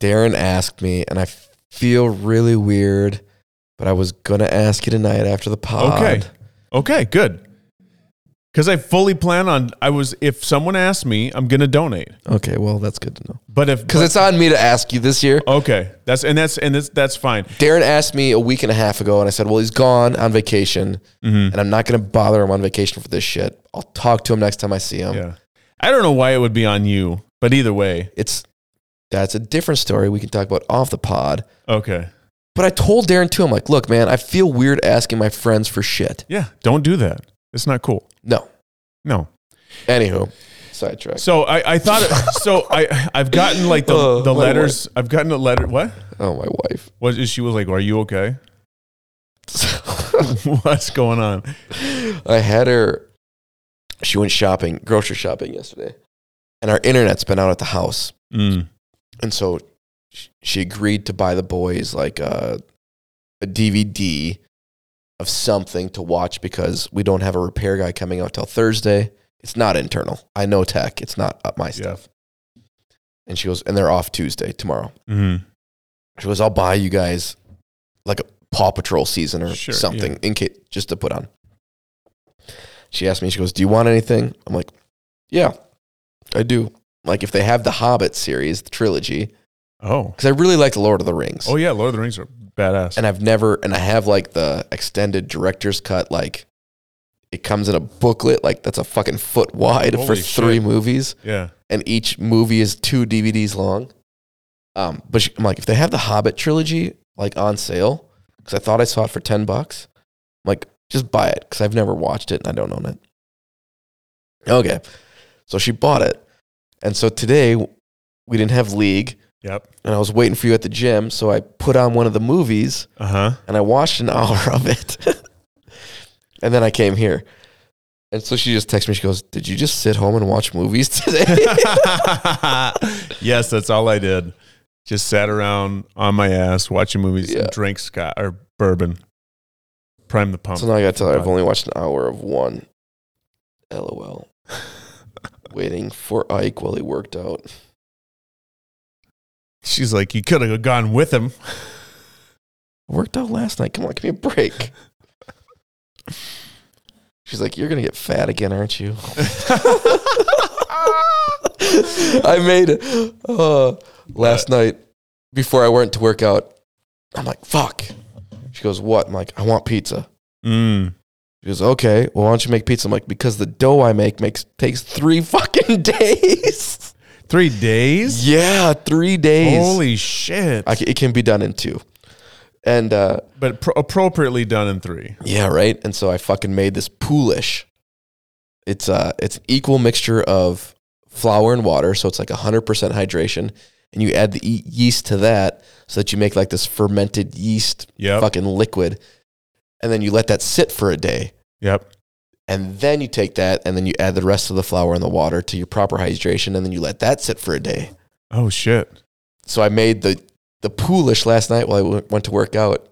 Darren asked me, and I feel really weird, but I was going to ask you tonight after the pod. Okay. Okay, good. Because I fully plan on. I was if someone asked me, I'm gonna donate. Okay. Well, that's good to know. But if Because it's on me to ask you this year. okay, that's and that's and that's that's fine. Darren asked me a week and a half ago, and I said, "Well, he's gone on vacation, Mm-hmm. and I'm not going to bother him on vacation for this shit. I'll talk to him next time I see him." Yeah, I don't know why it would be on you, but either way, It's that's a different story we can talk about off the pod. okay. But I told Darren too. I'm like, "Look, man, I feel weird asking my friends for shit." Yeah, don't do that. It's not cool. No. No. Anywho, sidetrack. So I, I thought so. I I've gotten like the Oh, the my letters. I've gotten a letter. What? Oh, my wife. What? She was like, "Are you okay? What's going on?" I had her. She went shopping, grocery shopping yesterday, and our internet's been out at the house. Mm. and so sh- she agreed to buy the boys like a, a DVD of something to watch because we don't have a repair guy coming out till Thursday. It's not internal. I know tech. It's not up my Yeah. stuff. And she goes, and they're off Tuesday tomorrow. Mm. She goes, I'll buy you guys like a Paw Patrol season or Sure, something in case just to put on. She asked me, she goes, Do you want anything? I'm like, Yeah, I do. Like if they have the Hobbit series, the trilogy, Oh. because I really like the Lord of the Rings. Oh yeah, Lord of the Rings are badass. And I've never, and I have like the extended director's cut, like it comes in a booklet, like that's a fucking foot wide Holy for shit. three movies, yeah. and each movie is two DVDs long. Um, but she, I'm like, if they have the Hobbit trilogy like on sale, because I thought I saw it for ten bucks, I'm like just buy it because I've never watched it and I don't own it. Okay, so she bought it, and so today we didn't have league, Yep. and I was waiting for you at the gym, so I put on one of the movies Uh huh. and I watched an hour of it. and then I came here. And so she just texts me, she goes, Did you just sit home and watch movies today? yes, that's all I did. Just sat around on my ass watching movies Yeah. and drank scotch or bourbon. Prime the pump. so now I gotta tell her I've only watched an hour of one. LOL. Waiting for Ike while he worked out. She's like, you could have gone with him. Worked out last night. Come on, give me a break. She's like, You're gonna get fat again, aren't you? I made uh, last night before I went to work out. I'm like, fuck. She goes, what? I'm like, I want pizza. Mm. She goes, okay. Well, why don't you make pizza? I'm like, because the dough I make makes takes three fucking days. Three days? yeah, three days. Holy shit. I ca- it can be done in two. And uh, but pro- appropriately done in three. yeah, right. And so I fucking made this poolish. It's uh, it's an equal mixture of flour and water, so it's like hundred percent hydration. And you add the ye- yeast to that, so that you make like this fermented yeast Yep. fucking liquid, and then you let that sit for a day, Yep. and then you take that, and then you add the rest of the flour and the water to your proper hydration, and then you let that sit for a day. Oh shit. So I made the the poolish last night while I w- went to work out.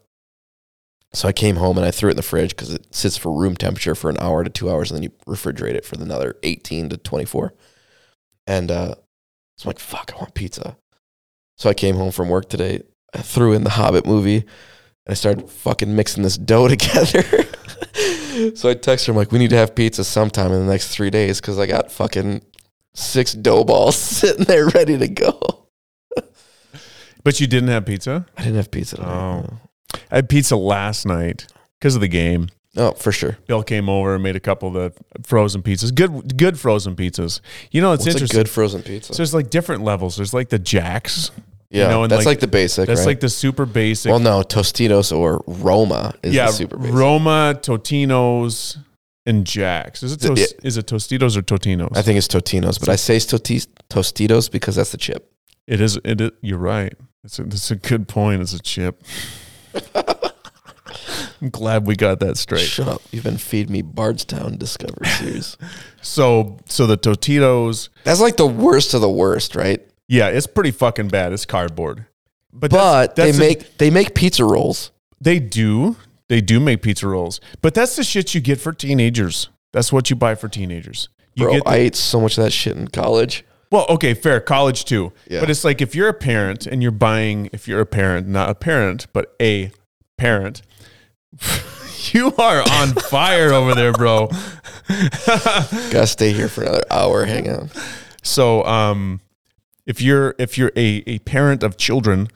So I came home and I threw it in the fridge because it sits for room temperature for an hour to two hours, and then you refrigerate it for another eighteen to twenty four. And uh, so I'm like, "Fuck, I want pizza." So I came home from work today. I threw in the Hobbit movie, and I started fucking mixing this dough together. so I text her, "I'm like, we need to have pizza sometime in the next three days because I got fucking six dough balls sitting there ready to go." But you didn't have pizza? I didn't have pizza tonight. Oh. no. I had pizza last night because of the game. Oh, for sure. Bill came over and made a couple of the frozen pizzas. Good good frozen pizzas. You know, it's What's interesting. a good frozen pizza? So there's like different levels. There's like the jacks. yeah, know, and that's like- like, the basic. That's right? like the super basic. well, no, Tostitos or Roma is yeah, the super basic. Roma, Totinos, and Jacks. Is it, tos- Yeah. is it Tostitos or Totinos? I think it's Totinos, but I say Totis- Tostitos because that's the chip. it is. It is you're right. It's a, that's a good point. It's a chip. I'm glad we got that straight. Shut up! You've been feeding me Bardstown Discovery Series. So, so the Totitos. that's like the worst of the worst, right? Yeah, it's pretty fucking bad. It's cardboard. But, that's- But that's they a- make they make pizza rolls. They do. They do make pizza rolls. But that's the shit you get for teenagers. That's what you buy for teenagers. You Bro, get the- I ate so much of that shit in college. well, okay, fair. College too. Yeah. But it's like if you're a parent and you're buying, if you're a parent, not a parent, but a parent, you are on fire over there, bro. Gotta stay here for another hour. Hang on. So um, if you're if you're a, a parent of children,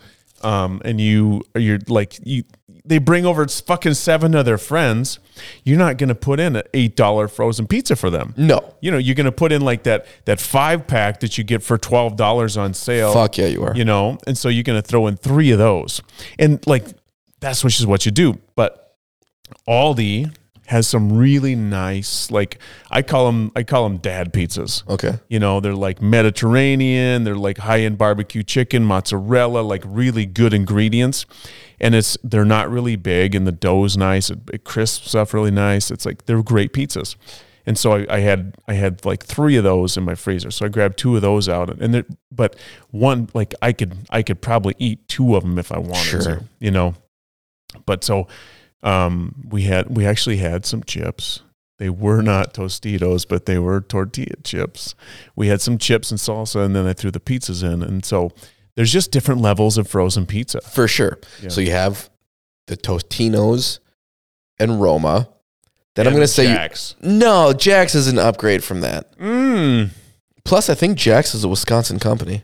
um, and you you're like you they bring over fucking seven of their friends, you're not gonna put in an eight dollar frozen pizza for them. No, You know, you're gonna put in like that that five pack that you get for twelve dollars on sale. fuck yeah, you are. Oh. You know, and so you're gonna throw in three of those. And like that's which is what you do. But Aldi has some really nice, like I call them I call them dad pizzas. Okay, You know, they're like Mediterranean, they're like high-end barbecue chicken, mozzarella, like really good ingredients. And it's they're not really big and the dough's nice, it, it crisps up really nice. It's like they're great pizzas. And so I, I had I had like three of those in my freezer. So I grabbed two of those out and there but one like I could I could probably eat two of them if I wanted Sure. to, you know. But so um we had we actually had some chips. They were not Tostitos, but they were tortilla chips we had some chips and salsa and then i threw the pizzas in and so there's just different levels of frozen pizza for sure. Yeah. So you have the Tostinos and Roma. Then I'm And going to say you- Jack's. no. Jax is an upgrade from that. mm, Plus, I think Jax is a Wisconsin company.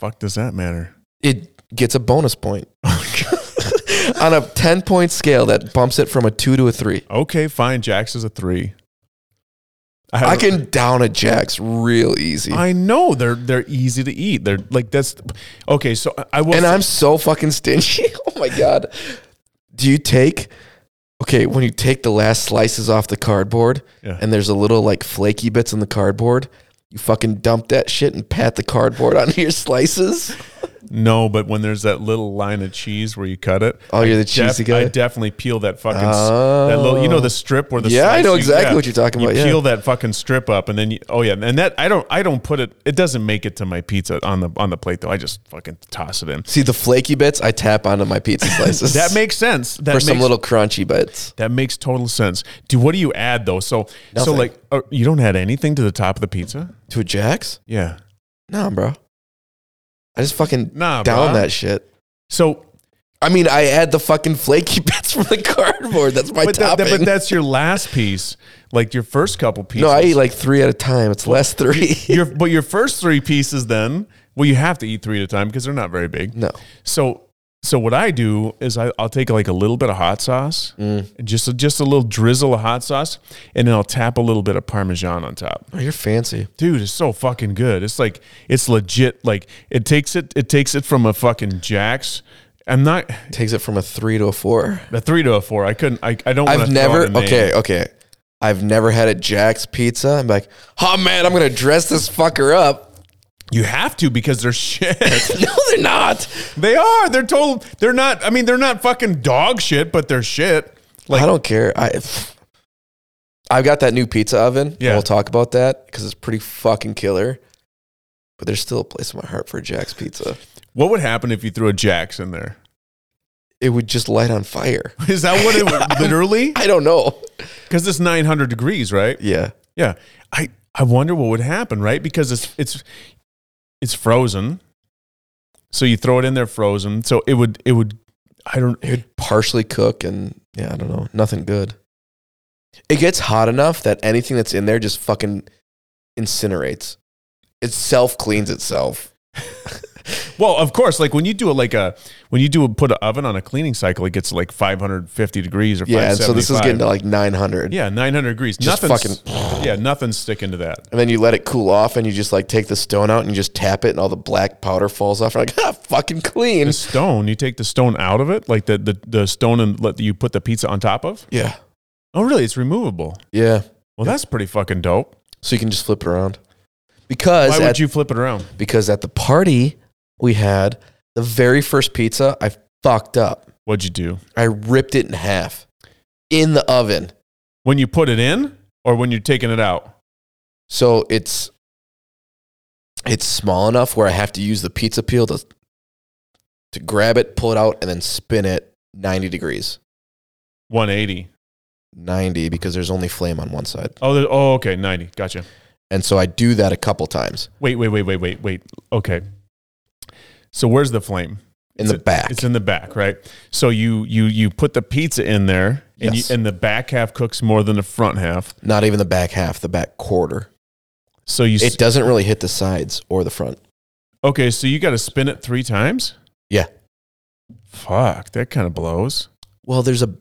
fuck does that matter It gets a bonus point on a ten point scale that bumps it from a two to a three. okay fine Jack's is a three I don't- can down a Jack's real easy. I know they're they're easy to eat. They're like that's okay. So I- I will. and say- I'm so fucking stingy. oh my god. Do you take okay when you take the last slices off the cardboard Yeah. and there's a little like flaky bits in the cardboard? You fucking dump that shit and pat the cardboard onto your slices. no, but when there's that little line of cheese where you cut it, Oh, you're the def- cheesy guy. I definitely peel that fucking s- that little. You know the strip where the Yeah, I slice know you- exactly what you're talking You about, yeah. peel that fucking strip up, and then you, oh yeah, and that I don't I don't put it. It doesn't make it to my pizza on the on the plate though. I just fucking toss it in. See the flaky bits? I tap onto my pizza slices. That makes sense. That for makes, some little crunchy bits. That makes total sense. Do what do you add though? So so Nothing. like uh, you don't add anything to the top of the pizza. To a Jack's? Yeah, Nah, bro. I just fucking nah, down bruh. that shit. So I mean, I add the fucking flaky bits from the cardboard. That's my but, that, topping. that- but that's your last piece. Like your first couple pieces. no, I eat like three at a time. It's less three. your but your first three pieces then. Well, you have to eat three at a time because they're not very big. no. So so what I do is I, I'll take like a little bit of hot sauce, Mm. and just a, just a little drizzle of hot sauce, and then I'll tap a little bit of parmesan on top. Oh, you're fancy. dude it's so fucking good it's like it's legit like it takes it it takes it from a fucking jacks i'm not Takes it from a three to a four. a three to a four i couldn't i, I don't wanna I've throw never, out a name. okay, okay. I've never had a Jack's pizza. I'm like, oh man, I'm going to dress this fucker up. you have to because they're shit no, they're not. they are they're total they're not i mean they're not fucking dog shit but they're shit like I don't care. I, I've got that new pizza oven. Yeah. Yeah. We'll talk about that because it's pretty fucking killer. But there's still a place in my heart for Jack's pizza. what would happen if you threw a jacks in there It would just light on fire. is that what it would literally I don't know. because it's 900 degrees right Yeah. yeah i i wonder what would happen right because it's it's it's frozen so you throw it in there frozen so it would it would i don't It would partially cook and yeah, I don't know. Nothing good. It gets hot enough that anything that's in there just fucking incinerates. It self cleans itself. well of course like when you do it like a when you do a, put an oven on a cleaning cycle it gets like 550 degrees or Yeah. And so this is 575. getting to like 900. yeah 900 degrees Just nothing's yeah nothing's sticking to that And then you let it cool off and you just like take the stone out and you just tap it and all the black powder falls off. You're like, ah, fucking clean. the stone you take the stone out of it like the the, the stone and let you put the pizza on top of Yeah. oh really it's removable Yeah. well that's pretty fucking dope So you can just flip it around. Because why at would you flip it around because at the party we had, the very first pizza, I fucked up. what'd you do I ripped it in half in the oven. When you put it in or when you're taking it out? So it's it's small enough where I have to use the pizza peel to to grab it, pull it out, and then spin it 90 degrees. 180. 90 because there's only flame on one side. Oh, there- oh, okay, 90. Gotcha. And so I do that a couple times Wait, wait, wait, wait, wait, wait. Okay. So where's the flame? in It's the a- back. It's in the back, right? So you you you put the pizza in there, and Yes. you, and the back half cooks more than the front half. Not even the back half, the back quarter. So you s It doesn't really hit the sides or the front. okay? So you got to spin it three times. Yeah. Fuck, that kind of blows. Well, there's a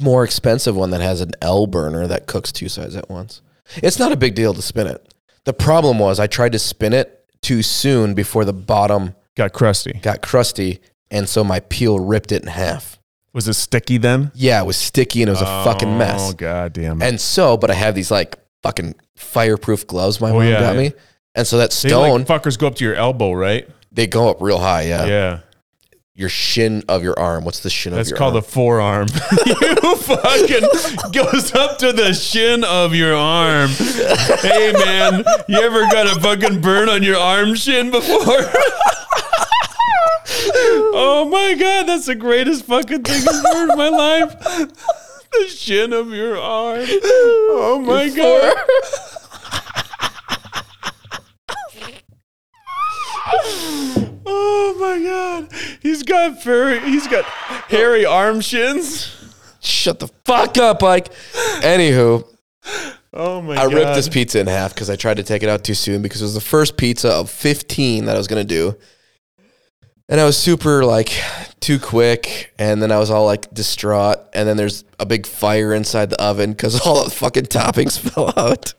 more expensive one that has an L burner that cooks two sides at once. It's not a big deal to spin it. The problem was I tried to spin it too soon before the bottom Got crusty. got crusty, and so my peel ripped it in half. Was it sticky then? Yeah, it was sticky and it was a fucking Oh mess. god damn it! And so, but I have these like fucking fireproof gloves my Oh, mom yeah, got yeah. me. And so that They like stone, fuckers go up to your elbow, right? they go up real high. Yeah. yeah. Your shin of your arm. What's the shin That's of your called arm? a forearm. you fucking goes up to the shin of your arm. Hey man, you ever got a fucking burn on your arm shin before? oh my god, that's the greatest fucking thing I've heard in my life. The shin of your arm. Oh my god. Oh my god. He's got furry he's got hairy arm shins. Shut the fuck up, Ike. Anywho, Oh my I god. ripped this pizza in half because I tried to take it out too soon because it was the first pizza of 15 that I was going to do. And I was super like too quick, and then I was all like distraught. And then there's a big fire inside the oven because all the fucking toppings fell out.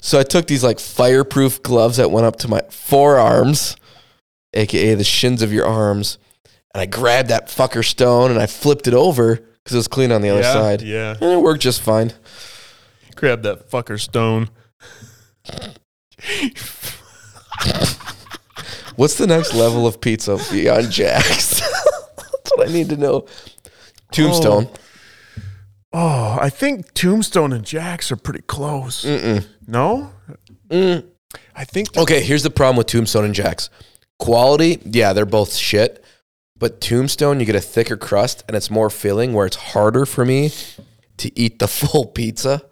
So I took these like fireproof gloves that went up to my forearms, aka the shins of your arms, and I grabbed that fucker stone and I flipped it over because it was clean on the other yeah, side, Yeah. and it worked just fine. Grab that fucker stone. What's the next level of pizza beyond Jack's? That's what I need to know. Tombstone. Oh, I think Tombstone and Jax are pretty close. Mm-mm. No? Mm. I think that- Okay, here's the problem with Tombstone and Jack's. Quality, yeah, they're both shit. But Tombstone, you get a thicker crust and it's more filling, where it's harder for me to eat the full pizza.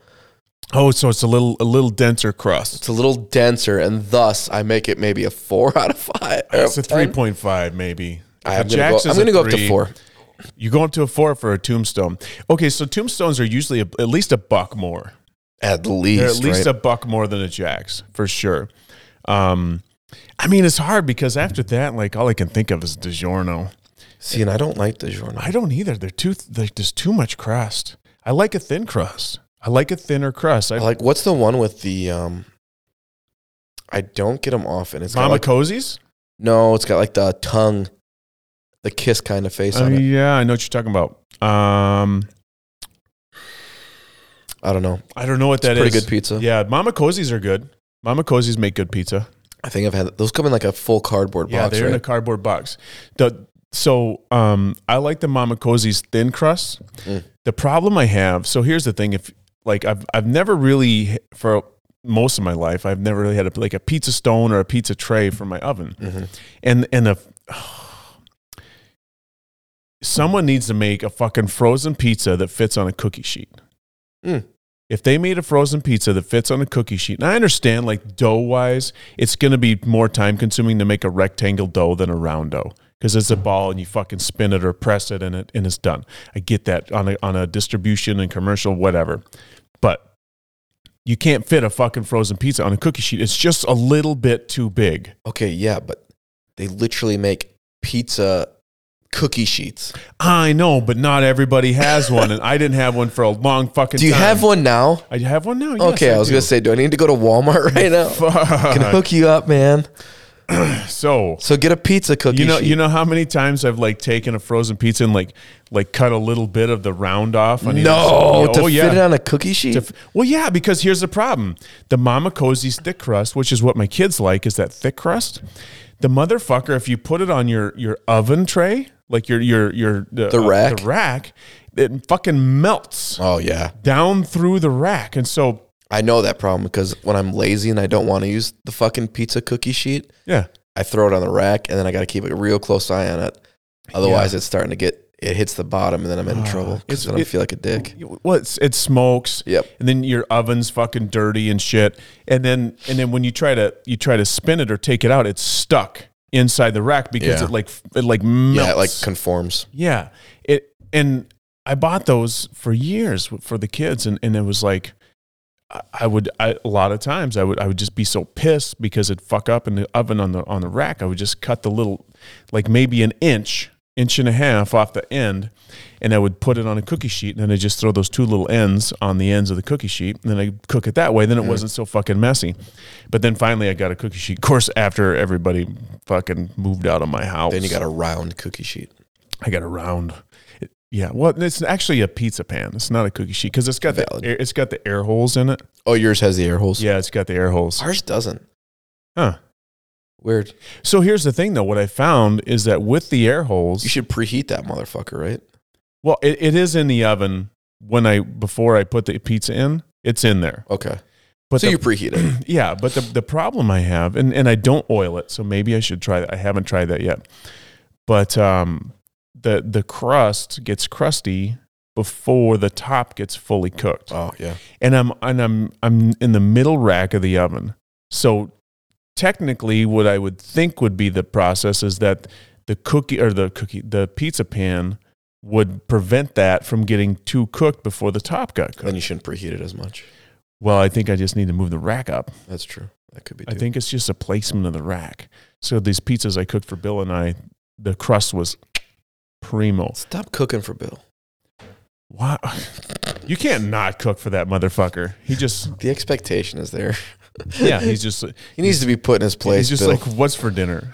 Oh, so it's a little a little denser crust. It's a little denser, and thus I make it maybe a four out of five. or It's a ten. three point five maybe. I'm If a gonna go, Jax I'm is a gonna go up to three, four. You go up to a four for a tombstone. Okay, so tombstones are usually a, at least a buck more. At least. They're at least a right? buck more than a Jax for sure. Um, I mean, it's hard because after that, like all I can think of is DiGiorno. See, and I don't like the DiGiorno. I don't either. They're too like there's too much crust. I like a thin crust. I like a thinner crust. I, I like what's the one with the um I don't get them often. It's got Mama like, Cozy's. no, it's got like the tongue, the kiss kind of face Oh, on it. yeah, I know what you're talking about. Um, I don't know. I don't know what It's that is. pretty good pizza. Yeah, Mama Cozy's are good. Mama Cozy's make good pizza. I think I've had those come in like a full cardboard Yeah, box, they're in a right? cardboard box. The so um, I like the Mama Cozy's thin crust. Mm. The problem I have, so here's the thing: if like I've I've never really for most of my life, I've never really had a, like a pizza stone or a pizza tray for my oven, Mhm. and and a. Someone needs to make a fucking frozen pizza that fits on a cookie sheet. Mm. If they made a frozen pizza that fits on a cookie sheet, and I understand like dough wise, it's going to be more time consuming to make a rectangle dough than a round dough because it's a ball and you fucking spin it or press it and it and it's done. I get that on a on a distribution and commercial whatever, but you can't fit a fucking frozen pizza on a cookie sheet. It's just a little bit too big. Okay, yeah, but they literally make pizza cookie sheets. I know, but not everybody has one, and I didn't have one for a long fucking. Do you time. have one now? I have one now. Yes, Okay, I was do. gonna say, do I need to go to Walmart right now? Fuck. Can hook you up, man. so So get a pizza cookie. you know, sheet. you know how many times I've like taken a frozen pizza and like like cut a little bit of the round off. On either no, side? to oh yeah. fit it on a cookie sheet. To f- well, yeah, because here's the problem: the Mama Cozy's thick crust, which is what my kids like, is that thick crust. The motherfucker, if you put it on your your oven tray, like your your your The rack? the rack, it fucking melts oh yeah, down through the rack, and so I know that problem because when I'm lazy and I don't want to use the fucking pizza cookie sheet, yeah, I throw it on the rack and then I got to keep a real close eye on it. Otherwise, it's starting to get it hits the bottom and then I'm in Ah, trouble it's- because then I it- Oh, feel like a dick. well, it's, it smokes. Yep. and then your oven's fucking dirty and shit and then and then when you try to you try to spin it or take it out it's stuck inside the rack because Yeah. it like it like melts Yeah, it like conforms. yeah it and i bought those for years for the kids and and it was like I- I would I, a lot of times I would I would just be so pissed because it'd fuck up in the oven on the on the rack. I would just cut the little like maybe an inch, inch and a half off the end, and I would put it on a cookie sheet, and then I just throw those two little ends on the ends of the cookie sheet, and then I cook it that way. Mm-hmm. Then it wasn't so fucking messy. But then finally I got a cookie sheet. Of course, after everybody fucking moved out of my house, Then you got a round cookie sheet. I got a round. It- Yeah, well, it's actually a pizza pan. It's not a cookie sheet because it's got Valid. the air, it's got the air holes in it. Oh, yours has the air holes. Yeah, it's got the air holes. Ours doesn't. Huh. Weird. So here's the thing, though. What I found is that with the air holes, You should preheat that motherfucker, right? well, it, it is in the oven when I before I put the pizza in. It's in there, Okay. but so the- you preheat it. yeah, but the the problem I have, and and I don't oil it, so maybe I should try that. I haven't tried that yet, but um, the the crust gets crusty before the top gets fully cooked. Oh yeah. and I'm and I'm I'm in the middle rack of the oven. So technically, what I would think would be the process is that the cookie or the cookie the pizza pan would prevent that from getting too cooked before the top got Then cooked. you shouldn't preheat it as much. Well, I think I just need to move the rack up. That's true. That could be. I think it's just a placement of the rack. So these pizzas I cooked for Bill and I, the crust was primo. Stop cooking for Bill. Wow. You can't not cook for that motherfucker. He just, The expectation is there. yeah, he's just, he needs to be put in his place. he's just Bill. like, what's for dinner?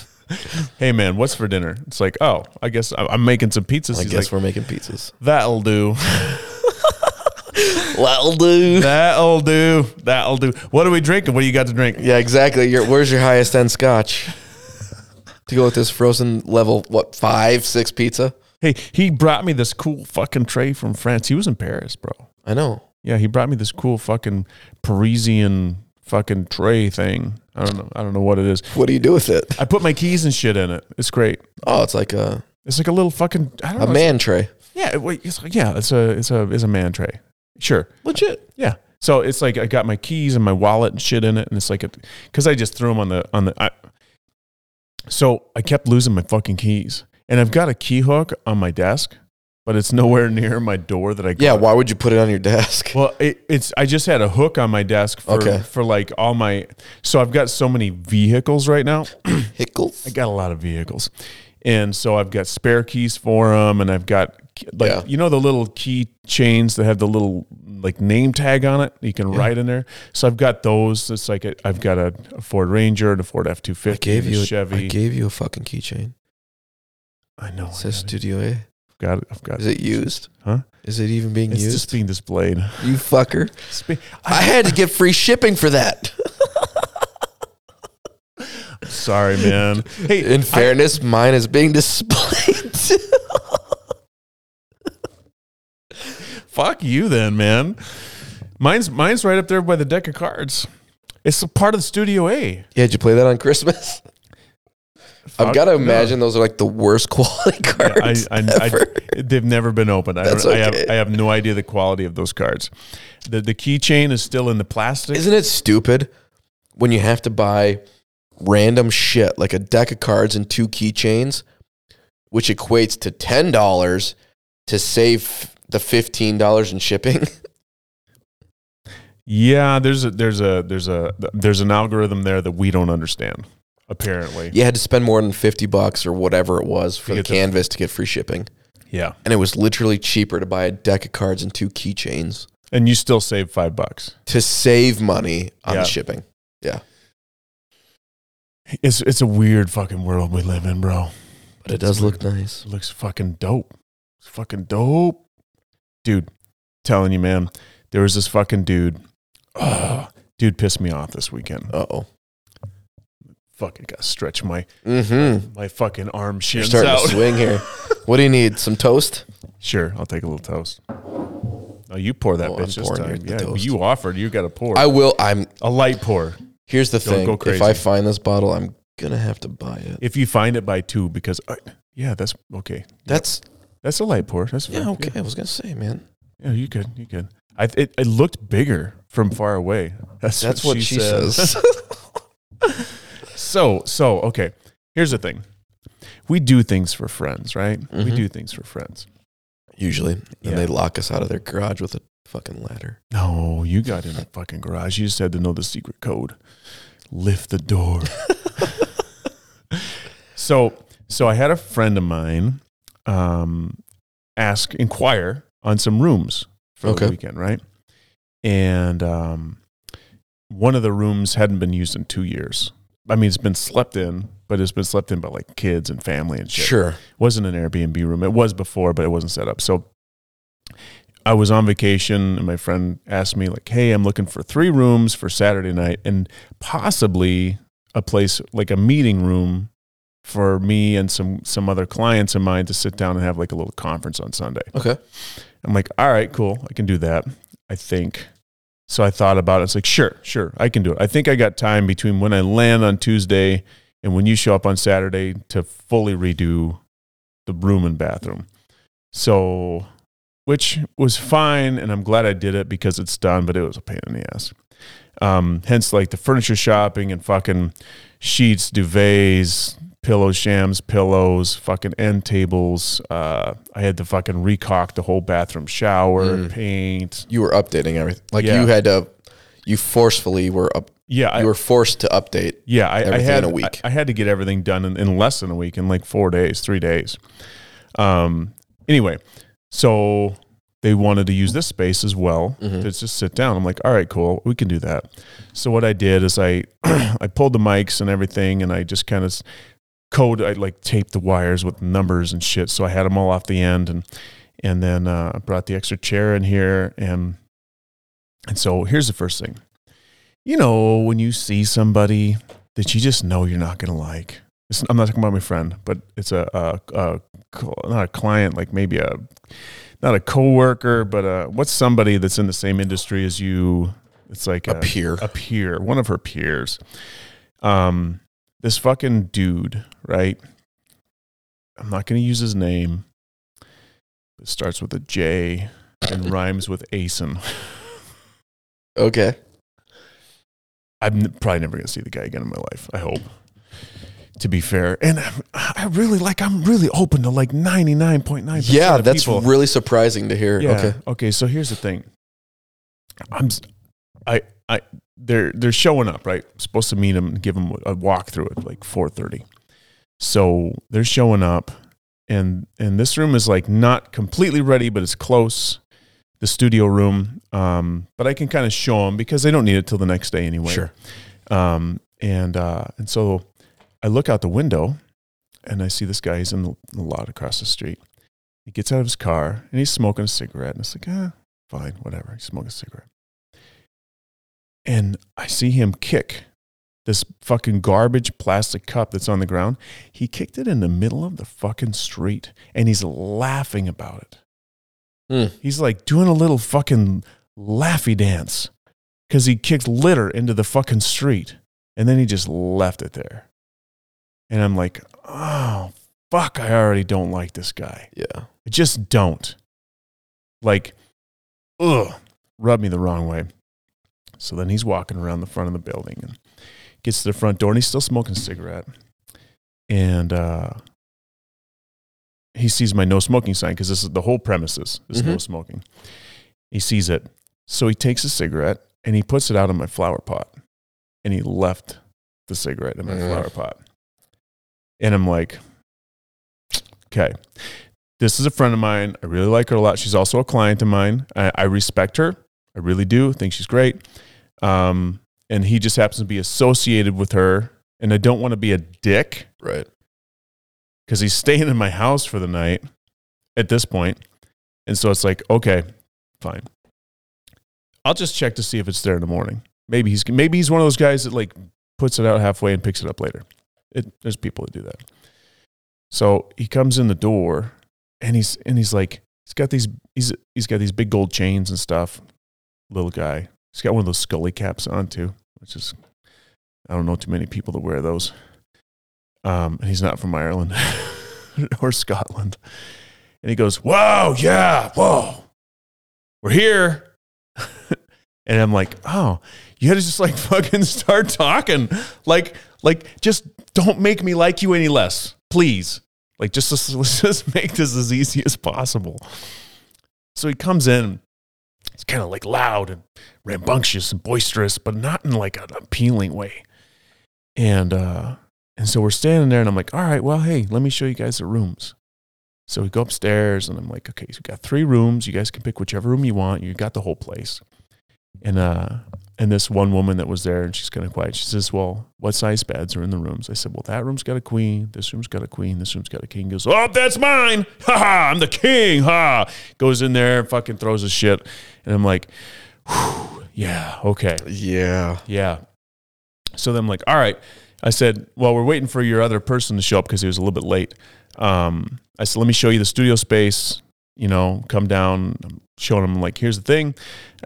hey, man, what's for dinner? It's like, oh, I guess I- I'm making some pizzas. I he's guess like, we're making pizzas. that'll do. That'll do. That'll do. That'll do. What are we drinking? What do you got to drink? Yeah, exactly. Your, where's your highest end scotch? to go with this frozen level, what, five, six pizza? Hey, he brought me this cool fucking tray from France. He was in Paris, bro. I know. Yeah, he brought me this cool fucking Parisian fucking tray thing. I don't know. I don't know what it is. What do you do with it? I put my keys and shit in it. It's great. Oh, it's like a, It's like a little fucking. I don't a know. man tray. Yeah, wait. It's like, yeah, it's a it's a it's a man tray. Sure. Legit. Yeah. So it's like I got my keys and my wallet and shit in it, and it's like because I just threw them on the on the. I, so I kept losing my fucking keys, and I've got a key hook on my desk, but it's nowhere near my door that I. Yeah, got. why would you put it on your desk? Well, it, it's I just had a hook on my desk for Okay. for like all my. So I've got so many vehicles right now. I Hickles? got a lot of vehicles, and so I've got spare keys for them, and I've got like Yeah. you know the little key chains that have the little like name tag on it. You can write in there. So I've got those. It's like a, I've got a, a Ford Ranger and a Ford F two I fifty. gave you a, Chevy. I gave you a fucking keychain. I know. It I says got, it. Studio A. I've got it. I've got Is it used? Huh? Is it even being It's used? just being displayed. you fucker. Spe- I had to get free shipping for that. Sorry, man. Hey, In I- fairness, mine is being displayed. Fuck you then, man. Mine's mine's right up there by the deck of cards. It's a part of Studio A. yeah, did you play that on Christmas? I've Fuck got to no. imagine those are like the worst quality cards I- I- ever. They've never been opened. I, That's don't, I have okay. I have no idea the quality of those cards. The the keychain is still in the plastic. Isn't it stupid when you have to buy random shit like a deck of cards and two keychains, which equates to ten dollars to save the fifteen dollars in shipping? yeah, there's a there's a there's a there's an algorithm there that we don't understand. Apparently, you had to spend more than fifty bucks or whatever it was for To the get the- canvas to get free shipping, yeah, and it was literally cheaper to buy a deck of cards and two keychains and you still save five bucks. to save money on Yeah. the shipping. It's it's a weird fucking world we live in, bro. But it does look nice. It looks fucking dope. It's fucking dope. Dude, telling you, man, there was this fucking dude. Oh, dude pissed me off this weekend. Uh oh. Fucking gotta stretch my Mm-hmm. my fucking arm You're shins starting out. to swing here. What do you need? Some toast? Sure, I'll take a little toast. Oh, you pour that Oh, I'm bitch this pouring time. your- Yeah, the toast. you offered. You got to pour I A will. I'm. light pour. Here's the Don't thing. go If crazy. I find this bottle, I'm gonna have to buy it. If you find it by two, because uh, yeah, that's okay. That's That's a light pour. That's fine. yeah. Okay, I was gonna say, man. Yeah, you good. You good. I it, it looked bigger from far away. That's, That's what she, said. says. So, so okay. Here's the thing. We do things for friends, right? We Mhm. do things for friends. Usually, and Yeah. they lock us out of their garage with a fucking ladder. No, you got in the fucking garage. You just had to know the secret code. Lift the door. so, so I had a friend of mine um, ask, inquire on some rooms for Okay. the weekend, right? And um, one of the rooms hadn't been used in two years. I mean, it's been slept in, but it's been slept in by like kids and family and shit wasn't an Airbnb room. It was before, but it wasn't set up. So I was on vacation, and my friend asked me, like, "Hey, I'm looking for three rooms for Saturday night, and possibly a place like a meeting room for me and some some other clients of mine to sit down and have like a little conference on Sunday." Okay. I'm like, all right, cool. I can do that. I think. So I thought about it. It's like, sure, sure, I can do it. I think I got time between when I land on Tuesday and when you show up on Saturday to fully redo the room and bathroom. So, which was fine. And I'm glad I did it because it's done, but it was a pain in the ass. Um, hence, like the furniture shopping and fucking sheets, duvets, pillow shams, pillows, fucking end tables. Uh, I had to fucking recock the whole bathroom shower, Mm. paint. You were updating everything. Like Yeah. you had to. You forcefully were up. Yeah, I, You were forced to update. Yeah, I, I everything had in a week. I, I had to get everything done in, in less than a week, in like four days, three days. Um. Anyway, so they wanted to use this space as well Mhm. to just sit down. I'm like, all right, cool, we can do that. So what I did is I I pulled the mics and everything, and I just kind of code. I like taped the wires with numbers and shit, so I had them all off the end, and and then uh, I brought the extra chair in here, and and so here's the first thing. You know, when you see somebody that you just know you're not going to like. It's, I'm not talking about my friend, but it's a, a, a cl- not a client, like maybe a not a coworker, but uh what's somebody that's in the same industry as you? It's like A peer. a peer, one of her peers. Um, this fucking dude, right? I'm not going to use his name. It starts with a J and rhymes with Asen. Okay. I'm n- probably never going to see the guy again in my life. I hope. To be fair, and I'm, I really like. I'm really open to like 99.9. Yeah, that's people. really surprising to hear. Yeah. Okay. Okay. So here's the thing. I'm, s- I, I, they're they're showing up right. supposed to meet them and give them a walkthrough at like 4:30. So they're showing up, and and this room is like not completely ready, but it's close. The studio room, um, but I can kind of show them because they don't need it till the next day anyway. Sure. Um, and uh, and so I look out the window and I see this guy. He's in the the lot across the street. He gets out of his car and he's smoking a cigarette. And it's like, ah, fine, whatever. He's smoking a cigarette. And I see him kick this fucking garbage plastic cup that's on the ground. He kicked it in the middle of the fucking street and he's laughing about it. Hmm. He's like doing a little fucking laughy dance because he kicked litter into the fucking street and then he just left it there. And I'm like, oh, fuck, I already don't like this guy. Yeah. I just don't. Like, ugh, rub me the wrong way. So then he's walking around the front of the building and gets to the front door and he's still smoking a cigarette. And uh, he sees my no smoking sign because this is the whole premises is no Mhm. smoking. He sees it. So he takes a cigarette and he puts it out in my flower pot and he left the cigarette in my Mm. flower pot. And I'm like, okay, this is a friend of mine. I really like her a lot. She's also a client of mine. I, I respect her. I really do. think she's great. Um, and he just happens to be associated with her. And I don't want to be a dick Right. because he's staying in my house for the night at this point. And so it's like, okay, fine. I'll just check to see if it's there in the morning. Maybe he's maybe he's one of those guys that like puts it out halfway and picks it up later. It, there's people that do that. So he comes in the door and he's and he's like he's got these he's he's got these big gold chains and stuff. Little guy. He's got one of those scully caps on too, which is I don't know too many people that wear those. Um, and he's not from Ireland or Scotland. And he goes, Whoa, yeah, whoa, we're here. and I'm like, Oh, you had to just like fucking start talking. Like, like, just don't make me like you any less, please. Like, just let's- let's just make this as easy as possible. So he comes in. It's kind of like loud and rambunctious and boisterous, but not in like an appealing way. And uh, and so we're standing there, and I'm like, all right, well, hey, let me show you guys the rooms. So we go upstairs, and I'm like, okay, so we got three rooms. You guys can pick whichever room you want. You got the whole place. And uh, and this one woman that was there, and she's kind of quiet. She says, well, what size beds are in the rooms? I said, well, that room's got a queen. This room's got a queen. This room's got a king. Goes, oh, that's mine. Ha ha, I'm the king. Ha. Goes in there, fucking throws his shit, and I'm like, whew, yeah, okay. Yeah. Yeah. So then I'm like, all right. I said, well, we're waiting for your other person to show up because he was a little bit late. Um, I said, let me show you the studio space. You know, come down. I'm showing him like, here's the thing.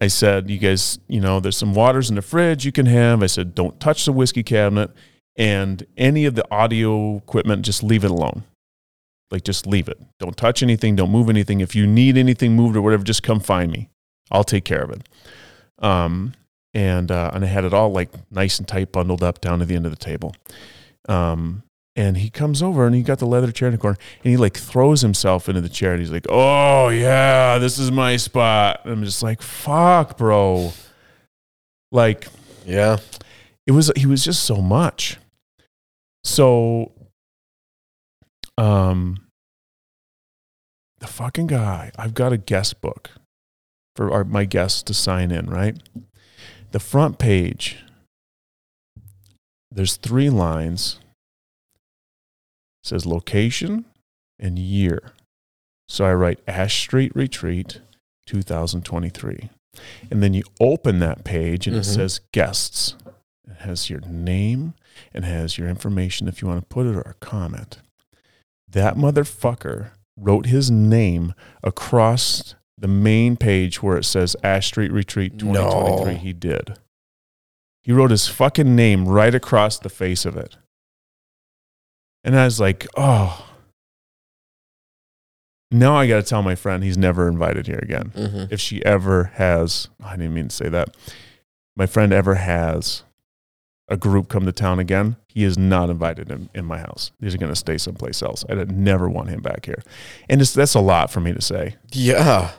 I said, you guys, you know, there's some waters in the fridge you can have. I said, don't touch the whiskey cabinet and any of the audio equipment. Just leave it alone. Like, just leave it. Don't touch anything. Don't move anything. If you need anything moved or whatever, just come find me. I'll take care of it. Um, and uh, and I had it all like nice and tight bundled up down to the end of the table. Um, and he comes over and he got the leather chair in the corner and he like throws himself into the chair and he's like, "Oh yeah, this is my spot." And I'm just like, "Fuck, bro." Like Yeah. it was he was just so much. So um the fucking guy, I've got a guest book for our, my guests to sign in, right? The front page there's three lines. It says location and year. So I write Ash Street Retreat 2023. And then you open that page and Mhm. it says guests. It has your name and has your information if you want to put it or a comment. That motherfucker wrote his name across the main page where it says Ash Street Retreat No. 2023. He did. He wrote his fucking name right across the face of it. And I was like, oh. Now I got to tell my friend he's never invited here again. Mm-hmm. If she ever has, I didn't mean to say that. My friend ever has a group come to town again, he is not invited in, in my house. He's going to stay someplace else. I would never want him back here. And it's, that's a lot for me to say. Yeah.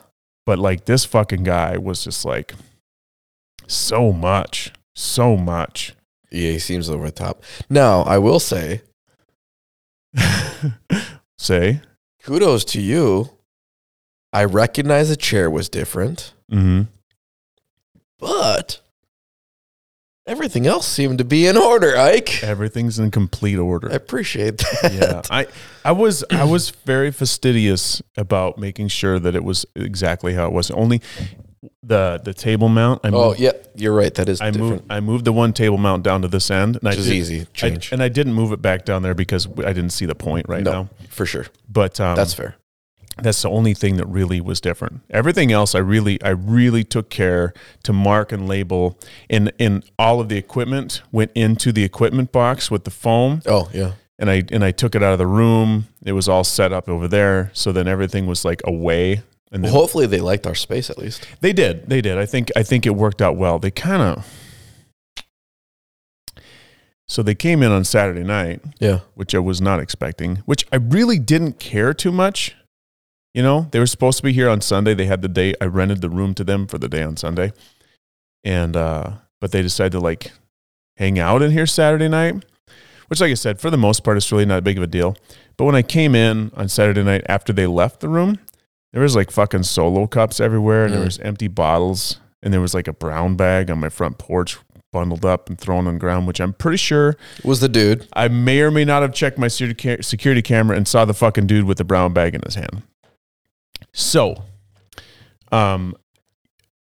But like this fucking guy was just like so much, so much. Yeah, he seems over the top. Now, I will say, say, kudos to you. I recognize the chair was different, mm-hmm. but everything else seemed to be in order, Ike. everything's in complete order. I appreciate that. yeah i i was i was very fastidious about making sure that it was exactly how it was only the the table mount i Oh, moved, yep. You're right. That is i different. moved i moved the one table mount down to this end and Which i is did- easy. I- Change. and i didn't move it back down there because i didn't see the point right No. now for sure. but um, That's fair. that's the only thing that really was different. Everything else, I really, I really took care to mark and label, and and all of the equipment went into the equipment box with the foam Oh, yeah. and I and I took it out of the room. It was all set up over there, so then everything was like away. And Well, then, hopefully they liked our space at least. they did, they did. I think I think it worked out well. They kind of so they came in on Saturday night, Yeah. which I was not expecting, which I really didn't care too much. You know, they were supposed to be here on Sunday. They had the day I rented the room to them for the day on Sunday, and uh, but they decided to like hang out in here Saturday night, which, like I said, for the most part, it's really not big of a deal. But when I came in on Saturday night after they left the room, there was like fucking solo cups everywhere, and Mm. there was empty bottles, and there was like a brown bag on my front porch bundled up and thrown on the ground, which I'm pretty sure Was the dude. I may or may not have checked my secu- ca- security camera and saw the fucking dude with the brown bag in his hand. So, um,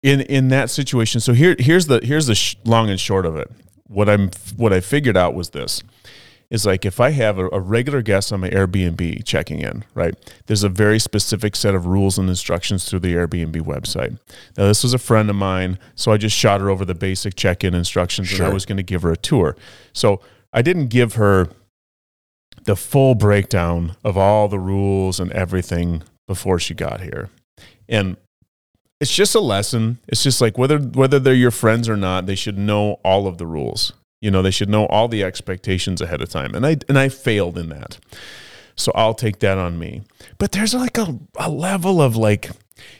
in in that situation, so here here's the here's the sh- long and short of it. What I'm what I figured out was this is like if I have a, a regular guest on my Airbnb checking in, right? There's a very specific set of rules and instructions through the Airbnb website. Now, this was a friend of mine, so I just shot her over the basic check in instructions and Sure. I was going to give her a tour. So I didn't give her the full breakdown of all the rules and everything before she got here. And it's just a lesson. It's just like whether whether they're your friends or not, they should know all of the rules. You know, they should know all the expectations ahead of time. And I and I failed in that. So I'll take that on me. But there's like a, a level of like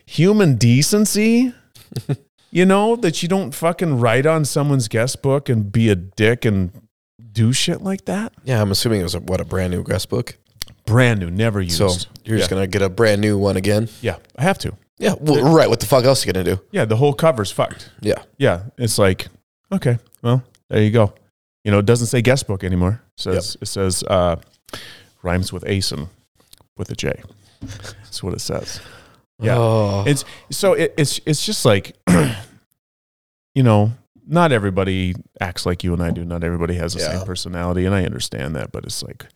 human decency, you know, that you don't fucking write on someone's guest book and be a dick and do shit like that. Yeah, I'm assuming it was a, what a brand new guest book. Brand new, never used. So you're just Yeah. gonna get a brand new one again. yeah, I have to. Yeah, well, right. What the fuck else you gonna do? Yeah, the whole cover's fucked. Yeah. Yeah, it's like okay, well, there you go. You know, it doesn't say guest book anymore. It says it says uh, rhymes with asin with a J. That's what it says. Yeah. Oh. It's so it, it's it's just like you know, not everybody acts like you and I do. Not everybody has the Yeah. same personality, and I understand that. But it's like,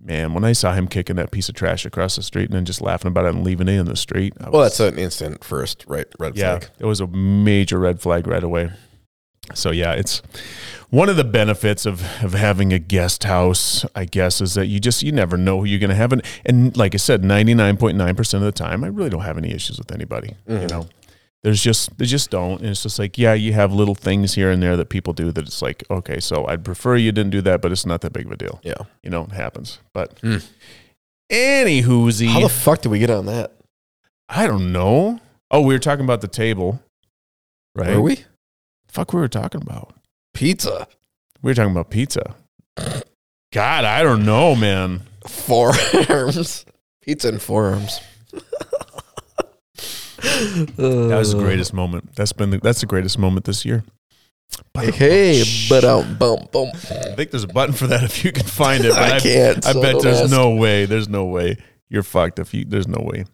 man, when I saw him kicking that piece of trash across the street and then just laughing about it and leaving it in the street, I well, was- that's an instant first, right? Red yeah, flag. it was a major red flag right away. So yeah, it's one of the benefits of of having a guest house, I guess, is that you just you never know who you're going to have, and and like I said, ninety nine point nine percent of the time, I really don't have any issues with anybody. You Mhm. know, there's just they just don't, and it's just like yeah, you have little things here and there that people do that it's like okay, so I'd prefer you didn't do that, but it's not that big of a deal. Yeah. You know, it happens. But Hmm. any whoozy, How the fuck did we get on that? I don't know. Oh, we were talking about the table, right? Were we? Fuck, we were talking about. Pizza. We were talking about pizza. God, I don't know, man. Forearms. Pizza and forearms. That that was the greatest moment. That's been the, that's the greatest moment this year. Hey, but um, bump, bump. I think there's a button for that if you can find it. But I I, can't. I so bet don't there's ask. no way. There's no way. You're fucked if you. There's no way.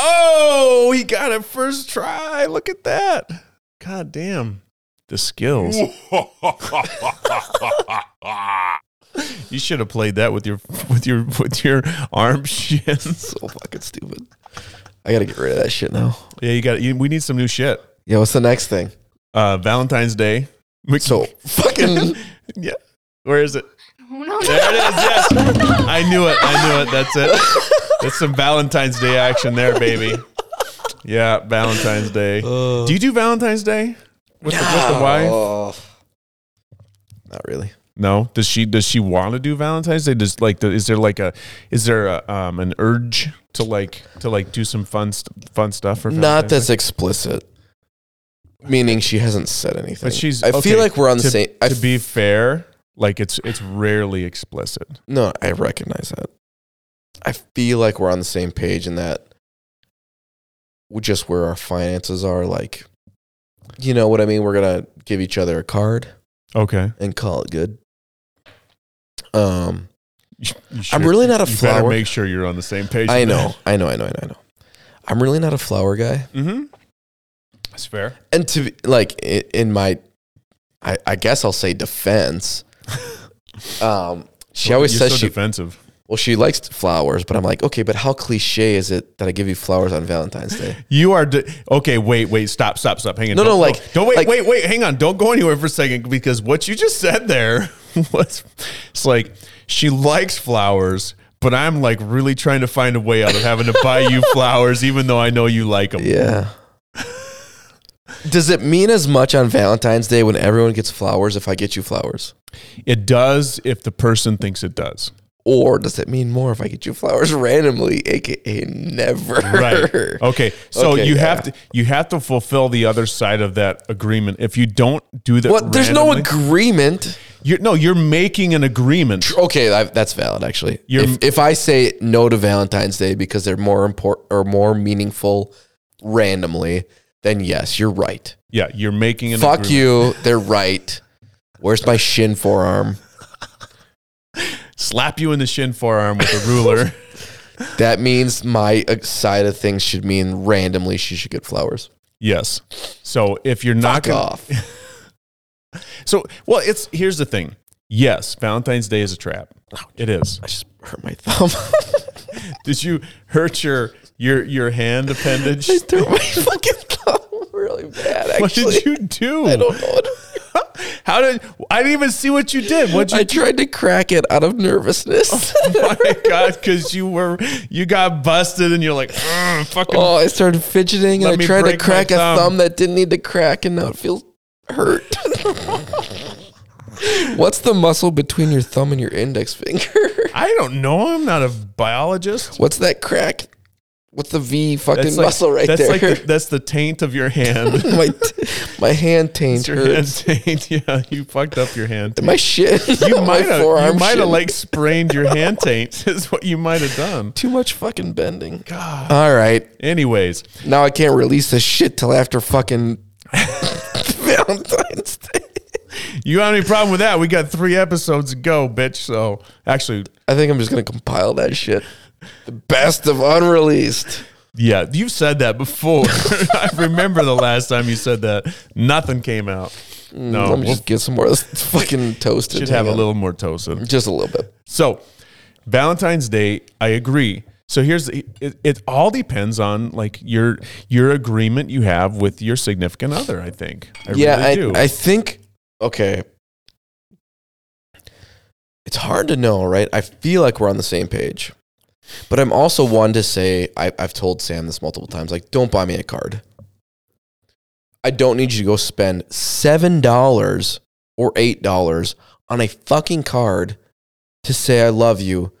Oh, he got it first try. Look at that. God damn. The skills. you should have played that with your with your with your arm shins. So fucking stupid. I gotta get rid of that shit now. yeah, you got. We need some new shit. Yeah, what's the next thing? Uh, Valentine's Day. We- So fucking yeah. Where is it? No, no, There it is. Yes. I knew it. I knew it. That's it. That's some Valentine's Day action there, baby. Yeah, Valentine's Day. Uh. do you do Valentine's Day with the, with the wife? Oh. Not really. No. Does she does she want to do Valentine's Day? Does like the, is there like a is there a, um an urge to like to like do some fun st- fun stuff for Not Valentine's Day? that's explicit. Meaning she hasn't said anything. But she's I okay, feel like we're on the to- same. I To f- be fair, like it's it's rarely explicit. no, I recognize that. I feel like we're on the same page in that. we Just where our finances are, like, you know what I mean. We're gonna give each other a card Okay. and call it good. Um, You- you sure- I'm really not a you better flower- Make sure you're on the same page. I know, I know, I know, I know, I know. I'm really not a flower guy, Mm-hmm. That's fair. and to be, like i- in my, I, I guess I'll say defense. Um, she always You're says so she defensive. well she likes flowers, but I'm like okay, but how cliche is it that I give you flowers on Valentine's Day? You are de- okay. Wait, wait, stop, stop, stop. Hang on. No, no, Don't- like- don't wait, like- wait, wait. Hang on. Don't go anywhere for a second because what you just said there was it's like she likes flowers, but I'm like really trying to find a way out of having to buy you flowers, even though I know you like them. Yeah. Does it mean as much on Valentine's Day when everyone gets flowers if I get you flowers? It does if the person thinks it does. Or does it mean more if I get you flowers randomly, aka never? right okay so Okay, you yeah. have to you have to fulfill the other side of that agreement if you don't do that What? There's no randomly- agreement. you're, no you're making an agreement Okay, I, that's valid actually. You're- if, if I say no to Valentine's Day because they're more important or more meaningful randomly, then yes, you're right. yeah you're making an Fuck agreement. you, they're right. Where's my shin forearm? slap you in the shin forearm with a ruler That means my uh, side of things should mean randomly she should get flowers. yes so if you're not Fuck gonna- off. so well it's here's the thing yes valentine's day is a trap it is I just hurt my thumb. did you hurt your your your hand appendage I threw my fucking thumb really bad. Actually, what did you do I don't know. What how did i didn't even see what you did what you Oh I tried to crack it out of nervousness. my god because you were you got busted and you're like "Ugh, fucking Oh, I started fidgeting Let and I me tried to break my crack a thumb. thumb that didn't need to crack and now it feels hurt. What's the muscle between your thumb and your index finger? i don't know i'm not a biologist What's that crack? What's the V fucking like, muscle right that's there? like the, that's the taint of your hand my, t- my hand taint It's your hurts. hand taint yeah you fucked up your hand taint. My shin. you my might have you forearm might have shin. like sprained your hand taint is what you might have done too much fucking bending. God. All right. anyways Now I can't release this shit till after fucking Valentine's Day. you have any problem with that we got three episodes to go bitch so actually I think I'm just gonna compile that shit. The best of unreleased. yeah you've said that before i remember the last time you said that nothing came out no Mm, Let me we'll just get some more of this fucking toasted. should have a Hang on. little more tosin just a little bit. So, Valentine's Day, I agree. So here's the- it, it all depends on like your your agreement you have with your significant other, I think. I yeah, really I, do. I think okay. It's hard to know, right? I feel like we're on the same page. But I'm also one to say I, I've told Sam this multiple times, like, don't buy me a card. I don't need you to go spend seven dollars or eight dollars on a fucking card to say I love you.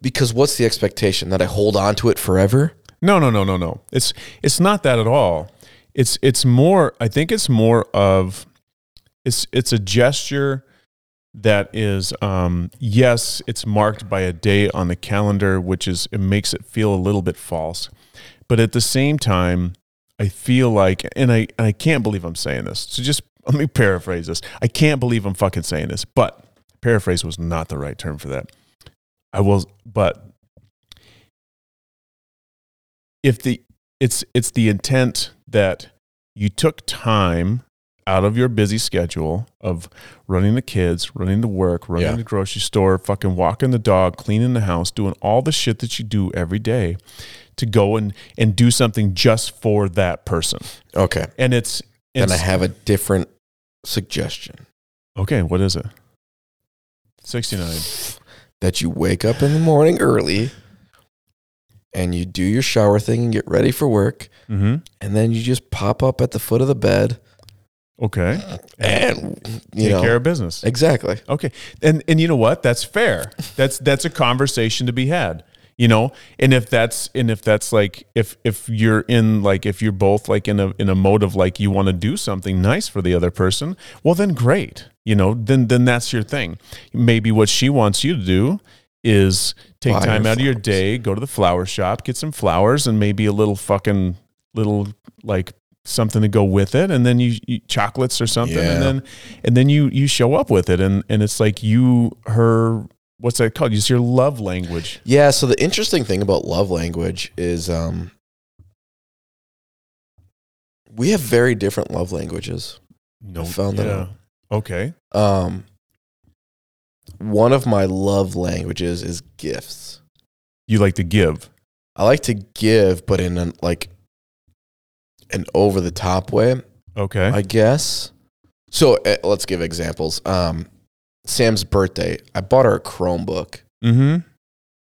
Because what's the expectation? That I hold on to it forever? no, no, no, no, no. It's it's not that at all. it's it's more i think it's more of it's it's a gesture that is um yes it's marked by a day on the calendar which is it makes it feel a little bit false but at the same time i feel like and i and i can't believe i'm saying this so just let me paraphrase this i can't believe i'm fucking saying this but paraphrase was not the right term for that i will but if the it's it's the intent that you took time out of your busy schedule of running the kids, running to work, running Yeah. the grocery store, fucking walking the dog, cleaning the house, doing all the shit that you do every day to go and and do something just for that person. Okay. And it's, Then it's I have a different suggestion okay, what is it? 69. that you wake up in the morning early and you do your shower thing and get ready for work. Mhm. And then you just pop up at the foot of the bed Okay. and, you Take know, care of business. exactly. Okay. And and you know what? That's fair. That's that's a conversation to be had. You know, and if that's and if that's like if if you're in like if you're both like in a in a mode of like you want to do something nice for the other person, well then great. You know, then then that's your thing. Maybe what she wants you to do is take Buy her time out of your flowers. day, go to the flower shop, get some flowers and maybe a little fucking little like something to go with it and then you, you chocolates or something Yeah. and then and then you you show up with it and and it's like you her what's that called it's your love language Yeah. So the interesting thing about love language is um, we have very different love languages. no found that out. okay Um, one of my love languages is gifts. you like to give I like to give, but in an, like an over the top way, okay I guess. So uh, let's give examples. Um, Sam's birthday, I bought her a Chromebook. mm-hmm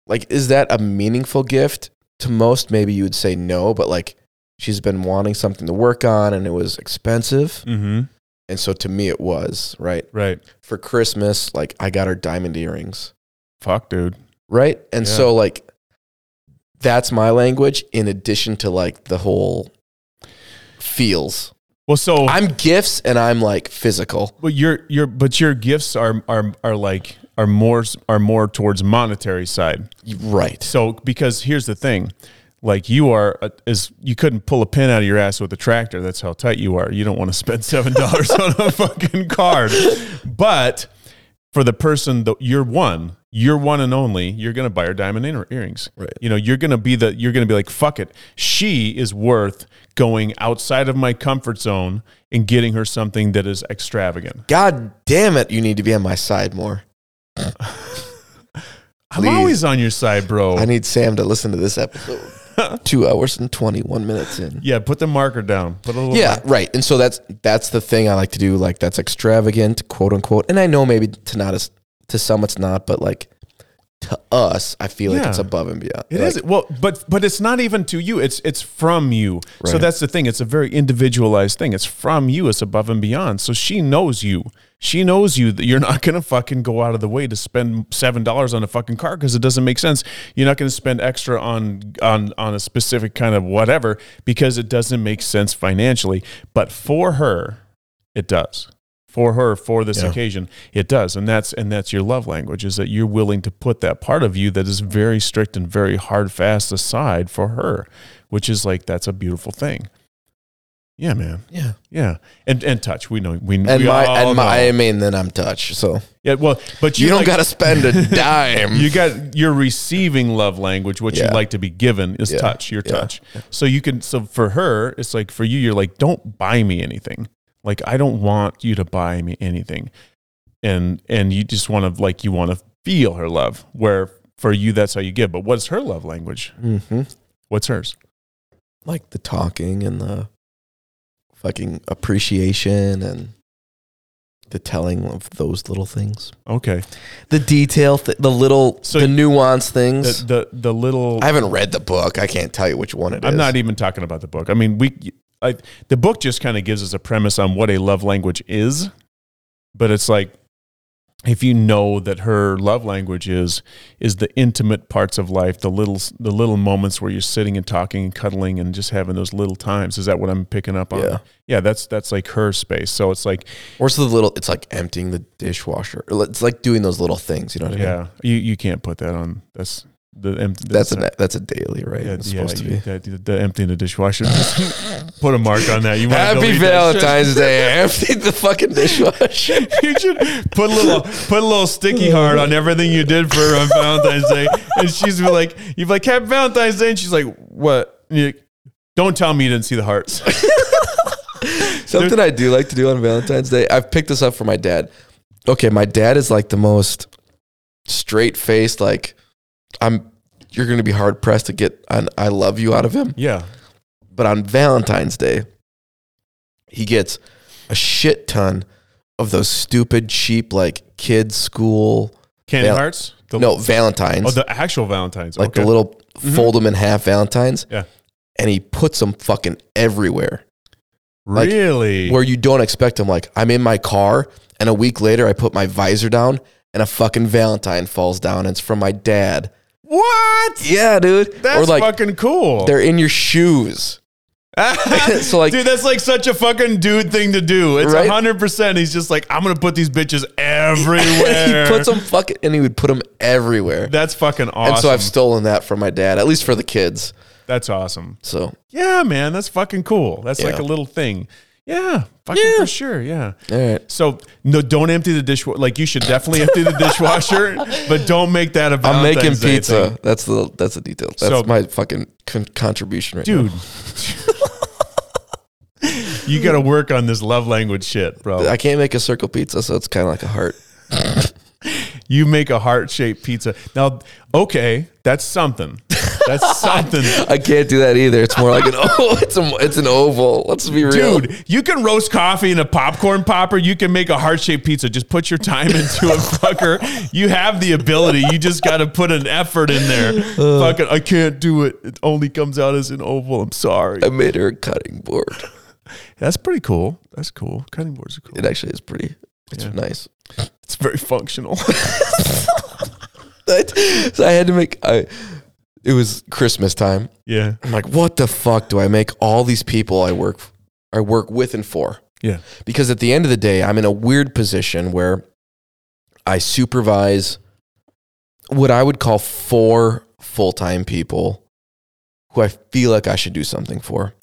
Like, is that a meaningful gift? To most, maybe you would say no, but like she's been wanting something to work on and it was expensive. mm-hmm And so to me, it was, right? right For Christmas, like I got her diamond earrings. fuck dude right? And Yeah. so like that's my language in addition to like the whole feels. well so I'm gifts and I'm like physical. but your your but your gifts are are are like are more are more towards monetary side Right. So because here's the thing, like you are uh, is you couldn't pull a pin out of your ass with a tractor. That's how tight you are. You don't want to spend seven dollars on a fucking card. But for the person that you're one, you're one and only. You're gonna buy her diamond ear- earrings. Right. You know you're gonna be the you're gonna be like fuck it. She is worth going outside of my comfort zone and getting her something that is extravagant. God damn it, you need to be on my side more. Please. I'm always on your side, bro. I need Sam to listen to this episode. 2 hours and 21 minutes in. yeah, put the marker down. Put a little Yeah, right. And so that's that's the thing I like to do like that's extravagant, quote unquote. And I know maybe to not as to some it's not, but like to us, I feel like Yeah. it's above and beyond. It Like, is well, but but it's not even to you. It's it's from you. So Right. that's the thing. It's a very individualized thing. It's from you. It's above and beyond. So she knows you. She knows you that you're not gonna fucking go out of the way to spend seven dollars on a fucking car because it doesn't make sense. You're not gonna spend extra on on on a specific kind of whatever because it doesn't make sense financially. But for her, it does for her for this Yeah. occasion it does and that's and that's your love language is that you're willing to put that part of you that is very strict and very hard fast aside for her which is like that's a beautiful thing yeah man Yeah. yeah and and touch we know we, And we my all and my know. I mean then I'm touched. So yeah well but you you don't like- got to spend a dime. you got you're receiving love language what you Yeah. like to be given is Yeah. touch your Yeah. touch so you can so for her it's like for you you're like don't buy me anything like i don't want you to buy me anything and and you just want to like you want to feel her love where for you that's how you give but what's her love language mm-hmm. what's hers like the talking and the fucking appreciation and the telling of those little things, okay the detail, th- the little, So- the nuance things. the the, the little I haven't read the book. I can't tell you which one it is. I'm not even talking about the book. I mean, we I, the book just kind of gives us a premise on what a love language is, but it's like if you know that her love language is is the intimate parts of life, the little the little moments where you're sitting and talking and cuddling and just having those little times. Is that what I'm picking up on? Yeah. Yeah, that's that's like her space. So it's like Or it's the little, it's like emptying the dishwasher. It's like doing those little things. You know what I mean? yeah, you you can't put that on that's the em- That's not- a that's a daily, right? yeah, it's yeah, supposed to you- be. that- the, the emptying the dishwasher. put a mark on that. You might Happy delete that shit. Valentine's Day. Empty the fucking dishwasher. You should put a little put a little sticky heart on everything you did for her on Valentine's Day, and she's be like, "You've like Happy Valentine's Day," and she's like, "What?" And you're like, Don't tell me you didn't see the hearts. Something I do like to do on Valentine's Day. I've picked this up for my dad. Okay, my dad is like the most straight faced, like I'm you're gonna be hard pressed to get an I love you out of him. Yeah, But on Valentine's Day, he gets a shit ton of those stupid, cheap, like kids school candy Val- hearts. The, no Valentines. oh, the actual Valentines. like okay. Mm-hmm. the little fold them in half Valentines. Yeah. And he puts them fucking everywhere like, really. where you don't expect them. Like I'm in my car, and a week later I put my visor down, and a fucking Valentine falls down. And it's from my dad. what? Yeah, dude. That's or like fucking cool. they're in your shoes. So, like- dude, that's like such a fucking dude thing to do. It's Right? hundred percent. He's just like, I'm gonna put these bitches everywhere. he puts them fucking, and he would put them everywhere. That's fucking awesome. And so I've stolen that from my dad, at least for the kids. that's awesome. So Yeah, man, that's fucking cool. That's like Yeah. a little thing. Yeah, fucking for sure. Yeah. all right. So no, don't empty the dishwasher. Like you should definitely empty the dishwasher, but don't make that a I'm Valentine's making Day pizza. thing. That's the that's the detail. That's So- my fucking con- contribution right now. dude. you got to work on this love language shit, bro. I can't make a circle pizza, so it's kind of like a heart. you make a heart shaped pizza. Now, okay, that's something. That's something. I can't do that either. It's more like an oh, it's a, it's an oval. Let's be real, Dude, you can roast coffee in a popcorn popper. You can make a heart shaped pizza. Just put your time into a fucker. You have the ability. You just got to put an effort in there. Fucking, I can't do it. It only comes out as an oval. I'm sorry. I made her a cutting board. That's pretty cool. That's cool. Cutting boards are cool. It actually is pretty. It's Yeah. nice. It's very functional. But- so I had to make. I, it was Christmas time. yeah. I'm like, what the fuck do I make all these people I work I work with and for? Yeah. Because at the end of the day, I'm in a weird position where I supervise what I would call four full-time people who I feel like I should do something for.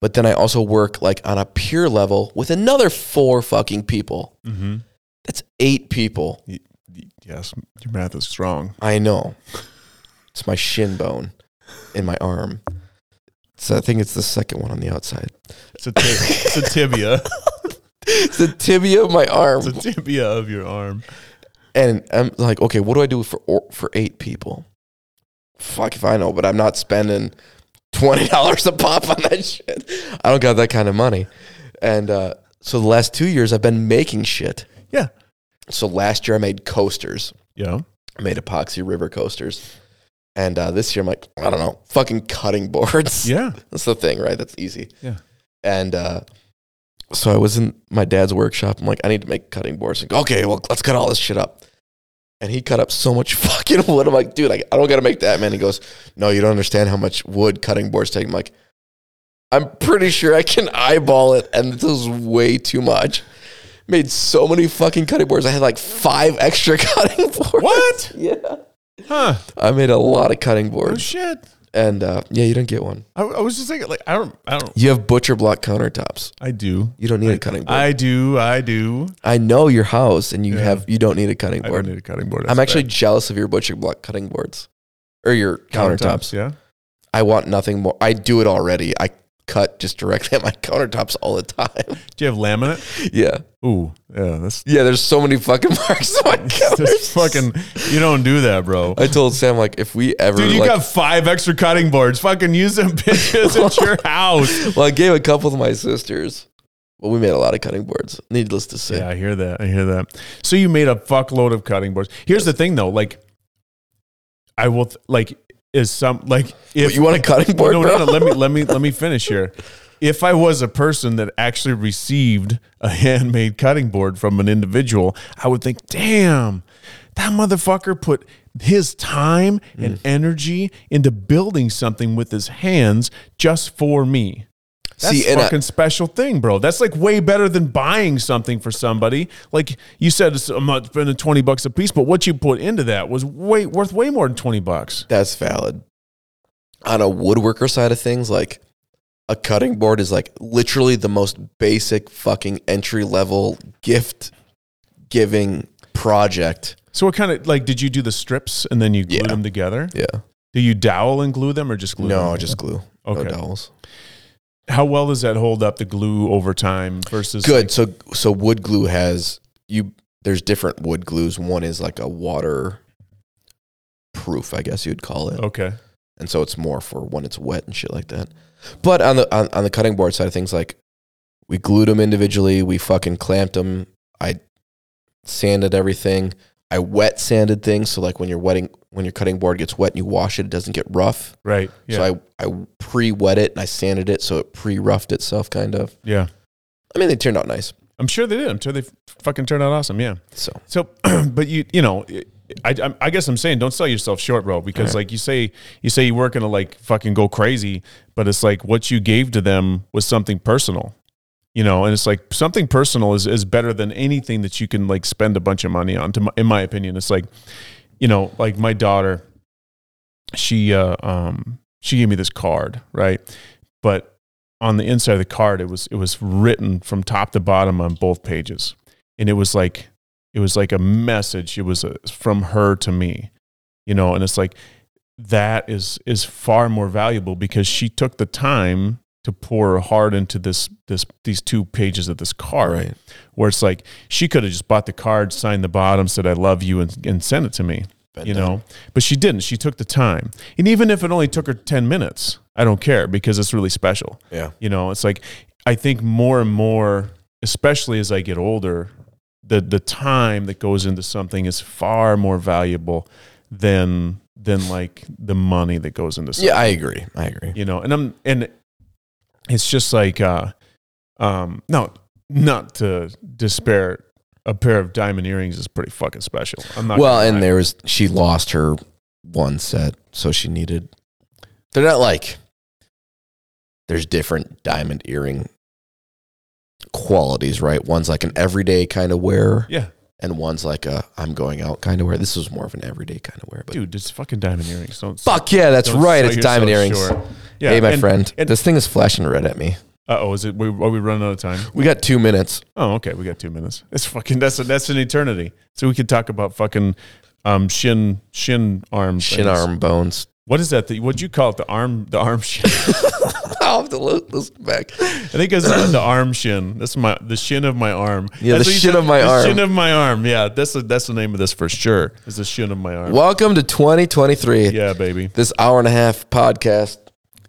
But then I also work like on a peer level with another four fucking people. Mm-hmm. That's eight people. Yes, your math is strong. I know. It's my shin bone in my arm. So I think it's the second one on the outside. It's a, tib- it's a tibia. It's the tibia of my arm. It's a tibia of your arm. And I'm like, okay, what do I do for or- for eight people? Fuck if I know, but I'm not spending twenty dollars a pop on that shit. I don't got that kind of money. And uh, so the last two years, I've been making shit. Yeah. So last year, I made coasters. Yeah. I made epoxy river coasters. And uh, this year, I'm like, I don't know, fucking cutting boards. Yeah. That's the thing, right? That's easy. Yeah. And uh, so I was in my dad's workshop. I'm like, I need to make cutting boards. And go, okay, well, let's cut all this shit up. And he cut up so much fucking wood. I'm like, dude, I, I don't got to make that, man. He goes, no, you don't understand how much wood cutting boards take. I'm like, I'm pretty sure I can eyeball it. And this is way too much. Made so many fucking cutting boards. I had like five extra cutting boards. What? Yeah. Huh. I made a lot of cutting Oh, boards. shit. And uh, yeah, you didn't get one. I, I was just thinking, like, I don't, I don't, You have butcher block countertops. I do. You don't need a cutting board. I, I do. I do. know your house, and you Yeah. have you don't need a cutting I don't board. need a cutting board. I'm That's actually bad. jealous of your butcher block cutting boards or your countertops. Yeah. I want nothing more. I do it already. I cut just directly at my countertops all the time. Do you have laminate? yeah, Ooh, yeah. That's yeah. There's so many fucking marks on my counters. that's fucking. You don't do that, bro. I told Sam like if we ever Dude, you like, got five extra cutting boards. Fucking use them bitches at your house. well, I gave a couple to my sisters. Well, we made a lot of cutting boards. Needless to say, Yeah, I hear that. I hear that. So you made a fuckload of cutting boards. Here's the thing, though. Like, I will th- like is some like But if you want a cutting board, no, bro? no, no, let me let me let me finish here. if I was a person that actually received a handmade cutting board from an individual, I would think, damn, that motherfucker put his time Mm. and energy into building something with his hands just for me. That's See, a and I- fucking special thing, bro. That's like way better than buying something for somebody. Like you said, it's, I'm not spending 20 bucks a piece, but what you put into that was way worth way more than 20 bucks. That's valid. On a woodworker side of things, like a cutting board is like literally the most basic fucking entry level gift giving project. So what kind of like did you do the strips and then you glue Yeah. them together? Yeah. Do you dowel and glue them or just glue them? No, just glue. Okay. Okay. How well does that hold up the glue over time versus Good. So so wood glue has you there's different wood glues. One is like a water proof, I guess you'd call it. Okay. and so it's more for when it's wet and shit like that. But on the on, on the cutting board side of things, like we glued them individually, we fucking clamped them. I sanded everything. I wet sanded things, so like when your wetting when your cutting board gets wet and you wash it, it doesn't get rough. Right. Yeah. So I I pre wet it and I sanded it so it pre roughed itself, kind of. yeah. I mean, they turned out nice. I'm sure they did. I'm sure they f- fucking turned out awesome. Yeah. So So, but you, you know, I, I, I guess I'm saying don't sell yourself short, bro, because like you say, you say you weren't gonna like fucking go crazy, but it's like what you gave to them was something personal, you know, and it's like something personal is is better than anything that you can like spend a bunch of money on. To my, in my opinion, it's like, you know, like my daughter, she uh, um she gave me this card, right, but on the inside of the card it was it was written from top to bottom on both pages and it was like it was like a message it was a, from her to me you know and it's like that is is far more valuable because she took the time to pour her heart into this this these two pages of this card Right. where it's like she could have just bought the card signed the bottom said i love you and, and sent it to me Been you done. know but she didn't she took the time and even if it only took her 10 minutes i don't care because it's really special Yeah. you know it's like i think more and more especially as i get older the the time that goes into something is far more valuable than than like the money that goes into something yeah, I agree. I agree. you know and i'm and it's just like uh um no not to despair a pair of diamond earrings is pretty fucking special i'm not Well, gonna lie. and there was she lost her one set, so she needed. They're not like there's different diamond earring qualities, right? One's like an everyday kind of wear, yeah and one's like a I'm going out kind of wear. This was more of an everyday kind of wear, but dude it's fucking diamond earrings don't fuck yeah, that's don't right. sell It's diamond yourself earrings. short. yeah hey, my and- friend, and- this thing is flashing red at me. uh-oh is it we, are we running out of time We got two minutes. Oh, okay. We got two minutes. That's fucking. That's a, that's an eternity. So we could talk about fucking um, shin shin arm Shin things. arm bones. What is that? The, what'd you call it? The arm the arm shin. I'll have to look listen back. I think it's the arm shin. That's my the shin of my arm. Yeah, That's the what you shin of my the arm. Shin of my arm. Yeah, that's the that's the name of this for sure. Is the shin of my arm. Welcome to 2023. Yeah, baby, this hour and a half podcast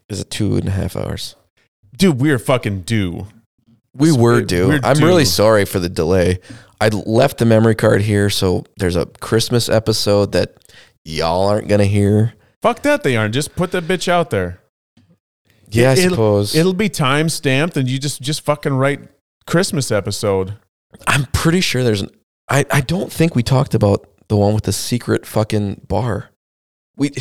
is a two and a half hours. dude, we are fucking due. We were we're- due. we're I'm due. really sorry for the delay. I left the memory card here, so there's a Christmas episode that y'all aren't gonna hear. Fuck that they aren't. Just put that bitch out there. Yeah, I It'll- suppose. It'll be time stamped, and you just just fucking write Christmas episode. I'm pretty sure there's an. I, I don't think we talked about the one with the secret fucking bar. We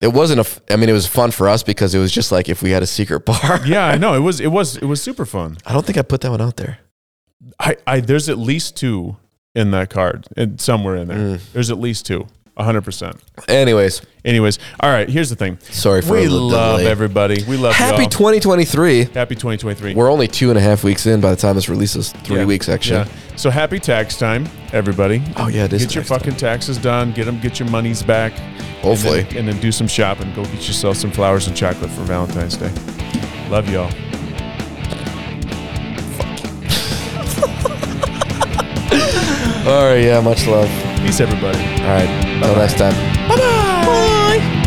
it wasn't a. f- I mean, it was fun for us because it was just like if we had a secret bar. Yeah, I know. It was it was it was super fun. I don't think I put that one out there. I, I there's at least two in that card and somewhere in there. Mm. There's at least two. 100%. Anyways, Anyways, all right, here's the thing. sorry for We the love delay. everybody. We love Happy y'all. 2023. happy 2023. We're only two and a half weeks in by the time this releases. Three Yeah. weeks, actually. Yeah. So happy tax time, everybody. Oh, yeah, it is Get your tax time. fucking taxes done. Get them. Get your monies back. Hopefully. And then, and then do some shopping. Go get yourself some flowers and chocolate for Valentine's Day. Love y'all. All right, yeah, much love. Peace, everybody. All right, till next time. Bye-bye. bye bye